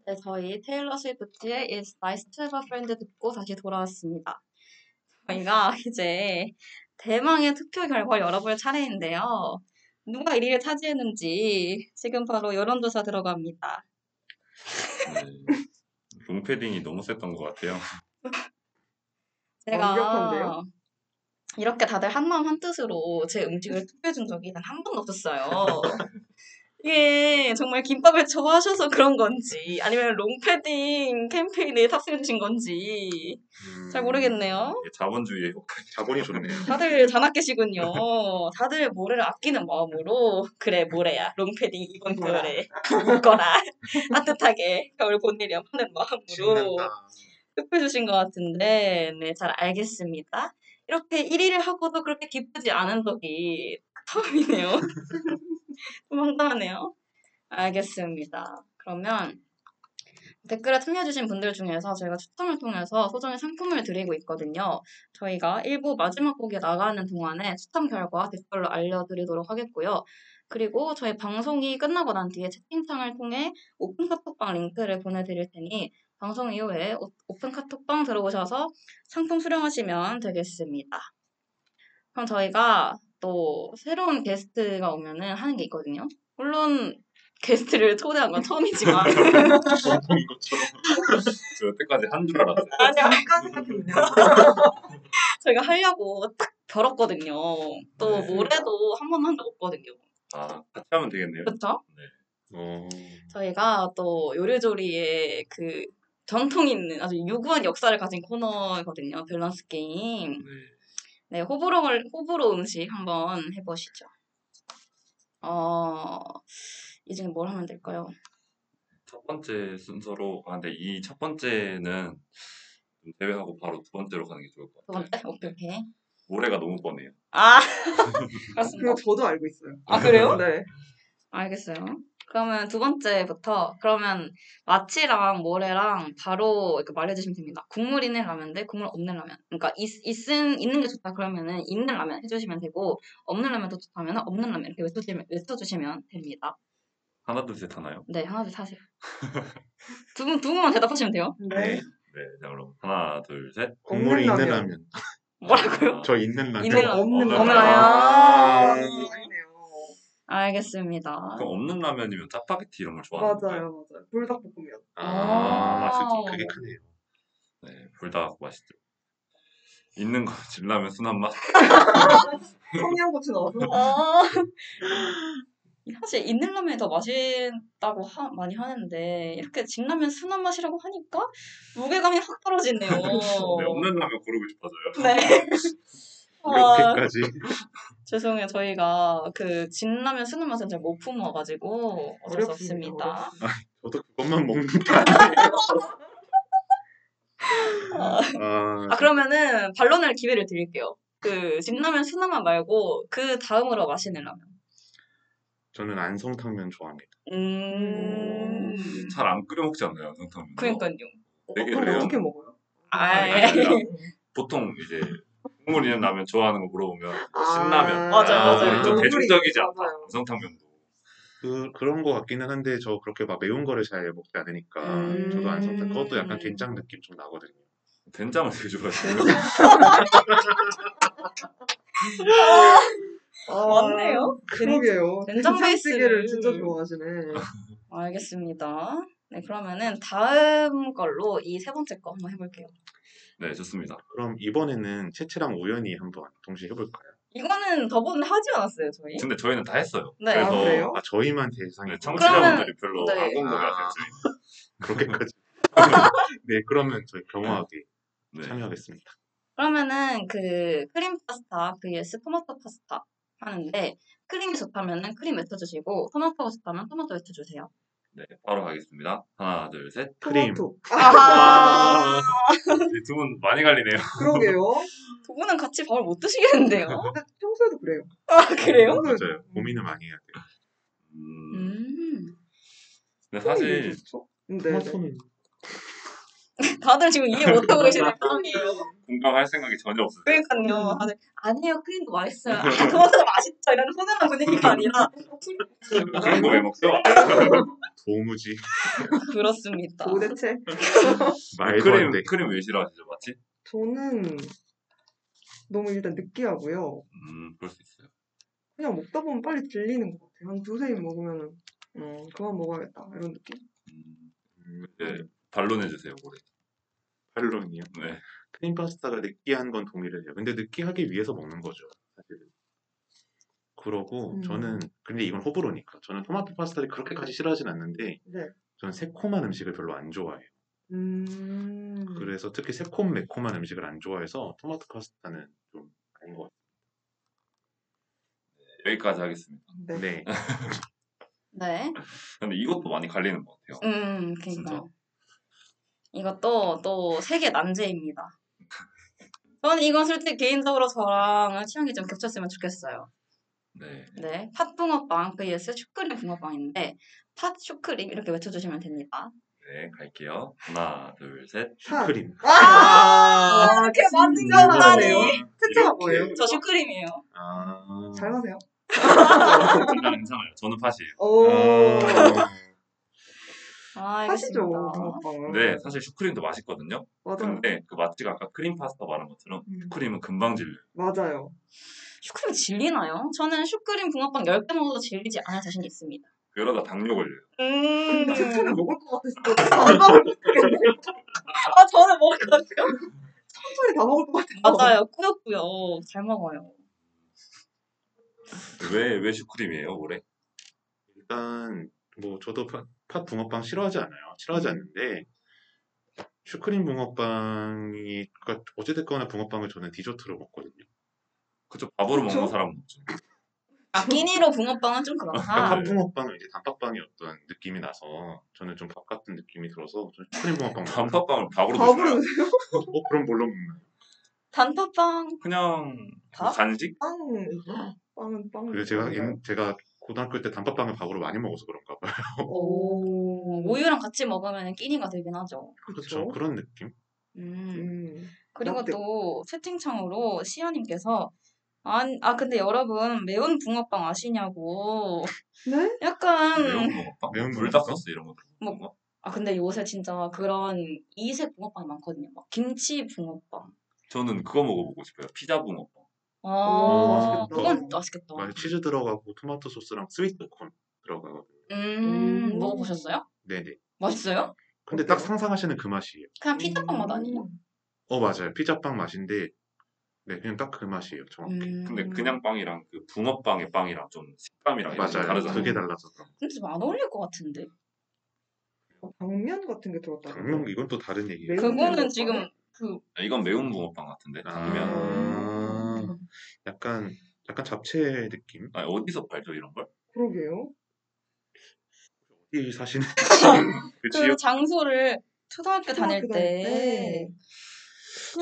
S3: 네, 저희 테일러 스위프트의 It's Nice to Have a Friend 듣고 다시 돌아왔습니다. 저희가 이제 대망의 투표 결과를 열어볼 차례인데요. 누가 1위를 차지했는지 지금 바로 여론조사 들어갑니다.
S1: 네. 롱패딩이 너무 셌던 것 같아요.
S3: 제가
S4: 완벽한데요?
S3: 이렇게 다들 한마음 한뜻으로 제 음식을 투표해준 적이 단 한 번도 없었어요. 이게 정말 김밥을 좋아하셔서 그런 건지 아니면 롱패딩 캠페인에 탑승해주신 건지 잘 모르겠네요.
S1: 이게 자본주의의 효과.
S2: 자본이 좋네요.
S3: 다들 자나깨시군요. 다들 모래를 아끼는 마음으로 그래 모래야 롱패딩 이번
S4: 입어라.
S3: 겨울에 뭐 입거라 따뜻하게 겨울 보내렴 하는 마음으로
S2: 신난다.
S3: 투표해주신 것 같은데, 네, 잘 알겠습니다. 이렇게 1위를 하고도 그렇게 기쁘지 않은 적이 처음이네요. 좀 황당하네요. 알겠습니다. 그러면 댓글에 참여해주신 분들 중에서 저희가 추첨을 통해서 소정의 상품을 드리고 있거든요. 저희가 1부 마지막 곡이 나가는 동안에 추첨 결과 댓글로 알려드리도록 하겠고요. 그리고 저희 방송이 끝나고 난 뒤에 채팅창을 통해 오픈 카톡방 링크를 보내드릴 테니 방송 이후에 오- 오픈 카톡방 들어오셔서 상품 수령하시면 되겠습니다. 그럼 저희가 또 새로운 게스트가 오면은 하는 게 있거든요. 물론 게스트를 초대한 건 처음이지만
S2: 전통인 것처럼.
S1: 저 여태까지 한 줄 알았어요.
S3: 아니야
S4: 잠깐 생각했네요.
S3: 저희가 하려고 딱 벼렀거든요. 또
S1: 네.
S3: 모레도 한 번 한 적 없거든요.
S1: 아, 같이 하면 되겠네요.
S3: 그렇죠?
S2: 어,
S3: 저희가 또 요리조리의 그 전통 있는 아주 유구한 역사를 가진 코너거든요. 밸런스 게임.
S1: 네.
S3: 네, 호불호, 걸- 호불호 음식 한번 해보시죠. 어, 이 중에 뭘 하면 될까요?
S1: 첫 번째 순서로, 아, 근데 이 첫 번째는 좀 제외하고 바로 두 번째로 가는 게 좋을 것
S3: 두
S1: 같아요.
S3: 번째? 네, 오케이, 오케이.
S1: 모래가 너무 뻔해요.
S3: 아, 그렇습니다.
S4: 그리고 저도 알고 있어요.
S3: 아, 그래요?
S4: 네.
S3: 알겠어요. 그러면 두 번째부터 그러면 마치랑 모래랑 바로 이렇게 말해주시면 됩니다. 국물 있는 라면인데 국물 없는 라면. 그러니까 있, 있은 있는 게 좋다 그러면은 있는 라면 해주시면 되고 없는 라면 더 좋다면 없는 라면 이렇게 외쳐주시면, 외쳐주시면 됩니다.
S1: 하나 둘 셋 하나요?
S3: 네 하나 둘 하세요. 두 분 두 분만 대답하시면 돼요.
S4: 네.
S1: 네, 자 그럼 하나 둘 셋.
S2: 국물이 있는
S4: 라면.
S2: 라면.
S3: 뭐라고요?
S2: 저 있는 라면.
S3: 있는 라면.
S4: 없는
S1: 없는
S4: 아,
S3: 라면.
S4: 아니네요.
S3: 알겠습니다.
S1: 아, 그럼 없는 라면이면 짜파게티 이런 걸 좋아하는 건가요?
S4: 맞아요, 맞아요. 불닭볶음면.
S2: 아,
S3: 와우.
S2: 그게 크네요.
S1: 네, 불닭 맛있죠. 있는 거 진라면 순한 맛.
S4: 청양고추 넣어서.
S3: 어. 사실 있는 라면이 더 맛있다고 하- 많이 하는데 이렇게 진라면 순한 맛이라고 하니까 무게감이 확 떨어지네요.
S1: 네, 없는 라면 고르고 싶어서요.
S3: 네. 아,
S2: 이렇게까지.
S3: 죄송해요. 저희가 그 진라면 순한 맛은 잘 못 품어가지고 어쩔 수
S4: 어렵습니다,
S3: 없습니다.
S2: 저도 그것만 먹는 게
S3: 음.
S2: 아니에요. 아,
S3: 아 그러면은 반론할 기회를 드릴게요. 그 진라면 순한 맛 말고 그 다음으로 맛있는 라면.
S2: 저는 안성탕면 좋아합니다.
S3: 음.
S1: 잘 안 끓여 먹지 않나요, 성탕면?
S3: 그러니까요.
S1: 되게
S4: 그럼
S1: 그래요.
S4: 어떻게 먹어요?
S3: 아,
S1: 아니,
S3: 예.
S1: 아니라 그러니까 보통 이제 국물 있는 라면 좋아하는 거 물어보면 신라면.
S3: 맞아요, 맞아요.
S1: 우리 좀
S3: 국물이
S1: 대중적이지 않다.
S4: 맞아요.
S1: 안성탕면도.
S2: 그, 그런 거 같기는 한데, 저 그렇게 막 매운 거를 잘 먹지 않으니까,
S3: 음.
S2: 저도 안성탕, 그것도 약간 된장 느낌 좀 나거든요.
S1: 된장을 되게 좋아해요.
S4: 아,
S3: 맞네요.
S4: 그러게요.
S3: 된장 베이스를.
S4: 된장찌개를 진짜 좋아하시네.
S3: 알겠습니다. 네, 그러면은 다음 걸로 이 세 번째 거 한번 해볼게요.
S1: 네, 좋습니다.
S2: 그럼 이번에는 채채랑 우연히 한번 동시에 해볼까요?
S3: 이거는 저번에 하지 않았어요, 저희?
S1: 근데 저희는 다 했어요.
S3: 네.
S1: 그래서
S4: 아, 그래요?
S2: 아, 저희만 대상이
S1: 네,
S3: 그러면-
S1: 청취자분들이 별로
S3: 네.
S1: 안 궁금해하세요.
S2: 아.
S1: 저희.
S2: 그렇게까지. 네, 그러면 저희 경호하게
S1: 네.
S2: 참여하겠습니다.
S3: 그러면은 그 크림 파스타 vs 토마토 파스타 하는데 크림이 좋다면은 크림 외쳐주시고 토마토가 좋다면 토마토 외쳐주세요.
S1: 네, 바로 가겠습니다. 하나, 둘, 셋.
S2: 크림.
S4: 토마토.
S3: 아,
S1: 두 분 많이 갈리네요.
S4: 그러게요.
S3: 두 분은 같이 밥을 못 드시겠는데요?
S4: 근데 평소에도 그래요.
S3: 아, 그래요?
S2: 어, 맞아요. 고민을 많이 해야 돼요.
S1: 음,
S3: 음,
S1: 근데
S2: 아,
S4: 왜
S1: 사실
S4: 좋죠? 네. 네.
S3: 다들 지금 이해 못하고 계시는 상황이에요.
S1: 공감할 생각이 전혀 없으세요.
S3: 그러니까요. 다들 아니에요, 크림도 맛있어요. 아, 토마토도 맛있죠. 이런 훈훈한 분위기가 아니라 그러니까.
S1: 그런 거 왜 먹죠?
S2: 도무지
S3: 그렇습니다.
S4: 도대체
S1: 아,
S2: 말도 안
S1: 크림,
S2: 돼.
S1: 크림 왜 싫어하시죠, 마치?
S4: 저는 너무 일단 느끼하고요.
S1: 음, 그럴 수 있어요.
S4: 그냥 먹다 보면 빨리 질리는 것 같아요. 한 두세 입 먹으면 음, 그만 먹어야겠다 이런 느낌.
S1: 음,
S2: 음,
S1: 네, 반론해주세요, 올해.
S2: 팔론이요.
S1: 네.
S2: 크림 파스타가 느끼한 건 동의를 해요. 근데 느끼하기 위해서 먹는 거죠. 사실은. 그러고
S4: 음.
S2: 저는 근데 이건 호불호니까 저는 토마토 파스타를 그렇게까지 싫어하진 않는데
S4: 네.
S2: 저는 새콤한 음식을 별로 안 좋아해요.
S4: 음.
S2: 그래서 특히 새콤 매콤한 음식을 안 좋아해서 토마토 파스타는 좀 아닌 것
S1: 여기까지 하겠습니다.
S4: 네.
S2: 같아요. 네.
S3: 네.
S1: 근데 이것도 많이 갈리는 것 같아요.
S3: 음,
S1: 진짜.
S3: 그러니까 이것도 또 세계 난제입니다. 저는 이건 솔직히 개인적으로 저랑 취향이 좀 겹쳤으면 좋겠어요.
S1: 네.
S3: 네, 팥붕어빵 vs 슈크림 붕어빵인데 팥 슈크림 이렇게 외쳐주시면 됩니다.
S1: 네, 갈게요. 하나, 둘, 셋.
S4: 팥.
S2: 크림.
S4: 아,
S3: 이렇게 맞는
S4: 진짜
S3: 거
S4: 잘하네요.
S3: 아니?
S4: 채채가
S1: 음, 이렇게.
S4: 뭐예요?
S3: 저 슈크림이에요.
S2: 아.
S4: 잘 마세요.
S1: 진짜 괜찮아요. 저는 팥이에요.
S4: 오.
S3: 아,
S4: 하시죠.
S3: 알겠습니다.
S4: 붕어빵은.
S2: 네.
S1: 근데 사실 슈크림도 맛있거든요.
S4: 맞아요.
S1: 근데 그 마치가 아까 크림 파스타 말한 것처럼
S4: 음.
S1: 슈크림은 금방 질려요.
S4: 맞아요.
S3: 슈크림 질리나요? 저는 슈크림 붕어빵 10개 먹어도 질리지 않을 자신이 있습니다.
S1: 그러다 당뇨 걸려요.
S3: 음,
S4: 근데 채채는 먹을 것 같아서 또 단밥을 못하겠네.
S3: 아, 저는 먹을 것 같아요.
S4: 천천히 다 먹을 것 같아요.
S3: 맞아요. 꾸역꾸역 잘 먹어요.
S1: 왜, 왜 슈크림이에요, 올해?
S2: 일단 뭐 저도 팥, 팥 붕어빵 싫어하지 않아요. 싫어하지 않는데 슈크림 붕어빵이 그러니까 어찌됐거나 붕어빵을 저는 디저트로 먹거든요.
S1: 그쵸, 밥으로
S4: 그쵸?
S1: 먹는 사람은 없죠.
S3: 아, 끼니로 붕어빵은 좀 그렇다.
S2: 그러니까 팥 붕어빵은 이제 단팥빵의 어떤 느낌이 나서 저는 좀 밥 같은 느낌이 들어서 저는 슈크림 붕어빵 먹어요.
S1: 단팥빵을 밥으로
S4: 밥으로
S1: 드세요.
S4: 드세요?
S2: 어, 그럼 뭘로 먹나요?
S3: 단팥빵
S1: 그냥
S3: 밥?
S1: 간식?
S4: 빵. 빵은 빵. 음,
S2: 그리고 제가 인- 제가 고등학교 때 단팥빵을 밥으로 많이 먹어서 그런가 봐요.
S3: 오, 우유랑 같이 먹으면 끼니가 되긴 하죠.
S2: 그렇죠. 그런 느낌?
S3: 음.
S4: 음,
S3: 그리고
S4: 납득.
S3: 또 채팅창으로 시아님께서 아, 아 근데 여러분 매운 붕어빵 아시냐고
S4: 네?
S3: 약간
S1: 매운 붕어빵?
S2: 매운 붕어빵?
S1: 불닭소스 이런 거
S3: 뭐-
S1: 들어간 거?
S3: 아 근데 요새 진짜 그런 이색 붕어빵이 많거든요 막 김치 붕어빵
S1: 저는 그거 먹어보고 싶어요. 피자 붕어빵.
S3: 아
S4: 맛있겠다.
S3: 그건 맛있겠다
S2: 막 치즈 들어가고 토마토 소스랑 스위트콘 들어가거든요.
S3: 음
S4: 음.
S3: 먹어보셨어요?
S2: 네네.
S3: 맛있어요?
S2: 근데 딱 상상하시는 그 맛이에요.
S3: 그냥 피자빵 맛 아니에요?
S2: 어, 맞아요. 피자빵 맛인데, 네, 그냥 딱 그 맛이에요. 정확히.
S3: 음.
S1: 근데 그냥 빵이랑 그 붕어빵의 빵이랑 좀 식감이랑 이런 게
S2: 맞아요.
S1: 다르잖아요.
S2: 그게 달라서 그런
S3: 근데 좀 안 어울릴 것 같은데
S4: 어, 당면 같은 게
S2: 거.
S4: 들었다고.
S2: 당면, 이건 또 다른 얘기예요.
S4: 매운
S3: 그거는
S4: 붕어빵?
S3: 지금 그
S1: 아, 이건 매운 붕어빵 같은데 당면. 아...
S2: 아, 약간, 약간 잡채 느낌?
S1: 아, 어디서 팔죠 이런 걸?
S4: 그러게요.
S2: 어디 사시는 그
S3: 그
S2: 지역?
S3: 장소를 초등학교 다닐
S4: 초등학교 다닐
S3: 때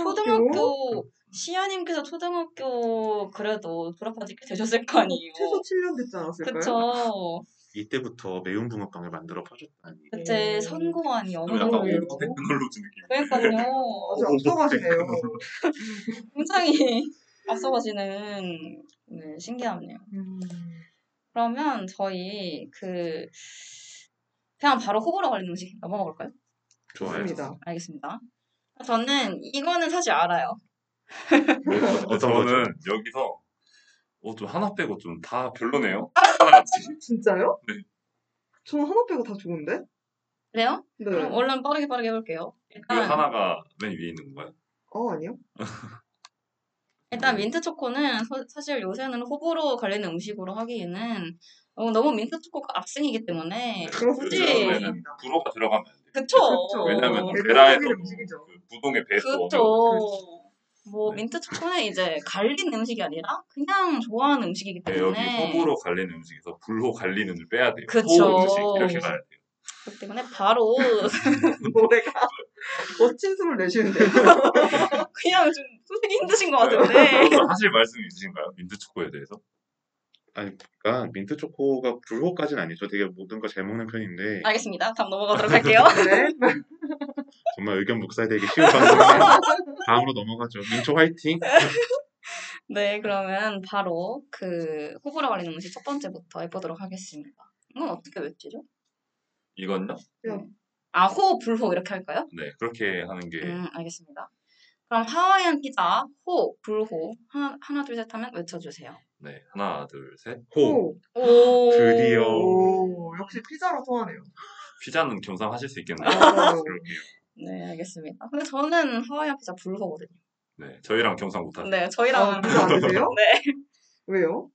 S3: 초등학교 시아님께서 초등학교 그래도 졸업한 지꽤 되셨을 거 아니에요.
S4: 최소 7년 됐지 않았을까요?
S3: 그쵸.
S2: 이때부터 매운 붕어빵을 만들어 퍼줬다니.
S3: 그때
S4: 음.
S3: 선고안이
S1: 좀 약간
S3: 엄청
S4: 그러게요.
S1: 오버 테크놀로지 느낌.
S3: 그러니까요.
S1: 어,
S4: 아주 앞서가시네요.
S3: 굉장히 앞서가시는 네, 신기하네요.
S4: 음,
S3: 그러면 저희 그 그냥 바로 호불호 갈리는 음식 넘어가 볼까요?
S1: 뭐
S2: 좋아요.
S4: 좋습니다.
S3: 알겠습니다. 저는 이거는 사실 알아요.
S1: 근데
S2: 네, 어떤 거죠?
S1: 저는 여기서 어, 좀 하나 빼고 좀 다 별로네요. 하나같이.
S4: 어, 진짜요?
S1: 네.
S4: 저는 하나 빼고 다 좋은데?
S3: 그래요?
S4: 네.
S3: 그럼 얼른 빠르게 빠르게 해볼게요.
S1: 그
S3: 일단
S1: 하나가 맨 위에 있는 건가요?
S4: 어, 아니요.
S3: 일단 민트 초코는 소- 사실 요새는 호불호 관리는 음식으로 하기에는 어, 너무 민트 초코가 악성이기 때문에
S4: 그렇지.
S1: 그러면은 불어가 들어가면 안 돼요.
S3: 그쵸? 음,
S4: 그쵸.
S1: 네, 왜냐면
S4: 어,
S1: 베라에서
S4: 대중적인 음식이죠.
S1: 그 부동의 배수
S3: 그렇죠.
S1: 오면
S3: 그쵸. 뭐
S1: 네.
S3: 민트 초코는 이제 갈린 음식이 아니라 그냥 좋아하는 음식이기
S1: 네, 여기
S3: 때문에
S1: 호불호 갈리는 음식에서 불호 갈리는 을 빼야 돼요.
S3: 그쵸.
S1: 호흡 음식 이렇게 가야 돼요.
S3: 그렇기 때문에 바로
S4: 노래가 멋진 숨을 내쉬는데.
S3: 그냥 좀 솔직히 힘드신
S1: 네.
S3: 것 같은데
S1: 어, 그래서 하실 말씀 있으신가요? 민트 초코에 대해서?
S2: 그러니까 민트 초코가 불호까지는 아니죠. 되게 모든 거 잘 먹는 편인데
S4: 아.
S3: 알겠습니다. 다음 넘어가도록 할게요.
S4: 네.
S2: 정말 의견 묵살되기 쉬운 방송이네요. 다음으로 넘어가죠. 민초 화이팅.
S3: 네, 그러면 바로 그 호불호 관리는 음식 첫 번째부터 해보도록 하겠습니다. 이건 어떻게 외치죠?
S1: 이건요?
S3: 아, 호, 불호 이렇게 할까요?
S1: 네, 그렇게 하는
S2: 예.
S1: 게
S3: 음, 알겠습니다. 그럼 하와이안 피자 호, 불호 하나, 하나 둘, 셋 하면 외쳐주세요.
S1: 네, 하나, 둘, 셋.
S2: 호.
S4: 오,
S3: 오,
S2: 드디어.
S4: 오, 역시 피자로 통하네요.
S1: 피자는 겸상하실 수 있겠네요.
S4: 맞아요.
S2: 그러게요.
S3: 네, 알겠습니다. 근데 저는 하와이안 피자 불호거든요.
S1: 네, 저희랑 겸상 못하죠.
S3: 네,
S4: 아,
S3: 저희랑
S4: 피자 안 드세요?
S3: 네,
S4: 왜요?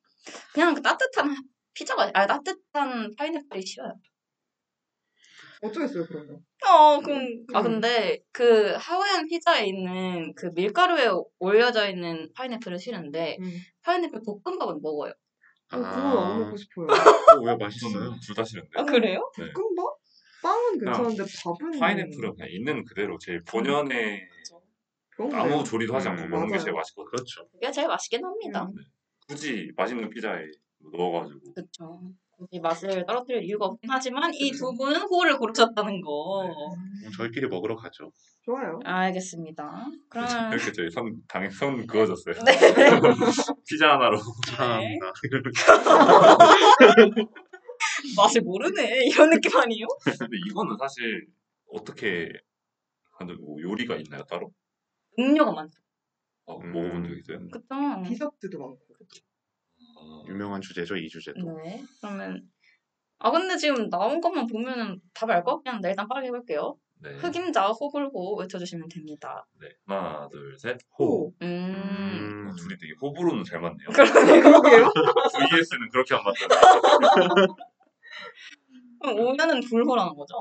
S3: 그냥 그 따뜻한 피자가 아 따뜻한 파인애플이 싫어요.
S4: 어쩌겠어요, 그러면.
S3: 어, 그럼 아
S4: 음.
S3: 근데 그 하와이안 피자에 있는 그 밀가루에 올려져 있는 파인애플은 싫은데
S4: 음.
S3: 파인애플 볶음밥은 먹어요.
S4: 어, 그거
S1: 아.
S4: 너무 먹고 싶어요. 아,
S2: 오, 왜 아. 맛있어요?
S1: 저는 둘 다 싫은데.
S3: 아 그래요?
S4: 볶음밥? 빵은 괜찮은데 밥은
S1: 아, 파인애플은 그냥 있는 그대로 제일 본연의
S4: 그런 거
S1: 아무
S4: 아니에요?
S1: 조리도 하지 않고
S2: 음,
S1: 뭐 먹는 게
S4: 맞아요.
S1: 제일 맛있거든요.
S2: 그렇죠.
S3: 그게 제일 맛있긴 합니다.
S4: 음.
S1: 굳이 맛있는 피자에 뭐 넣어가지고
S3: 그렇죠. 굳이 맛을 떨어뜨릴 이유가 없긴 하지만 이 두 분은 호를 고르셨다는 거.
S4: 음,
S2: 저희끼리 먹으러 가죠.
S4: 좋아요.
S3: 네. 알겠습니다. 그러면
S1: 이렇게 저희 선 당연 선 그어졌어요.
S3: 아. 네.
S1: 피자 하나로.
S2: 참나.
S3: 맛을 모르네 이런 느낌 아니에요?
S1: 근데 이거는 사실 어떻게 근데 뭐 요리가 있나요 따로?
S3: 음료가 많죠.
S1: 아,
S2: 음.
S1: 먹어본 적 있어요?
S3: 그쵸?
S1: 네.
S4: 디저트도 많고.
S1: 아,
S2: 유명한 주제죠. 이 주제도.
S3: 네. 그러면 아 근데 지금 나온 것만 보면은 답알 것 같긴 한데 일단 빠르게 해볼게요.
S1: 네.
S3: 흑임자 호불호 외쳐주시면 됩니다.
S1: 네. 하나 둘 셋.
S2: 호.
S1: 어,
S3: 음.
S2: 음,
S1: 둘이 되게 호불호는 잘 맞네요.
S4: 그러게요.
S1: VS는 그렇게 안 맞잖아요.
S3: 그럼 오면은 불호라는 거죠?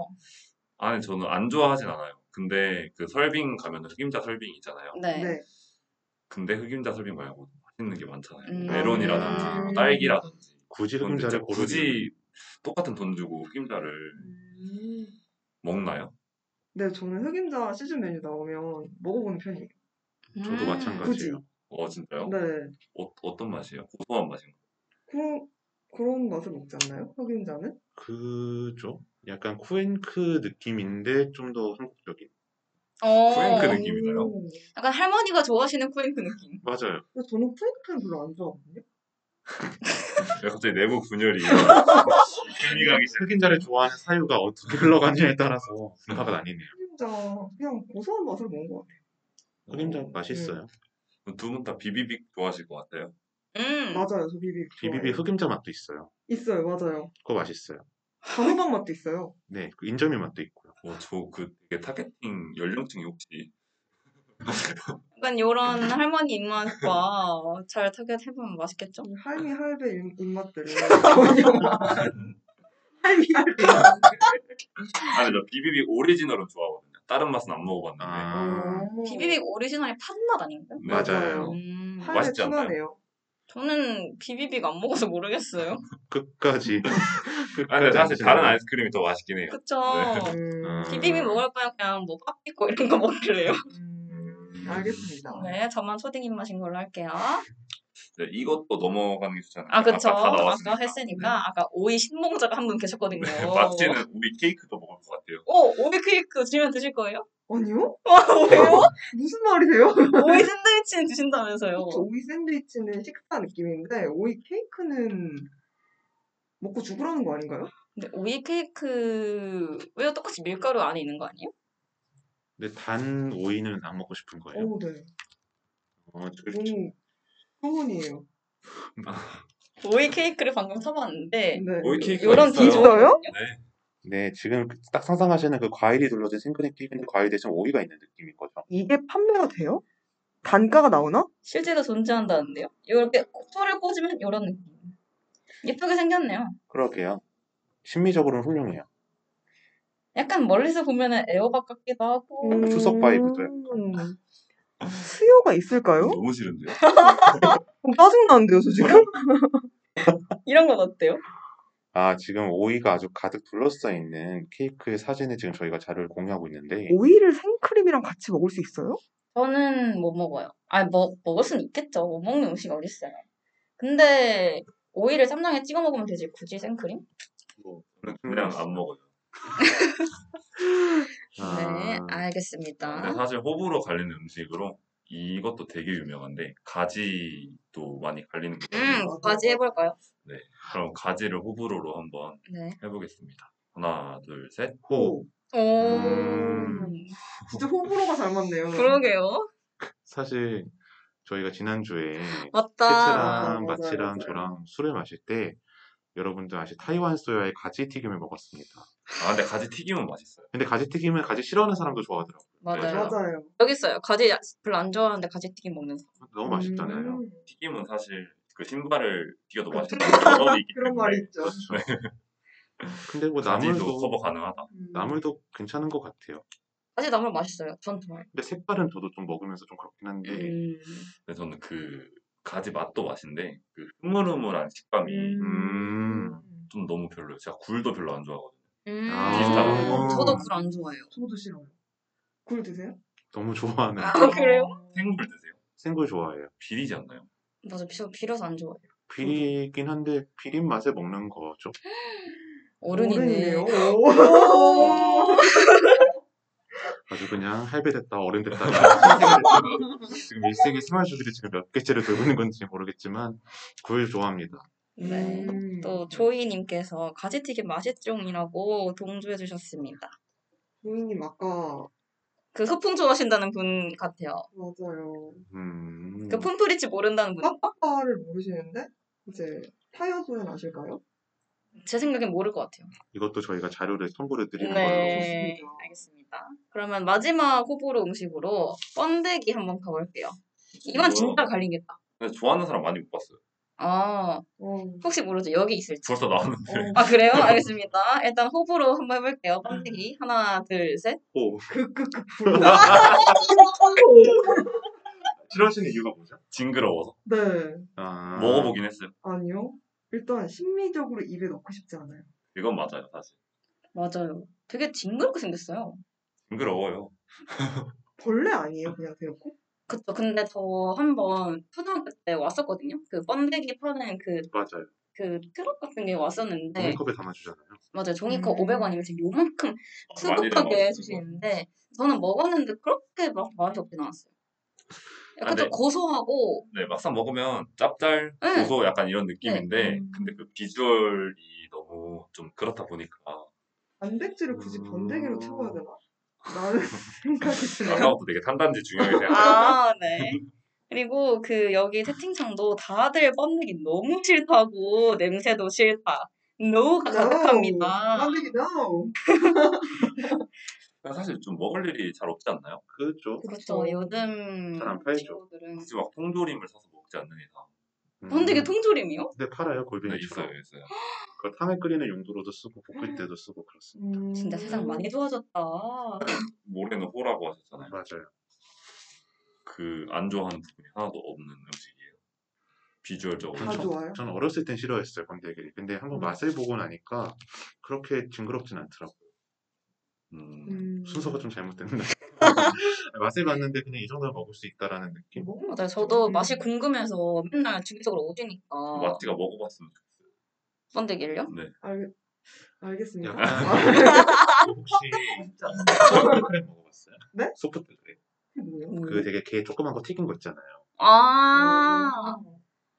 S1: 아니 저는 안 좋아하진 않아요. 근데 그 설빙 가면 흑임자 설빙 있잖아요.
S3: 네.
S4: 네.
S1: 근데 흑임자 설빙 말고 맛있는 게 많잖아요.
S3: 음.
S1: 메론이라든지 뭐
S4: 음.
S1: 딸기라든지.
S2: 굳이
S1: 근데
S2: 흑임자를
S1: 진짜
S2: 고르는
S1: 굳이 똑같은 돈 주고 흑임자를
S4: 음.
S1: 먹나요?
S4: 네, 저는 흑임자 시즌 메뉴 나오면 먹어보는 편이에요.
S2: 저도
S3: 음.
S2: 마찬가지예요.
S1: 어 진짜요?
S4: 네.
S1: 어, 어떤 맛이에요? 고소한 맛인가요?
S4: 그, 그런 맛을 먹지 않나요? 흑임자는?
S2: 그죠? 약간 쿠앤크 느낌인데 좀 더 한국적인.
S3: 어,
S1: 쿠앤크 그 느낌이나요?
S4: 음.
S3: 약간 할머니가 좋아하시는 쿠앤크 느낌.
S2: 맞아요.
S4: 근데 저는 쿠앤크는 별로 안 좋아하거든요.
S1: 야, 갑자기 내부 분열이
S2: 흑인자를 흑인자를 좋아하는 사유가 어떻게 흘러가느냐에 따라서 분파가 나뉘네요.
S4: 흑임자 그냥 고소한 맛을 먹는 것 같아요.
S2: 흑임자 맛있어요.
S1: 두 분 다 비비빅 좋아하실 것 같아요.
S3: 음.
S4: 맞아요, 저 비비빅 좋아해요.
S2: 비비비 흑임자 맛도 있어요.
S4: 있어요, 맞아요.
S2: 그거 맛있어요.
S4: 단호박 맛도 있어요.
S2: 네, 그 인절미 맛도 있고요.
S1: 어, 저그 되게 타겟팅 연령층이 혹시
S3: 약간 요런 할머니 입맛과 잘 타겟해보면 맛있겠죠?
S4: 할미 할배 입- 입맛들을 전혀 할미 할배 입맛.
S1: 아니 저 비비빅 오리지널은 좋아하거든요. 다른 맛은 안 먹어봤는데
S2: 아,
S4: 음.
S3: 비비빅 오리지널의 팥맛 아닌가요?
S1: 네.
S2: 맞아요.
S3: 음.
S4: 할배
S1: 맛있지 않나요?
S4: 추가네요.
S3: 저는 비비빅 안 먹어서 모르겠어요.
S2: 끝까지.
S1: 아니 근데 사실 다른
S2: 안
S1: 아이스크림이 더 맛있긴 해요.
S3: 그쵸?
S1: 어. 네.
S4: 음,
S3: 비비빅 먹을 거면 그냥 뭐 깍두고 이런 거 먹을래요.
S4: 음, 알겠습니다.
S3: 네, 저만 초딩 입맛인 걸로 할게요.
S1: 네, 이것도 넘어가는 게 좋지 않아요?
S3: 아, 그쵸.
S1: 아까 다
S3: 아까
S1: 나왔으니까.
S3: 했으니까. 아까 오이 신봉자가 한 분 계셨거든요. 어,
S1: 네. 마치는 우리 케이크도 먹을 것 같아요.
S3: 오, 오이 케이크 드시면 드실 거예요?
S4: 아니요?
S1: 어,
S3: 왜요?
S4: 무슨 말이세요?
S3: 오이 샌드위치는 드신다면서요.
S4: 혹시 오이
S3: 네.
S4: 샌드위치는 식사 느낌인데 오이 케이크는 먹고 죽으라는 거 아닌가요?
S3: 근데 오이 케이크, 왜요? 똑같이 밀가루 안에 있는 거 아니에요?
S2: 근데 단 오이는 안 먹고 싶은 거예요.
S4: 오, 네.
S2: 어, 그-
S4: 너무 소원이에요.
S3: 오이 케이크를 방금 쳐봤는데,
S4: 네.
S1: 오이 케이크가
S3: 요런
S1: 있어요.
S3: 디저트.
S1: 네.
S2: 네, 지금 그딱 상상하시는 그 과일이 둘러진 생크림 케이크는 과일 대신 오이가 있는 느낌인 거죠.
S4: 이게 판매가 돼요? 단가가 나오나?
S3: 실제로 존재한다는데요? 이렇게 털을 꽂으면 이런 느낌. 예쁘게 생겼네요.
S2: 그러게요. 심미적으로는 훌륭해요.
S3: 약간 멀리서 보면은 에어박 같기도 하고,
S2: 추석 바이브도
S4: 약간. 음. 수요가 있을까요?
S1: 너무 싫은데요?
S4: 그럼 짜증나는데요, 저 지금?
S3: 이런 건 어때요?
S2: 아, 지금 오이가 아주 가득 둘러싸여 있는 케이크의 사진을 지금 저희가 자료를 공유하고 있는데,
S4: 오이를 생크림이랑 같이 먹을 수 있어요?
S3: 저는 못 먹어요. 아, 먹, 먹을 순 있겠죠. 못 먹는 음식 어딨어요. 근데, 오이를 쌈장에 찍어 먹으면 되지. 굳이 생크림?
S2: 뭐,
S1: 그냥 안 먹어요.
S3: 네,
S2: 아,
S1: 근데
S3: 알겠습니다.
S1: 사실 호불호 갈리는 음식으로 이것도 되게 유명한데 가지도 많이 갈리는
S2: 네,
S1: 거
S3: 음,
S1: 같아요.
S3: 까지 해볼까요?
S1: 그럼 가지를 호불호로 한번
S3: 네.
S1: 해보겠습니다. 하나, 둘, 셋.
S2: 호.
S3: 오,
S2: 음.
S4: 진짜 호불호가 잘 맞네요.
S3: 그러게요.
S2: 사실 저희가 지난주에
S3: 맞다.
S4: 아,
S2: 채츠랑
S4: 맞아요,
S2: 마치랑
S4: 맞아요.
S2: 저랑 술을 마실 때 여러분들 아시 타이완 소야의 가지 튀김을 먹었습니다.
S1: 아, 근데 가지 튀김은 맛있어요.
S2: 근데 가지 튀김을 가지 싫어하는 사람도 좋아하더라고요.
S3: 맞아요.
S4: 맞아요.
S3: 여기 있어요. 가지 별로 안 좋아하는데 가지 튀김 먹는 사람.
S2: 너무 맛있잖아요.
S4: 음,
S1: 튀김은 사실 그 신발을 튀겨도 맛있다는 언어이 있기
S4: 그런
S1: 때문에
S4: 말 있죠.
S2: 근데 뭐
S1: 가지도 커버
S2: 나물도
S1: 가능하다.
S4: 음.
S2: 나물도 괜찮은 것 같아요.
S3: 가지 나물 맛있어요. 전 좋아요.
S2: 근데 색깔은 저도 좀 먹으면서 좀 그렇긴 한데
S3: 음.
S1: 근데 저는 그 가지 맛도 맛인데 그 흐물흐물한 식감이
S3: 음.
S2: 음.
S4: 음.
S1: 좀 너무 별로예요. 제가 굴도 별로 안 좋아하거든요.
S3: 음.
S2: 아,
S1: 비슷하다.
S3: 저도 굴 안 좋아해요.
S4: 저도 싫어요. 굴 드세요?
S2: 너무 좋아하는
S3: 아, 그래요?
S1: 생굴 드세요?
S2: 생굴 좋아해요.
S1: 비리지 않나요?
S3: 맞아, 비, 비려서 안 좋아해요.
S2: 비리긴 한데 비린 맛에 먹는 거죠.
S3: 어른이네.
S4: 어른이네요.
S3: 오.
S2: 아주 그냥 할배 됐다 어른 됐다 지금 일생의 스마일주들이 지금 몇 개째를 돌고 있는 건지 모르겠지만 굴 좋아합니다.
S3: 네.
S4: 음.
S3: 또 조이님께서 가지튀김 맛있종이라고 동조해주셨습니다.
S4: 고객님 아까
S3: 그 소풍 좋아하신다는 분 같아요.
S4: 맞아요.
S2: 음.
S3: 그 폼프리치 모른다는 분.
S4: 빠빠를 모르시는데 이제 타이어 소연 아실까요?
S3: 제 생각엔 모를 것 같아요.
S2: 이것도 저희가 자료를 첨부를 드리는 걸로.
S3: 네, 알겠습니다. 그러면 마지막 호불호 음식으로 번데기 한번 가볼게요. 이건
S1: 뭐야?
S3: 진짜 갈리겠다.
S1: 근데 좋아하는 사람 많이 못 봤어요.
S3: 아,
S4: 어.
S3: 혹시 모르죠? 여기 있을지.
S1: 벌써 나왔는데
S4: 어.
S3: 아, 그래요? 알겠습니다. 일단 호불호 한번 해볼게요. 번데기. 하나, 둘, 셋.
S2: 오.
S4: 극극극
S2: 싫어하시는 이유가 뭐죠?
S1: 징그러워서
S4: 네.
S2: 아.
S1: 먹어보긴 했어요.
S4: 아니요. 일단 심미적으로 입에 넣고 싶지 않아요.
S1: 이건 맞아요, 사실.
S3: 맞아요. 되게 징그럽게 생겼어요.
S1: 징그러워요.
S4: 벌레 아니에요, 그냥 대놓고?
S3: 그쵸. 근데 저 한번 초등학교 때 왔었거든요. 그 번데기 파는 그
S2: 맞아요.
S3: 그 트럭 같은 게 왔었는데
S2: 종이컵에 담아주잖아요.
S3: 맞아요. 종이컵
S4: 음.
S3: 500원이면 지금 요만큼
S1: 많이
S3: 수북하게
S1: 담아주시는
S3: 해주시는데 저는 먹었는데 그렇게 막 맛이 없진 않았어요. 약간
S1: 아,
S3: 좀
S1: 네.
S3: 고소하고
S1: 네, 막상 먹으면 짭짤,
S3: 네.
S1: 고소 약간 이런 느낌인데,
S4: 음.
S1: 근데 그 비주얼이 너무 좀 그렇다 보니까
S4: 단백질을 굳이
S2: 음.
S4: 번데기로 채워야 되나? 라는 생각이 드네요.
S1: 아까부터 되게 탄단지 중요하게 생각해요.
S3: 아 네. 그리고 그 여기 채팅창도 다들 뻔내기 너무 싫다고 냄새도 싫다. 노가 가득합니다.
S4: 번데기 no.
S1: 사실 좀 먹을 일이 잘 없지 않나요?
S2: 그죠?
S3: 그렇죠. 요즘
S2: 잘안 팔죠.
S3: 친구들은 음.
S1: 굳이 막 통조림을 사서 먹지 않는 이상.
S3: 번데기
S2: 음.
S3: 통조림이요?
S2: 근데 팔아요
S1: 네,
S2: 골뱅이처럼.
S1: 있어요, 있어요.
S2: 그걸 탕을 끓이는 용도로도 쓰고
S3: 음.
S2: 볶을 때도 쓰고 그렇습니다.
S3: 진짜 세상 많이 좋아졌다.
S1: 모래는 호라고 하셨잖아요.
S2: 맞아요.
S1: 그 안 좋아하는 부분이 하나도 없는 음식이에요. 비주얼적으로.
S4: 다
S2: 그렇죠.
S4: 좋아요.
S2: 저는 어렸을 땐 싫어했어요 번데기. 근데 한번
S4: 음.
S2: 맛을 보고 나니까 그렇게 징그럽진 않더라고. 요
S1: 음,
S4: 음.
S2: 순서가 좀 잘못됐나? 맛을 봤는데 그냥 이 정도면 먹을 수 있다라는 느낌.
S3: 맞아요. 저도
S4: 음.
S3: 맛이 궁금해서 맨날 주기적으로 오지니까
S1: 마티가 그 먹어봤으면 좋겠어요. 네.
S3: 번데기를요?
S4: 알, 알겠습니다.
S2: 약간 혹시 소프트 크랩 먹어봤어요?
S4: 네?
S2: 소프트 크랩.
S4: 뭐요?
S2: 그 되게 게 조그만 거 튀긴 거 있잖아요.
S3: 음.
S1: 음,
S3: 아,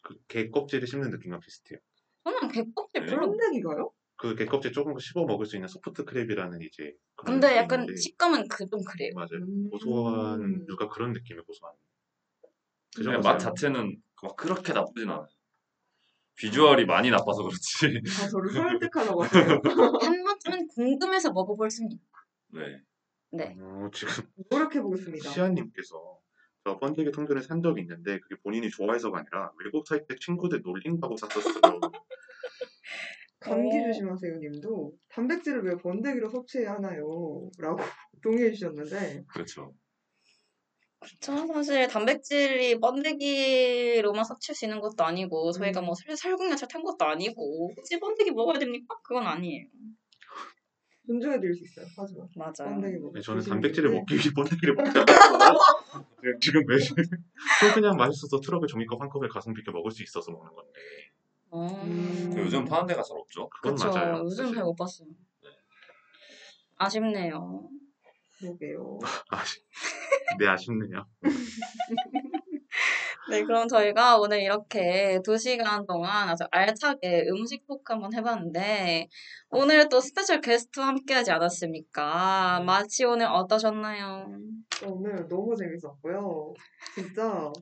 S2: 그게 껍질을 씹는 느낌과 비슷해요.
S3: 저는 개껍질
S1: 네.
S3: 별로.
S4: 번데기가요?
S2: 그게 껍질 조금 씹어 먹을 수 있는 소프트 크랩이라는 이제 그런
S3: 근데
S2: 음식이
S3: 약간
S4: 네.
S2: 있는데
S3: 식감은 그 좀 그래요.
S2: 맞아요
S4: 음.
S2: 네, 고소한 누가 그런 느낌의 고소한 그
S1: 그냥 네,
S2: 정도
S1: 맛
S2: 사용.
S1: 자체는 막 그렇게 나쁘진 않아요. 비주얼이 많이 나빠서 그렇지.
S4: 다 아, 저를 설득하려고 하세요.
S3: 한 번쯤은 궁금해서 먹어볼 수 있는.
S1: 네.
S3: 네.
S2: 어, 지금
S4: 노력해보겠습니다.
S2: 시아님께서 저 번데기 통조림 산 적이 있는데 그게 본인이 좋아해서가 아니라 외국 살 때 친구들 놀린다고 샀었어요
S4: 감기
S3: 어.
S4: 조심하세요 님도 단백질을 왜 번데기로 섭취해야 하나요? 라고 동의해 주셨는데
S1: 그렇죠.
S3: 그렇죠. 사실 단백질이 번데기로만 섭취할 수 있는 것도 아니고 저희가
S4: 음.
S3: 뭐 설- 설국야채 탄 것도 아니고 굳이 번데기 먹어야 됩니까? 그건 아니에요.
S4: 존중해 드릴 수 있어요. 하지만
S3: 맞아요.
S4: 번데기 먹
S2: 네, 저는 단백질을 먹기 위해 번데기를 먹지 않았어요 네, 지금 왜 저 그냥 맛있어서 트럭에 종이컵 한 컵을 가성비 있게 먹을 수 있어서 먹는 건데
S3: 어...
S4: 음.
S1: 근데 그 요즘 파는 데가 잘 없죠.
S2: 그, 그건
S3: 그쵸.
S2: 맞아요
S3: 요즘
S2: 사실.
S3: 잘 못 봤어요. 아쉽네요.
S4: 그러게요.
S2: 아쉽- 네 아쉽네요
S3: 네, 그럼 저희가 오늘 이렇게 두 시간 동안 아주 알차게 음식 토크 한번 해봤는데, 오늘 또 스페셜 게스트와 함께하지 않았습니까? 마치 오늘 어떠셨나요?
S4: 오늘 너무 재밌었고요. 진짜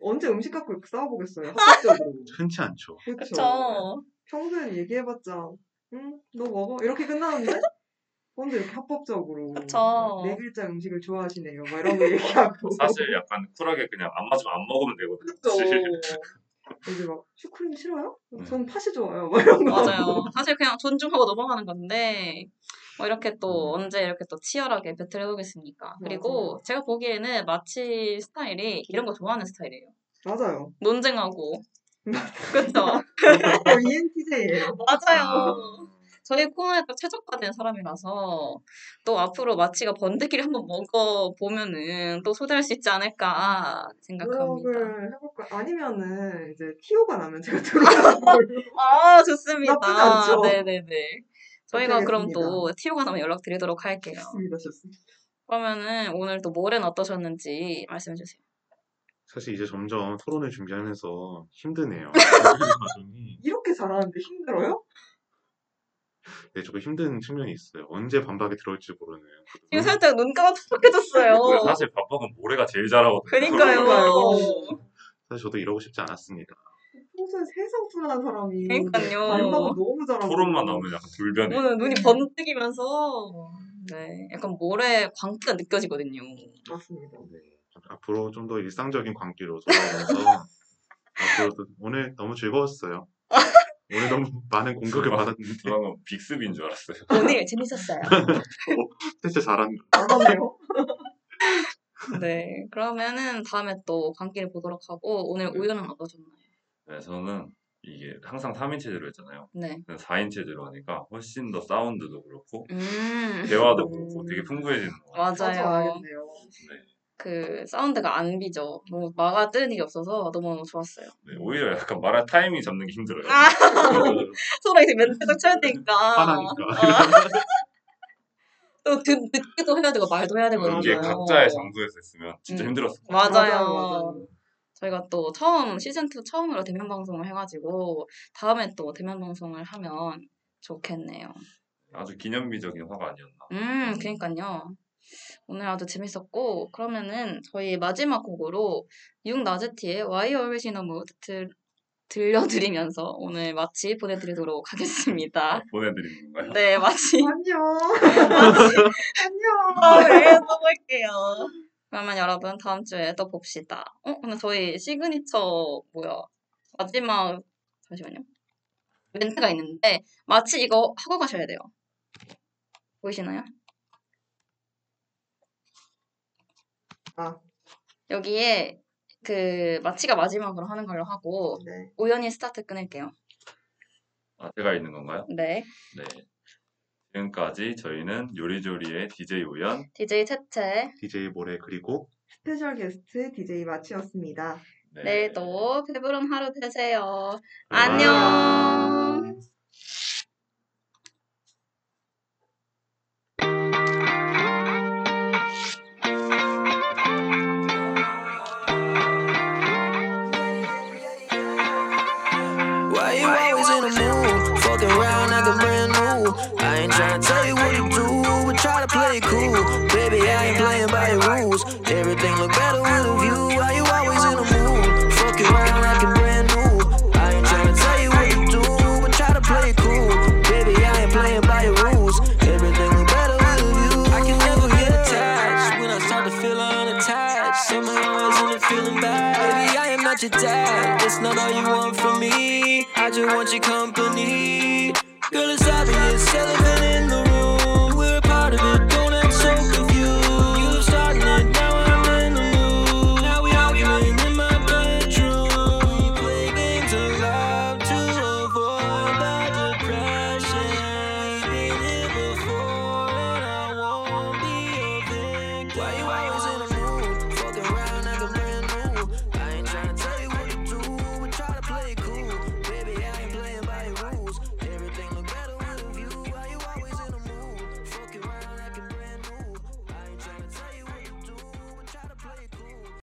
S4: 언제 음식 갖고 싸워보겠어요. 합법적으로.
S2: 흔치 않죠
S4: 그렇죠.
S3: 그쵸?
S4: 평소에 얘기해봤자 응? 너 먹어? 이렇게 끝나는데 언제 이렇게 합법적으로
S3: 그쵸.
S4: 네 글자 음식을 좋아하시네요. 막 이런 거 얘기하고
S1: 사실 약간 쿨하게 그냥 안 맞으면 안 먹으면 되거든요. 사실.
S4: 그쵸. 이제 막 슈크림 싫어요? 전 팥이 좋아요. 막 이런 거.
S3: 맞아요. 사실 그냥 존중하고 넘어가는 건데, 뭐 이렇게 또 언제 이렇게 또 치열하게 배틀 해보겠습니까? 그리고 제가 보기에는 마치 스타일이 이런 거 좋아하는 스타일이에요.
S4: 맞아요.
S3: 논쟁하고. 그쵸?
S4: 저 ENTJ예요.
S3: 맞아요. 저희 코너에 또 최적화된 사람이라서 또 앞으로 마치가 번데기를 한번 먹어보면은 또 소개할 수 있지 않을까 생각합니다.
S4: 노력을 해볼까? 아니면은 이제 티오가 나면 제가 들어가는 걸로.
S3: 아, 좋습니다.
S4: 나쁘지 않죠?
S3: 네네네. 저희가 그럼 또
S4: 알겠습니다.
S3: 티오가 나면 연락드리도록 할게요.
S4: 좋습니다, 좋습니다.
S3: 그러면은 오늘 또 모레는 어떠셨는지 말씀해주세요.
S2: 사실 이제 점점 토론을 준비하면서 힘드네요. 준비하는 과정이
S4: 이렇게 잘하는데 힘들어요?
S2: 네, 조금 힘든 측면이 있어요. 언제 반박이 들어올지 모르는.
S3: 지금 살짝 눈가가 촉촉해졌어요.
S1: 근데 사실 밥박은 모래가 제일 잘하거든요.
S3: 그니까요.
S2: 사실 저도 이러고 싶지 않았습니다.
S4: 평소에 세상 순한 사람이
S3: 그러니까요.
S4: 반박을 너무
S3: 어.
S4: 잘하고
S1: 토론만 나오면 약간 불변해.
S3: 오늘 눈이 번뜩이면서 네, 약간 모래 광기가 느껴지거든요.
S4: 맞습니다.
S2: 네, 좀 앞으로 좀 더 일상적인 관계로 돌아오면서 앞으로도 오늘 너무 즐거웠어요. 오늘 너무 많은 공격을 받았는데
S1: 저는 빅스비인 줄 알았어요.
S3: 오늘 재밌었어요.
S2: 대체 잘한
S4: 나가네요.
S3: 네, 그러면은 다음에 또 관계를 보도록 하고 오늘 우유는 어떠셨나요?
S1: 네, 저는 이게 항상 3인 체제로 했잖아요.
S3: 네.
S1: 4인 체제로 하니까 훨씬 더 사운드도 그렇고
S3: 음.
S1: 대화도 그렇고 되게
S3: 음.
S1: 풍부해지는 것 같아요.
S3: 맞아요.
S4: 알겠네요.
S1: 네.
S3: 그 사운드가 안 비죠. 너무 막아뜨는 일이 없어서 너무너무 좋았어요.
S1: 네, 오히려 약간 말할 타이밍 잡는 게 힘들어요.
S3: 아, 서로 이제 멘트도 쳐야 되니까.
S1: 아.
S2: 화나니까.
S3: 또 듣, 듣기도 해야 되고 말도 해야 되고.
S1: 이게
S3: 이러잖아요.
S1: 각자의 장소에서 했으면 진짜
S3: 음.
S1: 힘들었을 거예요.
S3: 맞아요.
S4: 맞아요.
S3: 저희가 또 처음 시즌 2 처음으로 대면 방송을 해가지고 다음에 또 대면 방송을 하면 좋겠네요.
S1: 아주 기념비적인 화가 아니었나.
S3: 음, 그러니까요. 오늘 아주 재밌었고 그러면은 저희 마지막 곡으로 융나제티의 Why Always in a Mood 들, 들려드리면서 오늘 마치 보내드리도록 하겠습니다.
S1: 보내드리는 건가요?
S3: 네, 마치
S4: 안녕. 안녕.
S3: 네, 써볼게요. 그러면 여러분 다음 주에 또 봅시다. 어, 근데 저희 시그니처 뭐야? 마지막 잠시만요. 멘트가 있는데 마치 이거 하고 가셔야 돼요. 보이시나요?
S4: 아.
S3: 여기에 그 마치가 마지막으로 하는 걸로 하고
S4: 네.
S3: 우연히 스타트 끊을게요.
S1: 아, 제가 있는 건가요?
S3: 네,
S1: 네. 지금까지 저희는 요리조리의 DJ 우연,
S3: DJ 채채
S2: DJ 모래 그리고
S4: 스페셜 게스트 DJ 마치였습니다.
S1: 네.
S3: 내일도 배부른 하루 되세요.
S2: 안녕.
S3: 안녕.
S5: Why you always in a mood? Fucking around like a brand new. I ain't tryna tell you what to do, but try to play it cool. Baby, I ain't playing by your rules. Everything look better with a view. Why you always in a mood? Fucking around like a brand new. I ain't tryna tell you what to do, but try to play it cool. Baby, I ain't playing by your rules. Everything look better with a view. I can never get attached when I start to feel unattached. Somehow I end up feeling bad. Baby, I am not your dad. It's not all you want from me. I just want your company. Girl, it's obvious, elephant in the room. We're a part of it, don't act so confused. You starting it, now I'm in the mood. Now we arguing in my bedroom. We play games of love to avoid the depression. We've been here before, and I won't be a victim. Why you